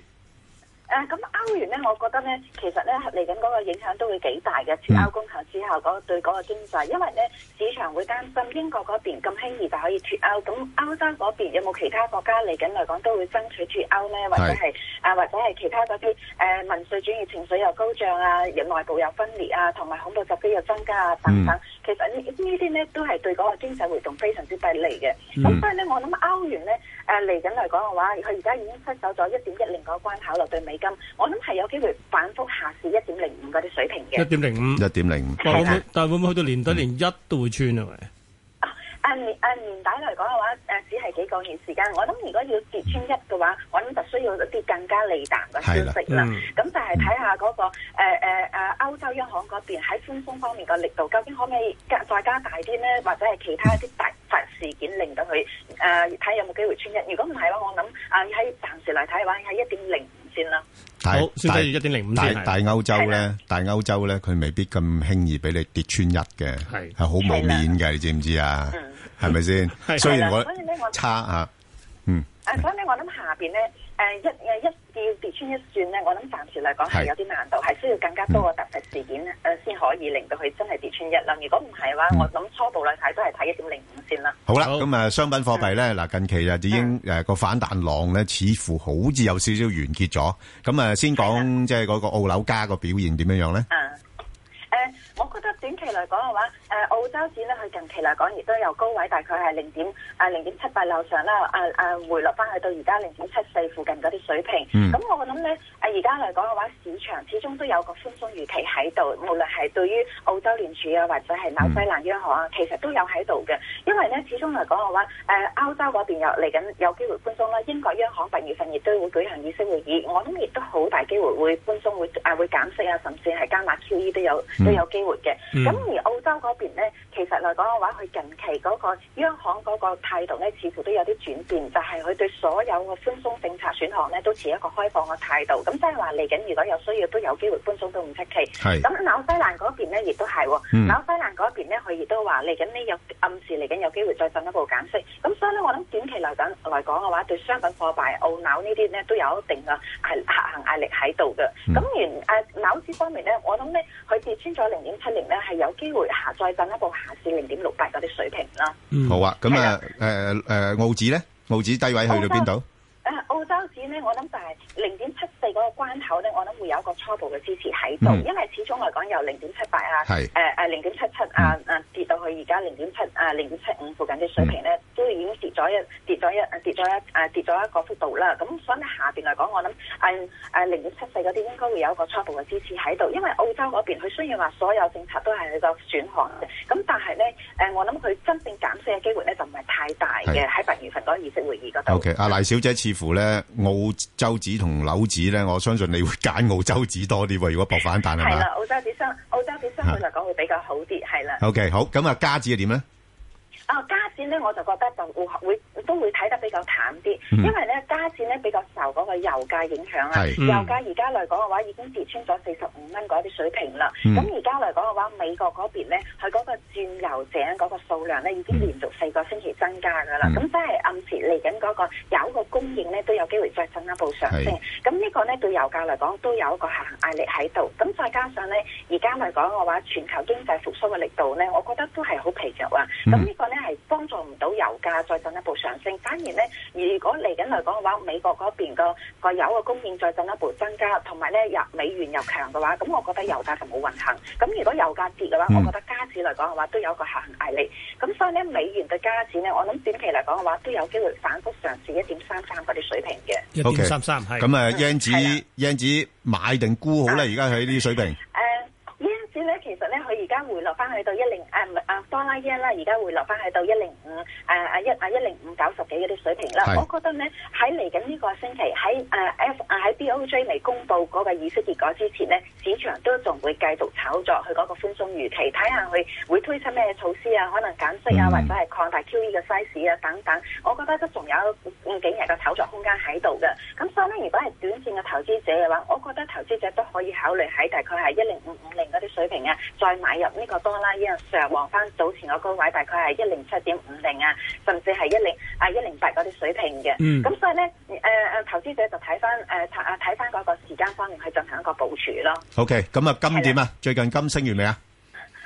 R: 誒咁歐元咧，我覺得咧，其實咧嚟緊嗰個影響都會幾大嘅，脱歐公投之後嗰對嗰個經濟，因為咧市場會擔心英國嗰邊咁輕易就可以脱歐，咁歐洲嗰邊有冇其他國家嚟緊嚟講都會爭取脱歐咧，或者係啊或者係其他嗰啲誒民粹主義情緒又高漲啊，內部又分裂啊，同埋恐怖襲擊又增加啊等等，其實呢呢啲咧都係對嗰個經濟活動非常之不利嘅。咁、
I: 嗯
R: 所以咧，我諗歐元咧，誒嚟緊嚟講嘅話，佢而家已經失守咗一點一零個關口落對美金，我諗係有機會反覆下試一點零五嗰啲水平嘅
H: 一。點零五，
D: 一點零五
H: 哇會唔會但係會唔會去到年底連一都會穿啊？喂
R: 啊年啊年底嚟講嘅話，誒、只係幾個月時間。我諗如果要跌穿一嘅話，我諗就需要一啲更加利淡嘅消息啦
I: 係啦嗯。
R: 咁就係睇下嗰個誒誒誒歐洲央行嗰邊喺寬鬆方面嘅力度，究竟可唔可以加再加大啲呢？或者係其他一啲突發事件令到佢誒睇有冇機會穿一？如果唔係嘅話，我諗啊喺暫時嚟睇嘅話，喺一點零五先啦。
D: 大
H: 好先
D: 大
H: 睇住1.05
D: 大
H: 先係
D: 大歐洲咧，大歐洲咧，佢未必咁輕易俾你跌穿一嘅，係係好冇面嘅，你知唔知啊？ [laughs] 係咪先？
R: 係
D: 雖然
R: 係啦
D: 我
R: 所以咧我
D: 差啊，嗯，
R: 誒，所以咧，我諗下邊咧，誒一誒一要跌穿一算咧，我諗暫時嚟講
D: 係
R: 係有啲難度，係需要更加多嘅突發事件誒先可以令到佢真係跌穿一啦。如果唔係嘅話，我諗初步嚟睇都係睇一點零五先啦。
D: 好啦，咁啊，商品貨幣咧，嗱，近期啊，已經誒個反彈浪咧，似乎好似有少少完結咗。咁啊，先講即係嗰個澳樓加個表現點樣樣咧？
R: 誒、我覺得短期嚟講嘅話，誒、澳洲紙咧，佢近期嚟講亦都由高位大概係零點啊零點七八樓上啦，啊啊回落翻去到而家零點七四附近嗰啲水平。咁、
I: 嗯
R: 我諗咧，誒而家嚟講嘅話，市場始終都有個寬鬆預期喺度，無論係對於澳洲聯儲啊，或者係紐西蘭央行啊，其實都有喺度嘅。因為咧，始終嚟講嘅話，誒、歐洲嗰邊又嚟緊有機會寬鬆啦，英國央行八月份亦都會舉行議息會議，我諗亦都好大機會會寬鬆，會誒會減息啊，甚至係加碼 QE 都有
T: 嗯
R: 都有機會嘅。
T: 嗯
R: 咁、而澳洲嗰邊咧，其實嚟講嘅話，佢近期嗰個央行嗰個態度咧，似乎都有啲轉變，就係、佢對所有嘅寬鬆政策選項咧，都持一個開放嘅態度。咁即係話嚟緊，如果有需要，都有機會寬鬆都唔出奇。
I: 係
R: 咁紐西蘭嗰邊咧，亦都係喎。
I: 嗯
R: 紐西蘭嗰邊咧，佢亦都話嚟緊呢有暗示嚟緊有機會再進一步減息。咁所以咧，我諗短期嚟緊嚟講嘅話，對商品貨幣澳紐呢啲咧都有一定嘅係下行壓力喺度嘅。咁完誒紐指方面咧，我諗咧佢跌穿咗零點七零咧，係有機會下再進一步下至零點六八嗰啲水平啦。
D: 好啊，咁啊，诶诶，澳纸咧，澳纸低位去到边度？
R: 誒、澳洲紙咧，我諗就係零點七四嗰個關口咧，我諗會有一個初步嘅支持喺度，
I: 嗯
R: 因為始終嚟講由零點七八啊，
I: 係
R: 誒誒零點七七啊
D: 嗯
R: 啊跌到去而家零點七啊零點七五附近啲水平咧，
D: 嗯
R: 都已經跌咗一跌咗一啊跌咗一啊跌咗一個幅度啦。咁所以咧下邊嚟講，我諗誒誒零點七四嗰啲應該會有一個初步嘅支持喺度，因為澳洲嗰邊佢雖然話所有政策都係佢個選項嘅，咁但係咧誒我諗佢真正減息嘅機會咧就唔係太大嘅
D: 係
R: 喺八月份嗰個議息會議嗰度。
D: O K，阿賴小姐似乎咧澳洲紙同紐紙咧，我相信你會揀澳洲紙多啲喎。如果博反彈係
R: 係
D: 嘛
R: 啦，澳洲紙相澳洲紙相對嚟講會比較好啲，係啦。
D: ？O K，好，咁啊，加紙係點咧？
R: 啊，加戰咧，我就覺得就會會都會睇得比較淡啲，
D: 嗯
R: 因為咧加戰咧比較受嗰個油價影響啊。
I: 係嗯
R: 油價而家嚟講嘅話，已經跌穿咗四十五蚊嗰啲水平啦。
I: 嗯
R: 咁而家嚟講嘅話，美國嗰邊咧，佢嗰個鑽油井嗰個數量咧已
I: 嗯
R: 經連續四個星期增加㗎啦。咁即係暗示嚟緊嗰個油個供應咧都有機會再進一步上升
I: 係。
R: 咁呢個咧對油價嚟講都有一個下行壓力喺度。咁再加上咧，而家嚟講嘅話，全球經濟復甦嘅力度咧，我覺得都係好疲弱啊。
I: 嗯
R: 咁呢個咧係幫助唔到油價再進一步上升，反而咧，如果嚟緊嚟講嘅話，美國嗰邊個個油嘅供應再進一步增加，同埋咧入美元又強嘅話，咁我覺得油價就冇運行。咁如果油價跌嘅話，
I: 嗯
R: 我覺得加指嚟講嘅話都有一個下行壓力。咁所以咧，美元對加指咧，我諗短期嚟講嘅話都有機會反覆嘗試一點三三嗰啲水平嘅。
D: OK，
H: 1.33係
D: 咁啊
R: 嗯
D: ，yen 紙 yen 紙買定沽好咧？而家喺呢啲水平。
R: 誒 yen 紙咧，其實咧佢而家回落翻去到一零誒唔係啊多啦 yen 啦，而家回落翻去到一零五誒啊一啊一零五九十幾嗰啲水平啦。
I: 係
R: 我覺得咧喺嚟緊呢個星期喺誒 F 啊喺 BOJ 未公布嗰個議息結果之前咧，市場都仲會繼續炒作佢嗰個寬鬆預期，睇下佢會推出咩措施啊，可能減息啊，
I: 嗯
R: 或者係擴大 QE 嘅 size 啊等等。我覺得都仲有幾日嘅炒作空間喺度嘅。咁所以咧，如果係短線嘅投資者嘅話，我覺得投資者都可以考慮喺大概係一零五五零嗰啲水平啊，再買入呢個多啦 yen 上望翻早前個高位，大概係一零七點五零啊，甚至係一零啊一零八嗰啲水平嘅。咁、
I: 嗯
R: 所以咧，誒、誒投資者就睇翻誒睇睇翻嗰個時間方面去進行一個部署咯。
D: O K，咁啊，金點啊？最近金升完未啊？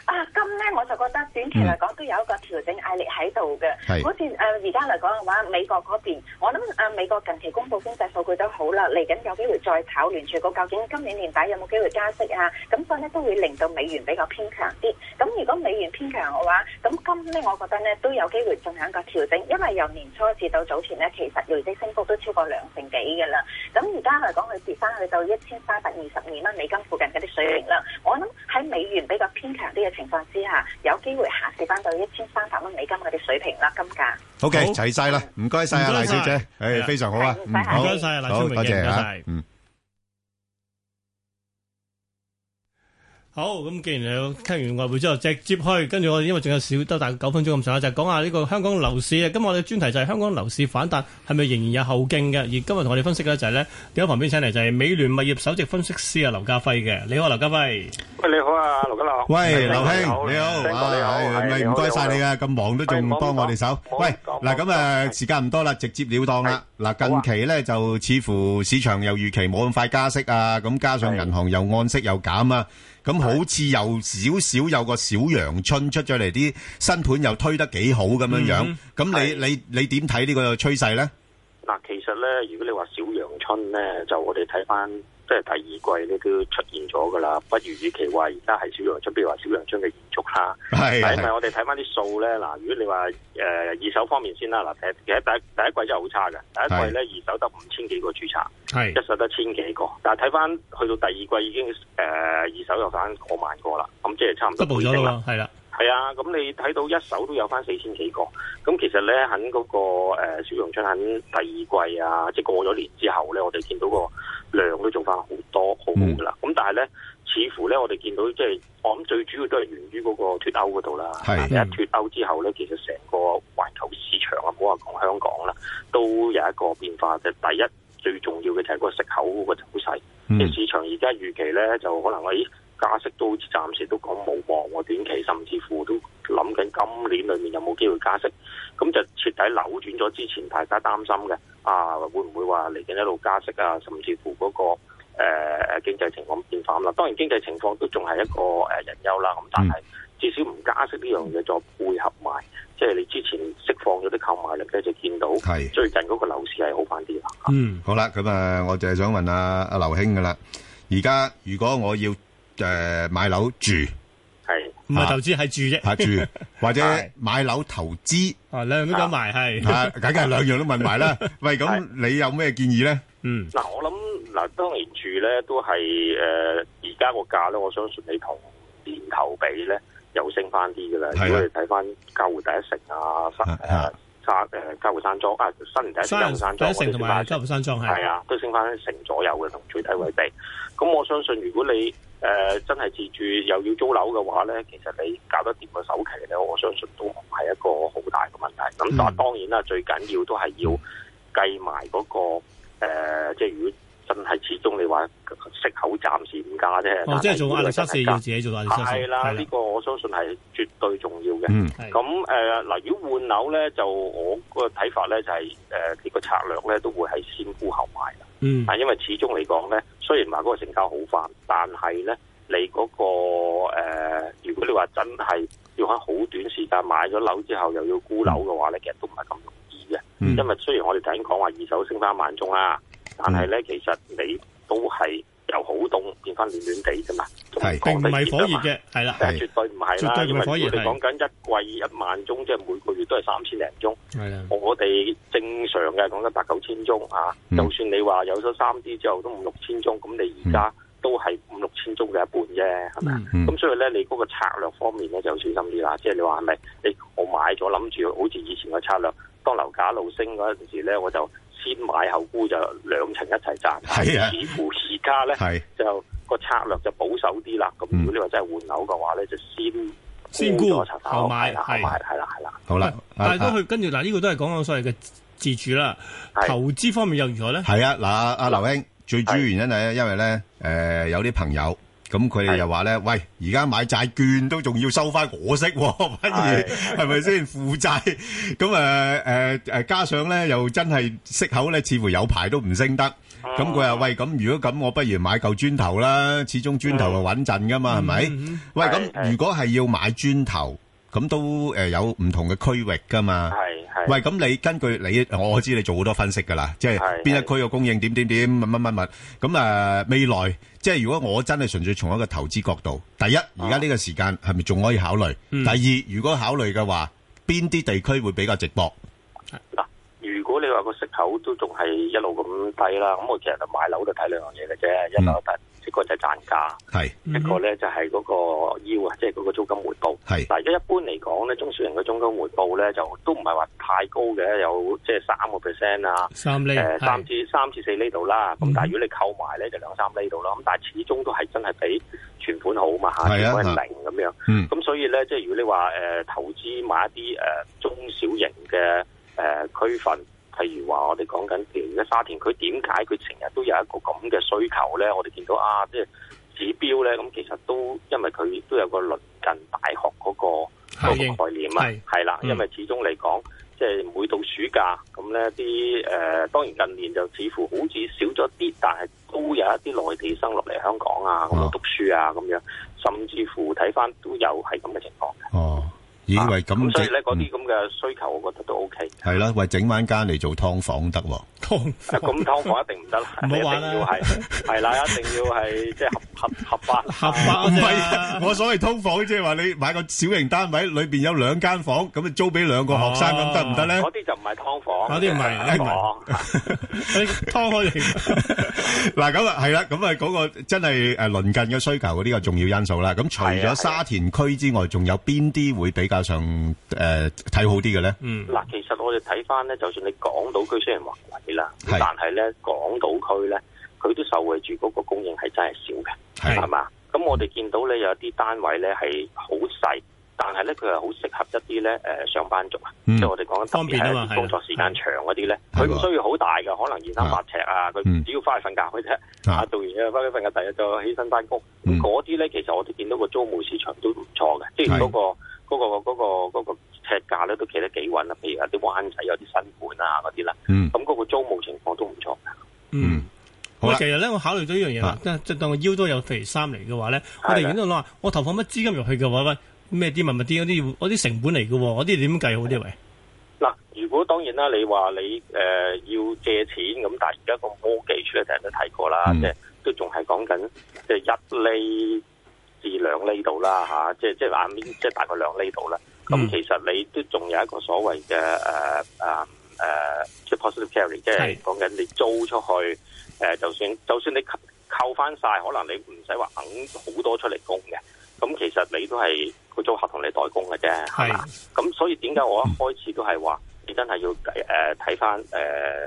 R: 啊，金咧我就覺得短期嚟講都有一個調整壓力喺度嘅，
D: 係
R: 好似誒而家嚟講嘅話，美國嗰邊，我諗誒、呃美國近期公布經濟數據都好啦，嚟緊有機會再炒聯儲局，究竟今年年底有冇機會加息啊？咁所以咧都會令到美元比較偏強啲。咁如果美元偏強嘅話，咁金咧我覺得咧都有機會進行一個調整，因為由年初至到早前咧，其實累積升幅都超過兩成幾嘅啦。咁而家嚟講，佢跌翻去到一千三百二十二蚊美金附近嗰啲水平啦。我諗喺美元比較偏強啲嘅情況之下，有機會下跌翻到一千三百蚊美金嗰啲水平啦，金價。
D: O K，齊晒啦，唔該晒啊，
H: 唔該
D: 賴
H: 晒
D: 小姐，
H: 係
D: 誒
H: 啊
D: 非常好啊，
H: 唔該
D: 嗯好
H: 唔該晒啊賴小
D: 好
H: 明
D: 多
H: 嘅
D: 謝
H: 唔該
D: 啊
H: 晒
D: 嗯。
H: 好，咁既然你聽完外匯之後，直接去，跟住我哋因為仲有少得大概九分鐘咁上下，就講下呢個香港樓市啊。今日我哋專題就係香港樓市反彈係咪仍然有後勁嘅？而今日同我哋分析嘅就係呢，電話旁邊請嚟就係美聯物業首席分析師啊劉家輝嘅。你好，劉家輝。
B: 喂，你好啊，劉家樂。
D: 喂，劉兄，
B: 你
D: 你好，
B: 好，你好，
D: 啊，係，唔
B: 係
D: 該晒你啊，咁忙都仲幫我哋手。喂，ờ, 嗱，咁，誒，時間唔多啦，直接了當啦。嗱，近期呢，就似乎市場又預期冇咁快加息啊，咁加上銀行又按息又減啊，咁好似有少少有個小陽春出咗嚟，啲新盤又推得幾好咁樣樣。
U: 嗯，
D: 咁你-你-你點睇呢個趨勢呢？
U: 嗱，其實咧，如果你話小陽春咧，就我哋睇翻
I: 即係第二季咧都出現咗㗎啦。不如與其話而家係小陽春，譬如話小陽春嘅延續啦。
D: 係
I: 但因為我哋睇翻啲數咧，嗱，如果你話誒、呃二手方面先啦，嗱，其實第一第一季真係好差嘅，第一季咧二手得五千幾個註冊，
T: 係
I: 一手得千幾個，但係睇翻去到第二季已經誒、呃二手有翻過萬個啦，咁即係差唔多
H: double 咗
I: 倍升
H: 咯喎，係啦。
I: 係啊，咁你睇到一手都有翻四千幾個，咁其實咧喺嗰個誒小陽春喺第二季啊，即係過咗年之後咧，我哋見到個量都做翻好多好好噶啦。咁、但係咧，似乎咧我哋見到即係我諗最主要都係源於嗰個脱歐嗰度啦。
D: 係
I: 一
U: 嗯
I: 脱歐之後咧，其實成個環球市場啊，唔好話講香港啦，都有一個變化。即係第一最重要嘅就係個息口嗰個走勢。即係市場而家預期咧，就可能喺加息都好似暫時都講冇望喎，短期甚至乎都諗緊今年裏面有冇機會加息，咁就徹底扭轉咗之前大家擔心嘅啊，會唔會話嚟緊一路加息啊，甚至乎嗰、個誒、呃、經濟情況變化咁啦。當然經濟情況都仲係一個誒隱憂啦，咁但係至少唔加息呢樣嘢再配合埋，即係你之前釋放咗啲購買力咧，就見到最近嗰個樓市係好翻啲啦。
D: 嗯，好啦，咁啊，我就係想問阿阿劉兄噶啦，而家如果我要诶买楼住，
I: 係
D: 唔係投
H: 資係住啫
D: 吓
H: [laughs]
D: 住，或者買樓投資，
H: 啊兩樣都講埋係
D: 啊，梗
H: [laughs]
D: 係兩樣都問埋啦。喂，咁你有咩建議咧？
H: 嗯，
I: 嗱，我諗嗱，當然住咧都係誒而家個價咧，我相信你同年頭比咧又升翻啲嘅啦。
D: 係啊
I: 如果你睇翻嘉湖第一城啊、山誒山誒嘉湖山莊啊、新年第一城、嘉湖山
H: 第
I: 莊，
H: 一城同埋周湖山莊係
I: 係啊，都升翻一成左右嘅，同最低位比。咁我相信，如果你誒、呃真係自住又要租樓嘅話咧，其實你搞得掂個首期咧，我相信都唔係一個好大嘅問題。咁
H: 嗯
I: 但係當然啦，最緊要都係要計埋嗰、個、呃、即係如果真係始終你話息口暫時唔加啫，
H: 哦，即係
I: 但如
H: 做
I: 果
H: 壓力
I: 真
H: 測
I: 係
H: 試
I: 加
H: 要自己做壓力測試，
I: 係啦，呢個我相信係絕對重要嘅。咁誒嗱，如果換樓咧，就我個睇法咧就係誒呃呢個策略咧都會係先沽後買啦。
H: 嗯
I: 啊，因為始終嚟講咧，雖然話嗰個成交好快，但係咧你嗰、個、呃、如果你話真係要喺好短時間買咗樓之後又要沽樓嘅話咧，其實都唔係咁容易嘅。
H: 嗯
I: 因為雖然我哋頭先講話二手升翻萬宗啦，但係咧其實你都係由好凍變翻暖暖地啫嘛，仲
H: 係
I: 講
H: 並唔
I: 得
H: 係火
I: 熱
H: 熱
I: 啊嘛
H: 嘅，係啦，
I: 係絕對唔係
H: 絕
I: 啦，
H: 對
I: 因
H: 唔
I: 為
H: 係火熱
I: 我哋講
H: 係，
I: 緊一季一萬宗，即係每個月都係三千零宗。
H: 係啦，
I: 我哋正常嘅講緊八九千宗啊，
D: 嗯
I: 就算你話有咗三 D 之後都五六千宗，咁你而
D: 嗯
I: 家都係五六千宗嘅一半啫，係咪啊？咁、所以咧，你嗰個策略方面咧就要小心啲啦。即係你話係咪？你我買咗諗住好似以前嘅策略，當樓價一路升嗰陣時咧，我就先買後沽就兩層一齊賺。
D: 係啊
I: 似乎而家
D: 係嗯
I: 咧就個策略就保守啲啦。咁如果你話真係換樓嘅話咧，就先
H: 先沽
I: 咗層樓
H: 後買
I: 係啦，後
D: 嗯
H: 係
I: 買係啦，係啦。
D: 好啦，啊
H: 但係都去跟住嗱，呢個都係講緊所謂嘅自住啦，投資方面又如何咧？
D: 係啊，嗱，阿阿劉兄，最主要原因係因為咧，诶，有啲朋友。咁佢哋又話咧，喂，而家買債券都仲要收翻我息喎， [laughs] 反而係咪先負債？咁诶诶诶，加上咧又真係息口咧，似乎有排都唔升得。咁佢話：喂，咁如果咁，我不如買嚿磚頭啦，始終磚頭係穩陣噶嘛，係咪？喂，咁如果係要買磚頭，咁都誒有唔同嘅區域噶嘛？
I: 係係
D: 喂，咁你根據你，呃我知你做好多分析噶啦，即係邊一區嘅供應點點點乜乜乜乜。咁誒、呃未來即係如果我真係純粹從一個投資角度，第一，而家呢個時間係咪仲可以考慮？
I: 啊嗯
D: 第二，如果考慮嘅話，邊啲地區會比較值博？
I: 如果你話個息口都仲係一路咁低啦，咁我其實就買樓就睇兩樣嘢嘅啫，一樓第一個就係賺價，
D: 係
I: 一
V: 嗯
I: 個咧就係嗰個腰啊，即係嗰個租金回報。
D: 係
I: 嗱，一般嚟講咧，中小型嘅租金回報咧就都唔係話太高嘅，有即係三個 percent 啊，
H: 三厘
I: 誒
H: 係
I: 三至三至四厘度啦。咁但係如果你購埋咧就兩三厘度啦，咁但係始終都係真係比存款好嘛嚇，
D: 係啊
I: 存款係零咁樣。
D: 嗯
I: 咁所以咧，即係如果你話誒、呃投資買一啲誒、呃中小型嘅誒、呃、區份，譬如話我哋講緊譬如而家沙田區點解佢成日都有一個咁嘅需求咧？我哋見到啊，即係指標咧，咁其實都因為佢都有個鄰近大學嗰、個。嗰
T: 效應
I: 個概念啊
T: 係，
I: 係啦，
T: 嗯
I: 因為始終嚟講，即係每到暑假咁咧，啲誒、呃、當然近年就似乎好似少咗啲，但係都有一啲內地生落嚟香港啊，咁度讀書啊咁樣，甚至乎睇翻都有係咁嘅情況。
D: 哦，咦，喂，咁
I: 咁所以
D: 整
I: 咧，嗰啲咁嘅需求，我覺得都 O K。
D: 系啦，喂，整翻間嚟做劏房得喎。
I: 啊咁劏房一定唔得啦，
D: 唔好玩啦
I: 一定要係係啦，一定要係即係合合合法啊合
D: 唔係， [laughs] 我所謂劏房即係話你買個小型單位，裏边有兩間房，咁就啊租俾兩個
H: 哦
D: 學生咁得唔得咧？
I: 啊嗰啲就唔係劏
D: 嗰
I: 房，
D: 啲唔係
I: 劏房。
H: 劏開
D: [laughs]
H: 嚟。
D: 嗱咁啊，係啦，咁啊嗰個真係诶鄰近嘅需求嗰啲個重要因素啦。咁除
I: 係啊係
D: 咗
I: 啊
D: 沙田區之外，仲有邊啲會比較上诶睇好啲嘅咧？
T: 嗯
I: 嗱，其實我哋睇翻咧，就算你港島區雖然話貴啦，
D: 係
I: 但係咧港島區咧，佢都受惠住嗰個供應係真係少嘅，係嘛？咁我哋見到咧有啲單位咧係好細，但係咧佢係好適合一啲咧誒上班族啊，
T: 嗯
I: 即係我哋講緊特
T: 方
I: 別
T: 便
I: 係
T: 啊
I: 一
T: 嘛
I: 啲工作時間長嗰啲咧，佢唔需要好大嘅，可能二三百尺啊，佢只要翻去瞓覺嘅啫，啊做完嘢翻去瞓覺，第日就起身翻工。咁嗰啲咧，其實我哋見到個租務市場都唔錯嘅，即係嗰個。嗰、個嗰、個嗰、個尺價咧都企得幾穩啦，譬如有啲灣仔有啲新盤啊嗰啲啦，
D: 咁
I: 嗰、個租務情況都唔錯。
D: 嗯，啊
I: 好
H: 我
I: 啦
H: 其實咧，我考慮到呢樣嘢啦，即係即係當個腰都有譬如衫嚟嘅話咧，我哋
I: 係啦
H: 而家諗話，我投放乜資金入去嘅話，喂咩啲物物啲嗰啲要嗰啲成本嚟嘅喎，嗰啲點計好啲
D: 啊
H: 喂？
I: 嗱，如果當然啦，你話你誒、呃要借錢咁，但係而家個 mortgage 咧，大家都睇過啦，即係都仲係講緊即係一厘至兩厘度啦吓，即係即係眼邊即係大概兩厘度啦。咁、
T: 嗯
I: 其實你都仲有一個所謂嘅誒誒誒，呃即係 positive carry，即係講緊你租出去誒、呃就算就算你扣扣翻晒，可能你唔使話揞好多出嚟供嘅。咁其實你都係個租客同你代供嘅啫，係嘛？咁所以點解我一開始都係話，你真係要誒睇翻誒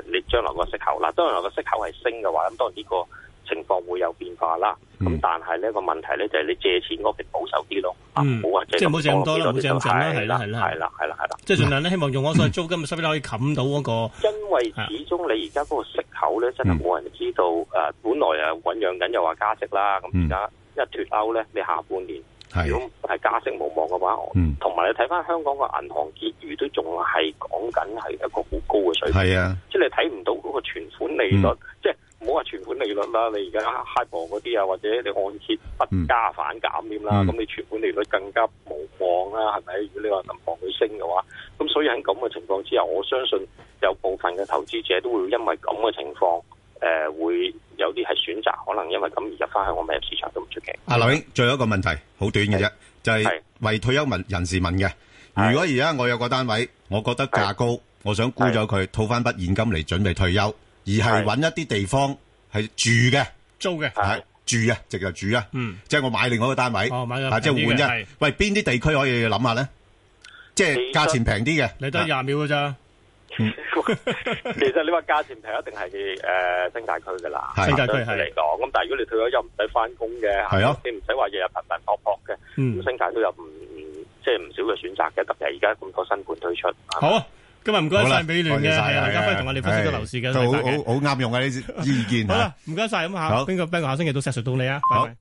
I: 你將來個息口啦。當然來個息口係升嘅話，咁當然呢個情況會有變化啦。
H: 嗯
I: 咁、但係呢個問題咧就係你借錢嗰邊保守啲咯，啊
H: 嗯
I: 唔好話
H: 即係唔好借咁多啦
I: 借
H: 唔好借咁盡啦
I: 係
H: 係啦
I: 係啦，係啦，係啦。
H: 即係盡量咧，希望用我所謂租金嘅收益可以冚到嗰個。
I: 因為始終你而家嗰個息口咧，真係冇人知道。誒、本來啊醖釀緊又話加息啦，咁而家一脱歐咧，你下半年如果係加息無望嘅話，我同埋、你睇翻香港個銀行結餘都仲係講緊係一個好高嘅水平。
D: 係啊，
I: 即係你睇唔到嗰個存款利率，即係唔好話存款利率啦，你而家 high 博嗰啲啊，或者你按揭不加反減添啦，
T: 嗯
I: 咁、你存款利率更加無望啦，係咪？如果你話銀行去升嘅話，咁所以喺咁嘅情況之下，我相信有部分嘅投資者都會因為咁嘅情況，誒、會有啲係選擇可能因為咁而入翻去我買入市場都唔出奇。
D: 阿劉英，最後一個問題，好短嘅啫，就係為退休民人士問嘅。如果而家我有個單位，我覺得價高，我想沽咗佢，套翻筆現金嚟準備退休，而係揾一啲地方係住嘅，
H: 租嘅，
D: 係住啊，直就住啊，
H: 嗯
D: 即係我買另外一個單位，
H: 哦買個
D: 啊即
H: 平啲
D: 係
H: 嘅
D: 換
H: 係
D: 一，喂，邊啲地區可以諗下咧？即係價錢平啲嘅，
H: 你得
D: 啊
H: 廿秒嘅咋？
I: 其實你話價錢平一定係誒、呃、新界區㗎啦，
D: 係新界區
I: 相對嚟講。咁但係如果你退咗休唔使翻工嘅，
D: 係啊
I: 你唔使話日日頻頻撲撲嘅，咁、
H: 嗯
I: 新界都有唔即係唔少嘅選擇嘅，特別係而家咁多新盤推出。
H: 好啊，今日唔該
D: 好啦
H: 晒美聯
D: 多謝
H: 嘅，
D: 晒
H: 係啊，
D: 係啊
H: 梁家輝同我哋分析咗
D: 係
H: 樓市嘅
D: 都
H: 睇
D: 好
H: 法嘅。
D: 好好啱用啊！呢啲意見
H: 好
D: 啊
H: 啦，唔該晒咁
D: 好
H: 下，邊個邊個下星期到石 Sir 到你啊，拜
D: 好
H: 拜。